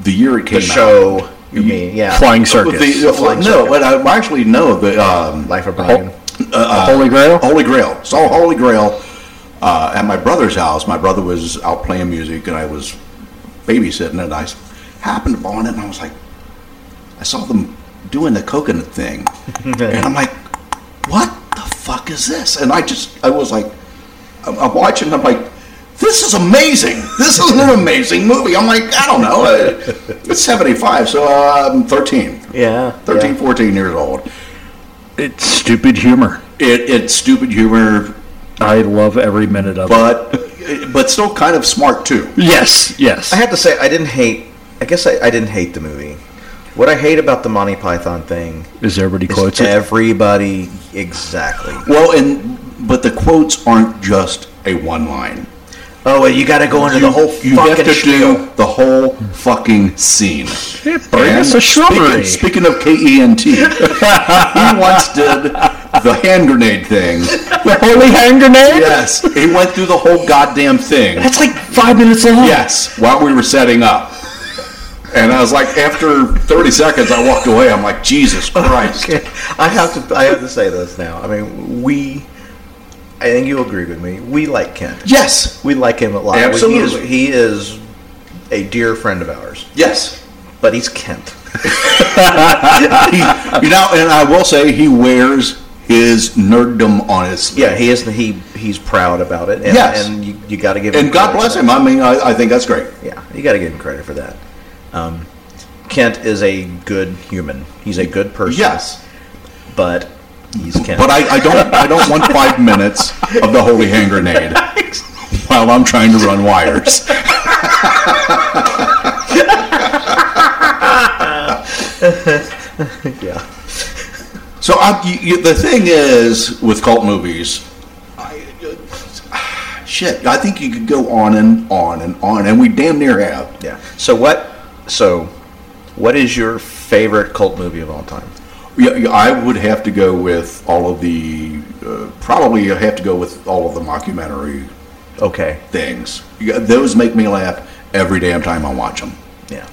[SPEAKER 3] the year it came
[SPEAKER 2] the show. You
[SPEAKER 3] Ye-
[SPEAKER 2] mean yeah?
[SPEAKER 4] Flying
[SPEAKER 3] out.
[SPEAKER 4] circus.
[SPEAKER 3] The- uh,
[SPEAKER 2] Flying
[SPEAKER 3] no,
[SPEAKER 2] Circus.
[SPEAKER 3] but I actually know the um,
[SPEAKER 2] Life of Brian.
[SPEAKER 4] Holy Grail.
[SPEAKER 3] Holy Grail. Saw Holy Grail uh, at my brother's house. My brother was out playing music, and I was babysitting, and I s- happened upon it, and I was like, I saw them doing the coconut thing, and I'm like, what the fuck is this? And I just, I was like, I'm, I'm watching, and I'm like. This is amazing. This is an amazing movie. I'm like, I don't know. uh, It's 75, so I'm 13.
[SPEAKER 2] Yeah.
[SPEAKER 3] 13,
[SPEAKER 2] yeah.
[SPEAKER 3] 14 years old.
[SPEAKER 4] It's stupid humor.
[SPEAKER 3] It, it's stupid humor,
[SPEAKER 4] I love every minute of it.
[SPEAKER 3] but but still kind of smart too.
[SPEAKER 4] Yes, yes.
[SPEAKER 2] I have to say, I didn't hate. I guess I, I didn't hate the movie. What I hate about the Monty Python thing
[SPEAKER 4] Is everybody
[SPEAKER 2] is
[SPEAKER 4] quotes it?
[SPEAKER 2] everybody exactly.
[SPEAKER 3] Well, and but the quotes aren't just a one line.
[SPEAKER 2] Oh, and you got to go into the whole
[SPEAKER 3] you have
[SPEAKER 2] fucking
[SPEAKER 3] to
[SPEAKER 2] spiel.
[SPEAKER 3] do the whole fucking scene.
[SPEAKER 4] Yeah, bring us a shrubbery.
[SPEAKER 3] Speaking, speaking of K E N T, he once did the hand grenade thing.
[SPEAKER 4] The holy hand grenade?
[SPEAKER 3] Yes, he went through the whole goddamn thing.
[SPEAKER 4] That's like five minutes long.
[SPEAKER 3] Yes, while we were setting up. And I was like, after 30 seconds, I walked away. I'm like, Jesus Christ.
[SPEAKER 2] Okay, I have to. I have to say this now. I mean, we. I think you agree with me. We like Kent.
[SPEAKER 3] Yes,
[SPEAKER 2] We like him a lot.
[SPEAKER 3] Absolutely.
[SPEAKER 2] He is, he is a dear friend of ours,
[SPEAKER 3] yes.
[SPEAKER 2] but he's Kent.
[SPEAKER 3] he, you know, and I will say he wears his nerddom on his sleeve.
[SPEAKER 2] Yeah, he is. He he's proud about it. And,
[SPEAKER 3] Yes.
[SPEAKER 2] and you, you got to give. him
[SPEAKER 3] and God
[SPEAKER 2] credit for
[SPEAKER 3] bless
[SPEAKER 2] that.
[SPEAKER 3] him. I mean, I, I think that's great.
[SPEAKER 2] Yeah, you got to give him credit for that. Um, Kent is a good human. He's a good person.
[SPEAKER 3] Yes,
[SPEAKER 2] but he's Kent.
[SPEAKER 3] but I, I don't. I don't want five minutes of the holy hand grenade while I'm trying to run wires.
[SPEAKER 2] yeah,
[SPEAKER 3] So I, you, you, the thing is with cult movies, I, shit. I think you could go on and on and on, and we damn near have.
[SPEAKER 2] yeah. So what? So what is your favorite cult movie of all time?
[SPEAKER 3] Yeah, yeah, I would have to go with all of the. Uh, probably I have to go with all of the mockumentary
[SPEAKER 2] Okay.
[SPEAKER 3] things. Yeah, those make me laugh every damn time I watch them.
[SPEAKER 2] Yeah,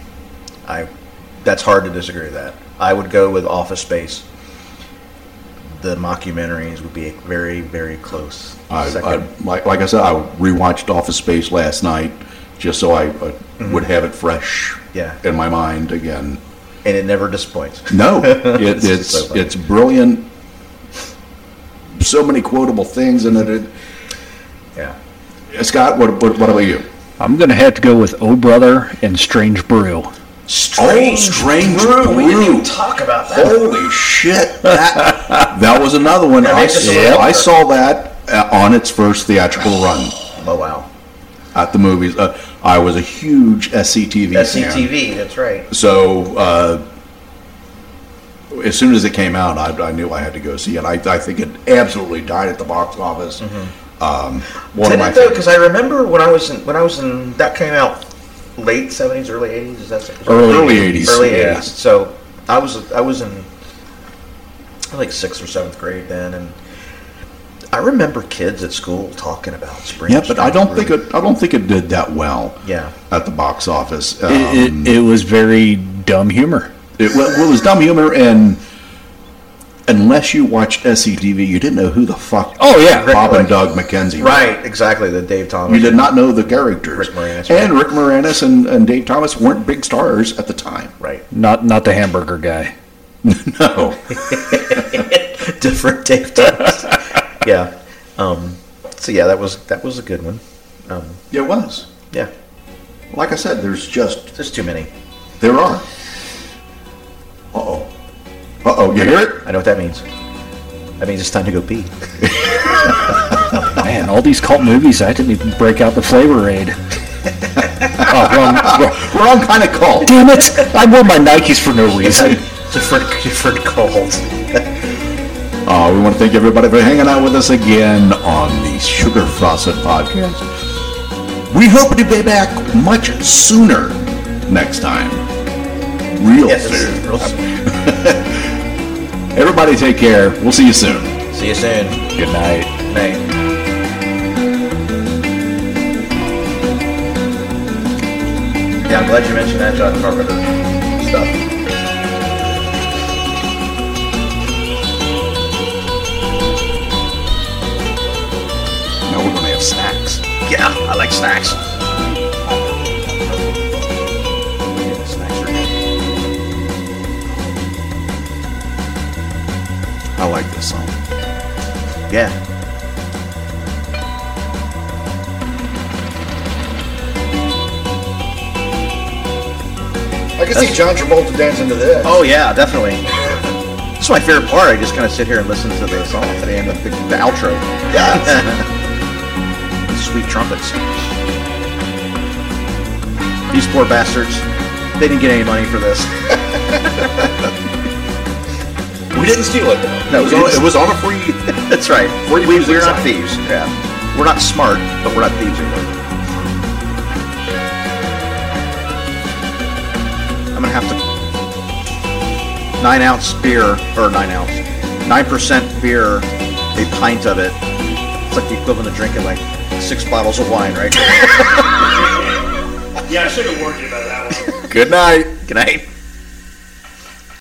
[SPEAKER 2] I. That's hard to disagree with that. I would go with Office Space. The mockumentaries would be very, very close.
[SPEAKER 3] I, I,
[SPEAKER 2] second.
[SPEAKER 3] like, like I said, I rewatched Office Space last night just so I uh, would have it fresh
[SPEAKER 2] Mm-hmm. Yeah.
[SPEAKER 3] in my mind again.
[SPEAKER 2] and it never disappoints.
[SPEAKER 3] No, it, it's
[SPEAKER 2] just
[SPEAKER 3] it's,
[SPEAKER 2] so funny.
[SPEAKER 3] brilliant. So many quotable things in it.
[SPEAKER 2] Yeah.
[SPEAKER 3] It- Scott, what, what, what about you?
[SPEAKER 4] I'm going to have to go with Oh Brother and Strange Brew.
[SPEAKER 3] Strange Strange Brew. Brew. We didn't even
[SPEAKER 2] talk about
[SPEAKER 3] Holy shit! That, that was another one.
[SPEAKER 2] That
[SPEAKER 3] I,
[SPEAKER 2] makes us
[SPEAKER 3] saw,
[SPEAKER 2] laugh.
[SPEAKER 3] I saw that uh, on its first theatrical run
[SPEAKER 2] Oh wow.
[SPEAKER 3] at the movies. Uh, I was a huge SCTV fan.
[SPEAKER 2] SCTV. That's right.
[SPEAKER 3] So uh, as soon as it came out, I, I knew I had to go see it. I, I think it absolutely died at the box office. Um, one of
[SPEAKER 2] Did
[SPEAKER 3] my
[SPEAKER 2] it though?
[SPEAKER 3] favorites.
[SPEAKER 2] Because I remember when I was in when I was in that came out late seventies, early eighties. Is that
[SPEAKER 4] Early
[SPEAKER 3] Early 80s.
[SPEAKER 2] early eighties?
[SPEAKER 4] yeah.
[SPEAKER 2] So I was I was in I was like sixth or seventh grade then, and I remember kids at school talking about spring.
[SPEAKER 3] Yeah, but I don't
[SPEAKER 2] Spring
[SPEAKER 3] think it. I don't think it did that well.
[SPEAKER 2] Yeah.
[SPEAKER 3] At the box office,
[SPEAKER 4] It,
[SPEAKER 3] Um,
[SPEAKER 4] it, it was very dumb humor.
[SPEAKER 3] It, wa- well, it was dumb humor, and unless you watched SCTV, you didn't know who the fuck
[SPEAKER 4] Oh, yeah.
[SPEAKER 3] Bob and
[SPEAKER 2] Rick-
[SPEAKER 3] Doug McKenzie were.
[SPEAKER 2] right, exactly. The Dave Thomas.
[SPEAKER 3] You did not know the characters.
[SPEAKER 2] Rick Moranis,
[SPEAKER 3] and Rick Moranis and, and Dave Thomas weren't big stars at the time.
[SPEAKER 2] right.
[SPEAKER 4] Not not the hamburger guy.
[SPEAKER 3] No.
[SPEAKER 2] different Dave Thomas. yeah. Um, so yeah, that was that was a good one. Um,
[SPEAKER 3] it was.
[SPEAKER 2] yeah,
[SPEAKER 3] Like I said, there's just,
[SPEAKER 2] there's too many.
[SPEAKER 3] there are. Uh-oh. Uh-oh, you hear it?
[SPEAKER 2] I know what that means. That means it's time to go pee.
[SPEAKER 4] Man, all these cult movies, I didn't even break out the Flavor Aid. oh, wrong, wrong.
[SPEAKER 3] Wrong kind of call.
[SPEAKER 4] Damn it! I wore my Nikes for no reason.
[SPEAKER 2] different different calls.
[SPEAKER 3] Uh, we want to thank everybody for hanging out with us again on the Sugar Frosted Podcast. We hope to be back much sooner next time. Real soon. Everybody take care. We'll see you soon.
[SPEAKER 2] See you soon.
[SPEAKER 4] Good night.
[SPEAKER 2] Night. Yeah, I'm glad you mentioned that John Carpenter stuff.
[SPEAKER 3] Now we're going to have snacks.
[SPEAKER 2] Yeah, I like snacks. Yeah, snacks are good.
[SPEAKER 3] I like this song.
[SPEAKER 2] Yeah.
[SPEAKER 5] I can see John Travolta dancing to this.
[SPEAKER 2] Oh yeah, definitely. This is my favorite part. I just kind of sit here and listen to the song at the end of the, the outro. Sweet trumpets. These poor bastards. They didn't get any money for this.
[SPEAKER 3] We didn't steal it,
[SPEAKER 2] No,
[SPEAKER 3] though. it was,
[SPEAKER 2] we
[SPEAKER 3] on,
[SPEAKER 2] didn't-
[SPEAKER 3] it was on a free.
[SPEAKER 2] That's right.
[SPEAKER 3] We're
[SPEAKER 2] We're,
[SPEAKER 3] thieves
[SPEAKER 2] we, are not
[SPEAKER 3] inside.
[SPEAKER 2] thieves. Yeah. We're not smart, but we're not thieves either. I'm gonna have to nine ounce beer or nine ounce, nine percent beer, a pint of it. It's like the equivalent of drinking like six bottles of wine, right?
[SPEAKER 6] Yeah, I should have warned you about that one.
[SPEAKER 3] Good night.
[SPEAKER 2] Good night.